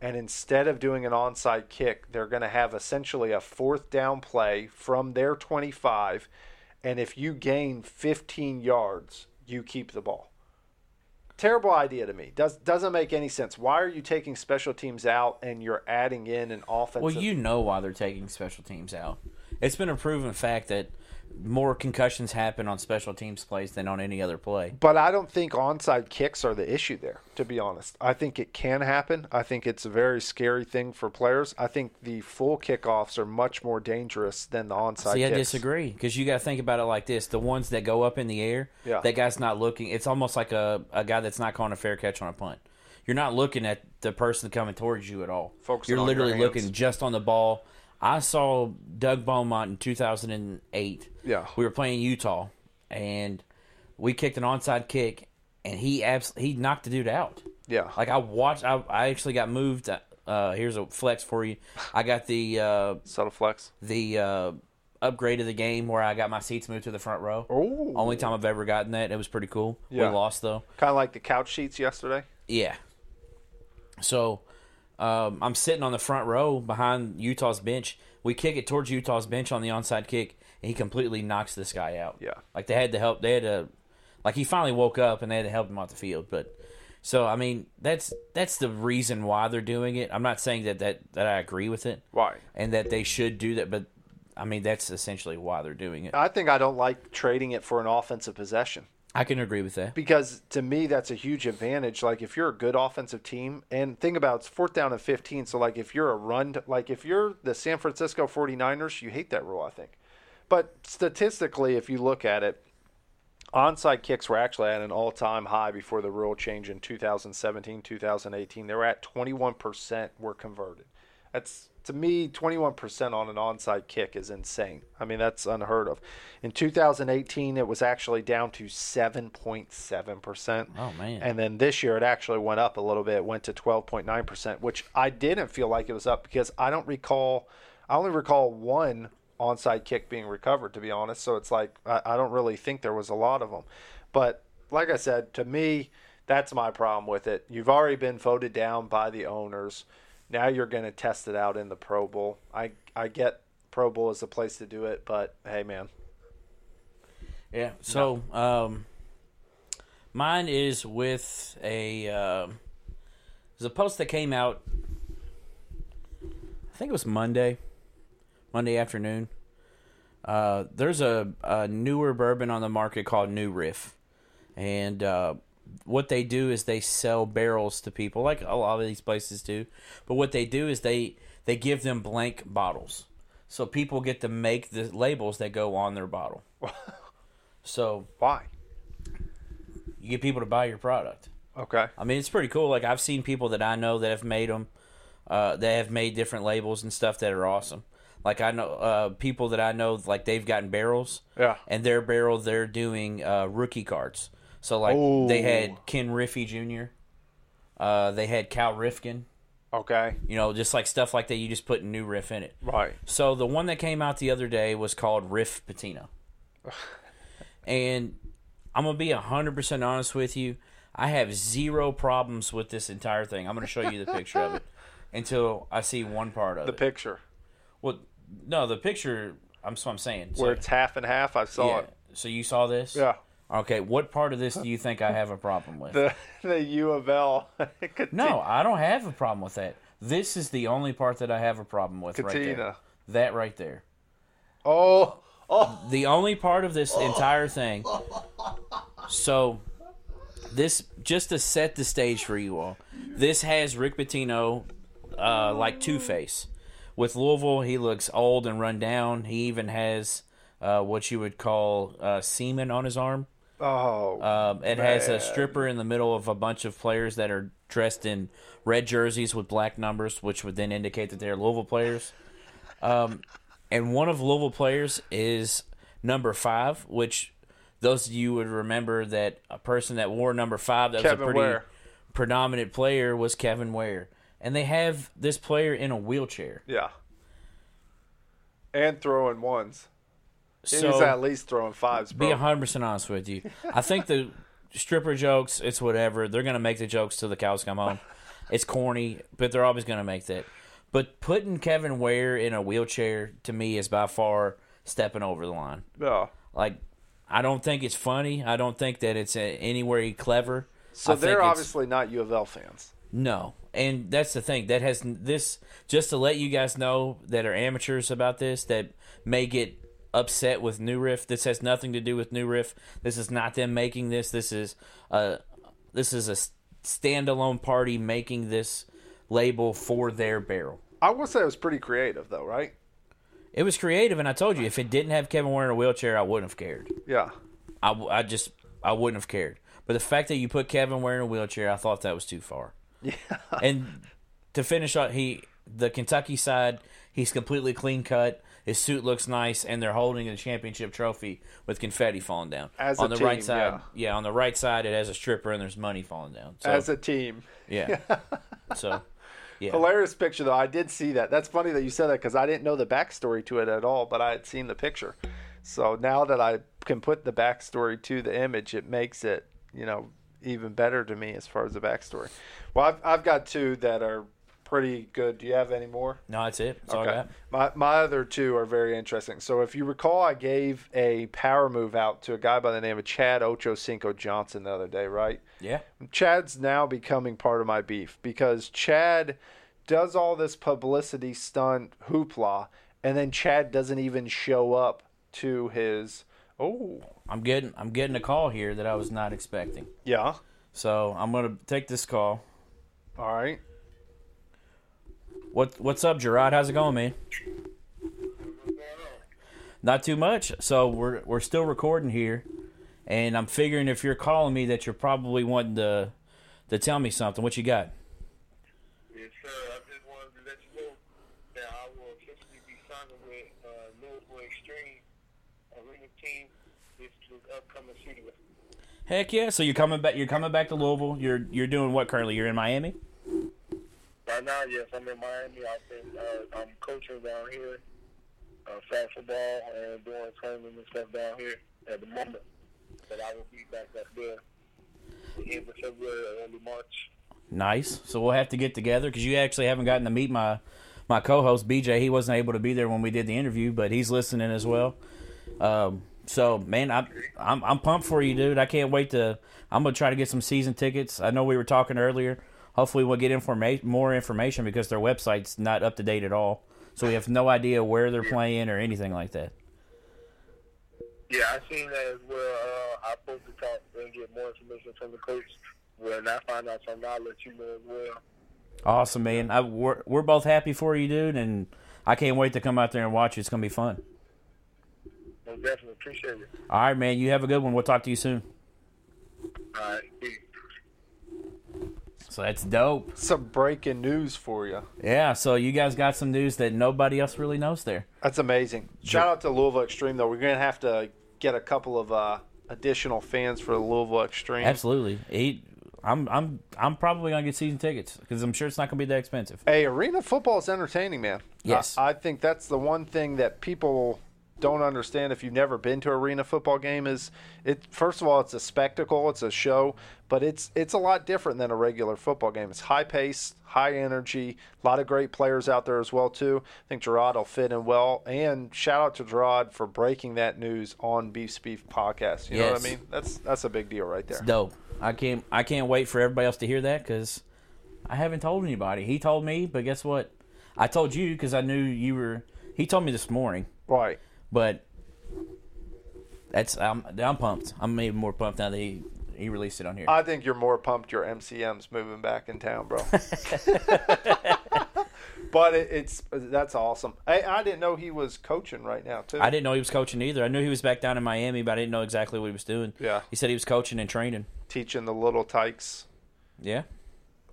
B: and instead of doing an onside kick, they're going to have essentially a fourth down play from their 25. And if you gain 15 yards, you keep the ball. Terrible idea to me. Does doesn't make any sense. Why are you taking special teams out and you're adding in an offensive?
A: Well, you know why they're taking special teams out. It's been a proven fact that more concussions happen on special teams plays than on any other play.
B: But I don't think onside kicks are the issue there, to be honest. I think it can happen. I think it's a very scary thing for players. I think the full kickoffs are much more dangerous than the onside
A: See, I
B: kicks.
A: disagree because you got to think about it like this: the ones that go up in the air,
B: Yeah.
A: that guy's not looking. It's almost like a, a guy that's not calling a fair catch on a punt. You're not looking at the person coming towards you at all.
B: Focusing
A: You're
B: on your
A: literally
B: hands.
A: looking just on the ball. I saw Doug Beaumont in 2008.
B: Yeah.
A: we were playing Utah, and we kicked an onside kick, and he abs- he knocked the dude out.
B: Yeah.
A: like I watched. I, I actually got moved. Uh, here's a flex for you. I got the uh,
B: Subtle flex.
A: the uh, upgrade of the game where I got my seats moved to the front row.
B: Ooh.
A: Only time I've ever gotten that. It was pretty cool.
B: Yeah.
A: We lost though.
B: Kind of like the couch sheets yesterday.
A: Yeah. So um, I'm sitting on the front row behind Utah's bench. We kick it towards Utah's bench on the onside kick, and he completely knocks this guy out.
B: Yeah.
A: Like they had to help. They had to. Like he finally woke up, and they had to help him off the field. But so I mean, that's that's the reason why they're doing it. I'm not saying that that, that I agree with it.
B: Why?
A: and that they should do that. But I mean, that's essentially why they're doing it.
B: I think I don't like trading it for an offensive possession.
A: I can agree with that.
B: because to me that's a huge advantage like if you're a good offensive team and think about it's fourth down and 15 so like if you're a run like if you're the san francisco 49ers you hate that rule i think but statistically if you look at it onside kicks were actually at an all-time high before the rule change in 2017 2018 they were at 21% were converted that's to me 21% on an onside kick is insane i mean that's unheard of in 2018 it was actually down to 7.7%
A: Oh, man.
B: and then this year it actually went up a little bit, went to 12.9%, which I didn't feel like it was up because I don't recall, I only recall one onside kick being recovered, to be honest. So it's like, I, I don't really think there was a lot of them. But like I said, to me, that's my problem with it. You've already been voted down by the owners. Now you're going to test it out in the Pro Bowl. I, I get Pro Bowl is the place to do it, but hey, man.
A: Yeah. So, um, mine is with a um there's a post that came out. I think it was Monday, Monday afternoon. Uh, there's a, a newer bourbon on the market called New Riff, and uh, what they do is they sell barrels to people, like a lot of these places do. But what they do is they they give them blank bottles, so people get to make the labels that go on their bottle. So
B: Why?
A: you get people to buy your product.
B: Okay.
A: I mean, it's pretty cool. Like I've seen people that I know that have made them, uh, that have made different labels and stuff that are awesome. Like I know uh, people that I know, like they've gotten barrels,
B: Yeah.
A: and their barrel they're doing uh, rookie cards. So like they
B: Oh.
A: had Ken Riffey Jr., uh, they had Cal Rifkin,
B: Okay.
A: you know, just like stuff like that. You just put a new riff in it.
B: Right.
A: So the one that came out the other day was called Riff Patina. and I'm going to be 100% honest with you. I have zero problems with this entire thing. I'm going to show you the picture of it until I see one part of
B: The
A: it.
B: picture
A: well, no, the picture, I'm, so I'm saying. So,
B: where it's half and half. I saw
A: yeah.
B: it.
A: So you saw this?
B: Yeah.
A: Okay, what part of this do you think I have a problem with?
B: The the U of L. Cati-
A: no, I don't have a problem with that. This is the only part that I have a problem with right there.
B: Katina.
A: That right there.
B: Oh. Oh.
A: the only part of this entire thing. So, this just to set the stage for you all. This has Rick Pitino, uh, like Two Face. With Louisville, he looks old and run down. He even has uh, what you would call uh, semen on his arm.
B: Oh.
A: Um, it has a stripper in the middle of a bunch of players that are dressed in red jerseys with black numbers, which would then indicate that they're Louisville players. Um, and one of Louisville players is number five, which those of you would remember that a person that wore number five that was a
B: Kevin
A: pretty
B: Ware.
A: predominant player was Kevin Ware. And they have this player in a wheelchair.
B: yeah. And throwing ones. He
A: so
B: was at least throwing fives,
A: be
B: bro.
A: 100% honest with you. I think the stripper jokes, it's whatever. They're going to make the jokes till the cows come home. It's corny, but they're always going to make that. But putting Kevin Ware in a wheelchair to me is by far stepping over the line.
B: No.
A: Like, I don't think it's funny. I don't think that it's uh, anywhere clever.
B: So
A: I think
B: they're
A: it's-
B: obviously not U of L fans.
A: no, and that's the thing that has this. Just to let you guys know that are amateurs about this that may get upset with New Riff. This has nothing to do with New Riff. This is not them making this. This is a this is a s- standalone party making this label for their barrel.
B: I will say it was pretty creative, though, right?
A: It was creative, and I told you if it didn't have Kevin Warren in a wheelchair, I wouldn't have cared.
B: Yeah.
A: I, w- I just I wouldn't have cared. But the fact that you put Kevin Ware in a wheelchair, I thought that was too far. Yeah. And to finish up, he the Kentucky side, he's completely clean cut. His suit looks nice, and they're holding the championship trophy with confetti falling down.
B: As
A: on
B: a
A: the right
B: team,
A: side,
B: yeah.
A: on the right side, it has a stripper and there's money falling down. So
B: As a team.
A: yeah, so yeah,
B: Hilarious picture, though. I did see that. That's funny that you said that because I didn't know the backstory to it at all, but I had seen the picture. So now that I can put the backstory to the image, it makes it, you know, even better to me as far as the backstory. Well, I've, I've got two that are pretty good. Do you have any more?
A: no, that's it. That's all I got.
B: My, my other two are very interesting. So, if you recall, I gave a power move out to a guy by the name of Chad Ochocinco Johnson the other day, right?
A: Yeah,
B: Chad's now becoming part of my beef because Chad does all this publicity stunt hoopla, and then Chad doesn't even show up to his. Oh,
A: I'm getting I'm getting a call here that I was not expecting.
B: yeah.
A: So I'm gonna take this call.
B: All right.
A: What what's up, Gerard? How's it going, man? Not too much. So we're we're still recording here, and I'm figuring if you're calling me that you're probably wanting to to tell me something. What you got?
D: Yes, sir. I just wanted to let you know that I will officially be signing with uh, Louisville Extreme Arena Team this, this upcoming season.
A: Heck yeah! So you're coming back. You're coming back to Louisville. You're you're doing what currently? You're in Miami.
D: Right now, yes, I'm in Miami. I've been uh, I'm coaching down here, uh, flag football and doing training and stuff down here at the moment. But I will be back up there the end of February or early March.
A: Nice. So we'll have to get together because you actually haven't gotten to meet my my co-host BJ. He wasn't able to be there when we did the interview, but he's listening as well. Um, so man, I'm, I'm I'm pumped for you, dude. I can't wait to. I'm gonna try to get some season tickets. I know we were talking earlier. Hopefully, we'll get information more information because their website's not up to date at all. So we have no idea where they're playing or anything like that.
D: Yeah, I seen that as well. Uh, I supposed to talk and get more information from the coach. When I find out something, I'll let you know as well.
A: Awesome, man. I, we're we're both happy for you, dude, and I can't wait to come out there and watch you. It's gonna be fun.
D: I definitely appreciate it.
A: All right, man. You have a good one. We'll talk to you soon.
D: All right, peace.
A: So that's dope.
B: Some breaking news for you.
A: Yeah, so you guys got some news that nobody else really knows there.
B: That's amazing. Shout out to Louisville Extreme though. We're gonna have to get a couple of uh, additional fans for the Louisville Extreme.
A: Absolutely. He, I'm I'm I'm probably gonna get season tickets because I'm sure it's not gonna be that expensive.
B: Hey, arena football is entertaining, man.
A: Yes.
B: I, I think that's the one thing that people don't understand if you've never been to arena football game is it first of all it's a spectacle, it's a show, but it's it's a lot different than a regular football game. It's high paced, high energy, a lot of great players out there as well too. I think Gerard will fit in well and shout out to Gerard for breaking that news on Beef's Beef podcast. You know
A: Yes.
B: what I mean? That's that's a big deal right there.
A: Dope. I can't I can't wait for everybody else to hear that because I haven't told anybody. He told me, but guess what? I told you because I knew you were. He told me this morning,
B: Right.
A: but that's I'm I'm pumped. I'm even more pumped now that he he released it on here.
B: I think you're more pumped your MCM's moving back in town, bro. but it, it's that's awesome. I, I didn't know he was coaching right now too.
A: I didn't know he was coaching either. I knew he was back down in Miami, but I didn't know exactly what he was doing.
B: Yeah.
A: He said he was coaching and training.
B: Teaching the little tykes.
A: Yeah.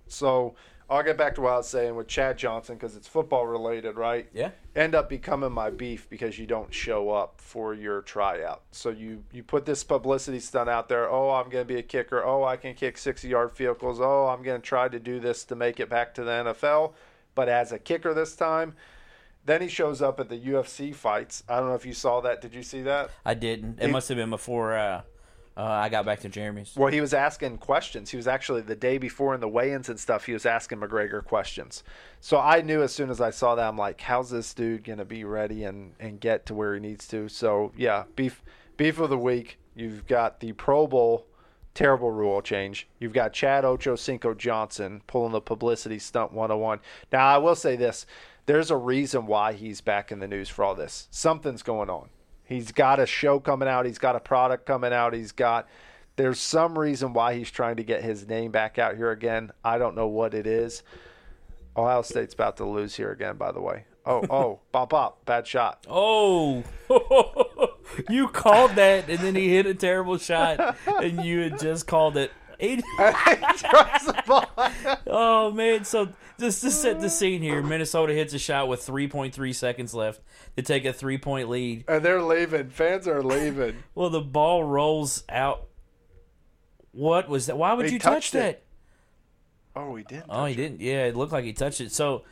B: So I'll get back to what I was saying with Chad Johnson because it's football related, right?
A: Yeah.
B: End up becoming my beef because you don't show up for your tryout. So you you put this publicity stunt out there. Oh, I'm going to be a kicker. Oh, I can kick 60 yard field goals. Oh, I'm going to try to do this to make it back to the NFL, but as a kicker this time. Then he shows up at the UFC fights. I don't know if you saw that. Did you see that?
A: I didn't. It must have been before uh, uh, I got back to Jeremy's.
B: Well, he was asking questions. He was actually the day before in the weigh-ins and stuff. He was asking McGregor questions. So I knew as soon as I saw that, I'm like, "How's this dude gonna be ready and and get to where he needs to?" So yeah, beef beef of the week. You've got the Pro Bowl terrible rule change. You've got Chad Ochocinco Johnson pulling the publicity stunt 101. Now I will say this: there's a reason why he's back in the news for all this. Something's going on. He's got a show coming out. He's got a product coming out. He's got there's some reason why he's trying to get his name back out here again. I don't know what it is. Ohio State's about to lose here again, by the way. Oh, oh, bop, bop, bad shot.
A: Oh, you called that, and then he hit a terrible shot, and you had just called it. He-
B: Drops the ball.
A: oh man! So just to set the scene here, Minnesota hits a shot with 3.3 seconds left to take a three-point lead.
B: and they're leaving. Fans are leaving.
A: Well, the ball rolls out. What was that? Why would
B: He
A: you touch
B: touched it.
A: that?
B: Oh, he didn't.
A: Oh, he didn't. Yeah, it looked like he touched it. So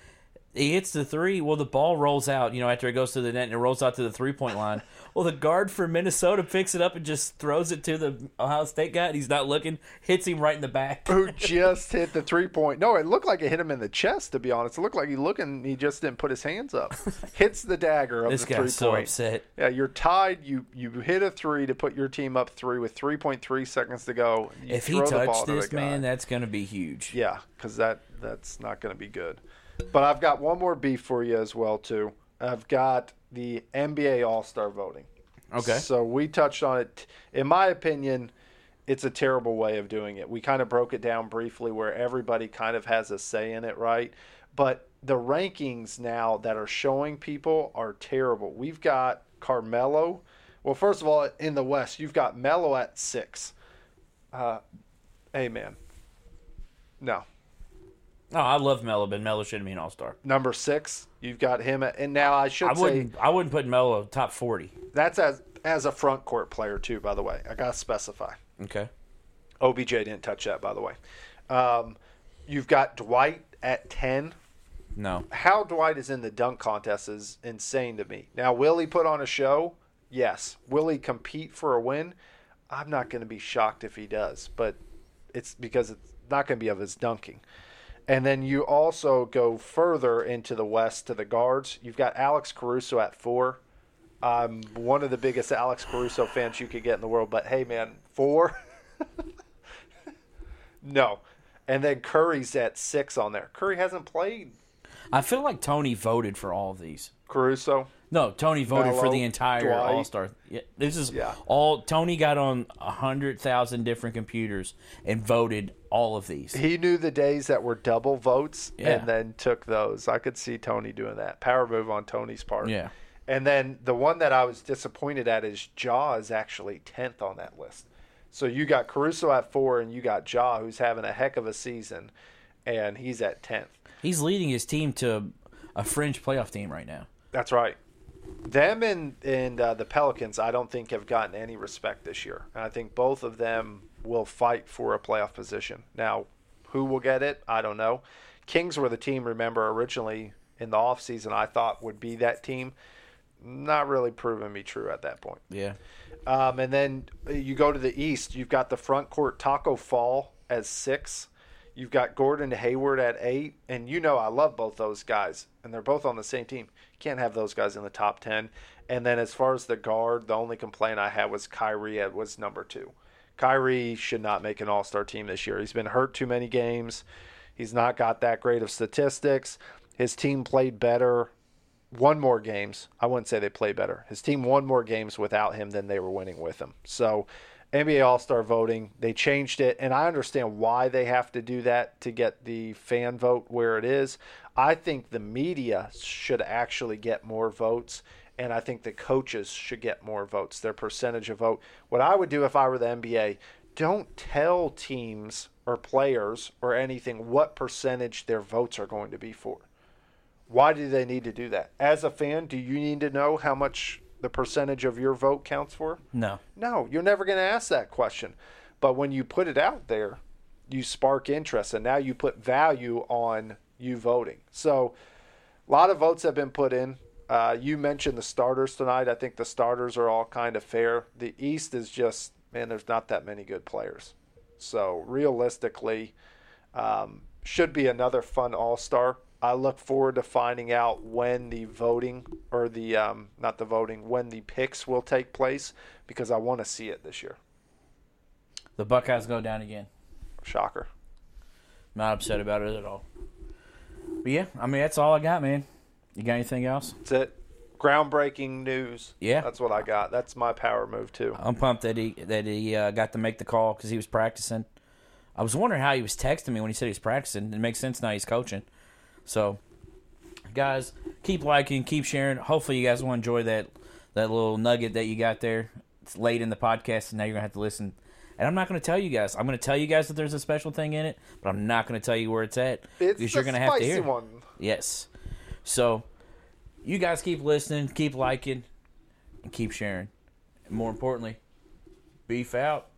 A: he hits the three. Well, the ball rolls out, you know, after it goes to the net and it rolls out to the three point line. well, the guard for Minnesota picks it up and just throws it to the Ohio State guy, and he's not looking, hits him right in the back.
B: Who just hit the three point? No, it looked like it hit him in the chest. To be honest, it looked like he looking. He just didn't put his hands up. Hits the dagger of
A: This
B: the three
A: guy's so
B: point.
A: upset.
B: Yeah, you're tied. You you hit a three to put your team up three with 3.3 seconds to go. You
A: If he
B: throw the ball
A: touched
B: to the
A: this, man,
B: guy.
A: that's going to be huge.
B: Yeah, because that that's not going to be good. But I've got one more beef for you as well too. I've got the NBA All Star voting.
A: Okay.
B: So we touched on it. In my opinion, it's a terrible way of doing it. We kind of broke it down briefly where everybody kind of has a say in it, right? But the rankings now that are showing people are terrible. We've got Carmelo. Well, first of all, in the West, you've got Melo at six. Uh, hey, man. No,
A: Oh, I love Melo, but Melo shouldn't be an All Star.
B: number six. You've got him, at, and now I should
A: I
B: say
A: wouldn't. I wouldn't put Melo top forty.
B: that's as as a front court player too. By the way, I gotta specify.
A: Okay.
B: OBJ didn't touch that, by the way. Um, you've got Dwight at ten.
A: No.
B: How Dwight is in the dunk contest is insane to me. Now, will he put on a show? Yes. Will he compete for a win? I'm not going to be shocked if he does, but it's because it's not going to be of his dunking. And then you also go further into the West to the guards. You've got Alex Caruso at four. I'm one of the biggest Alex Caruso fans you could get in the world, but hey, man, four? no. And then Curry's at six on there. Curry hasn't played
A: I feel like Tony voted for all of these.
B: Caruso.
A: No, Tony voted for
B: Melo,
A: the entire
B: Dwight.
A: All Star. Yeah, this is
B: Yeah.
A: all Tony got on a hundred thousand different computers and voted all of these.
B: He knew the days that were double votes
A: Yeah.
B: and then took those. I could see Tony doing that. Power move on Tony's part.
A: Yeah.
B: And then the one that I was disappointed at is Jaw is actually 10th on that list. So you got Caruso at four and you got Jaw, who's having a heck of a season. and he's at tenth.
A: He's leading his team to a fringe playoff team right now.
B: That's right. Them and and uh, the Pelicans, I don't think have gotten any respect this year. And I think both of them will fight for a playoff position. Now, who will get it? I don't know. Kings were the team. Remember originally in the offseason, I thought would be that team. Not really proving me true at that point.
A: Yeah.
B: Um, and then you go to the east. You've got the front court Taco Fall as six. You've got Gordon Hayward at eight, and you know I love both those guys, and they're both on the same team. Can't have those guys in the top ten. And then as far as the guard, the only complaint I had was Kyrie at was number two. Kyrie should not make an All Star team this year. He's been hurt too many games. He's not got that great of statistics. His team played better won more games. I wouldn't say they play better. His team won more games without him than they were winning with him. So, NBA All Star voting, they changed it, and I understand why they have to do that to get the fan vote where it is. I think the media should actually get more votes, and I think the coaches should get more votes, their percentage of vote. What I would do if I were the NBA, don't tell teams or players or anything what percentage their votes are going to be for why do they need to do that? As a fan, do you need to know how much the percentage of your vote counts for?
A: No.
B: No, you're never going to ask that question. But when you put it out there, you spark interest, and now you put value on you voting. So, a lot of votes have been put in. Uh, you mentioned the starters tonight. I think the starters are all kind of fair. The East is just, man, there's not that many good players. So, realistically, um, should be another fun All Star. I look forward to finding out when the voting or the um, not the voting when the picks will take place because I want to see it this year.
A: The Buckeyes go down again.
B: Shocker.
A: Not upset about it at all. But yeah, I mean that's all I got, man. You got anything else?
B: That's it. Groundbreaking news.
A: Yeah. Uh,
B: that's what I got. That's my power move too.
A: I'm pumped that he that he uh, got to make the call because he was practicing. I was wondering how he was texting me when he said he was practicing. It makes sense now he's coaching. So, guys, keep liking, keep sharing. Hopefully, you guys will enjoy that that little nugget that you got there. It's late in the podcast, and now you're gonna have to listen. And I'm not gonna tell you guys. I'm gonna tell you guys that there's a special thing in it, but I'm not gonna tell you where it's at
B: It's the spicy
A: it.
B: one.
A: Yes. So, you guys keep listening, keep liking, and keep sharing. And more importantly, beef out.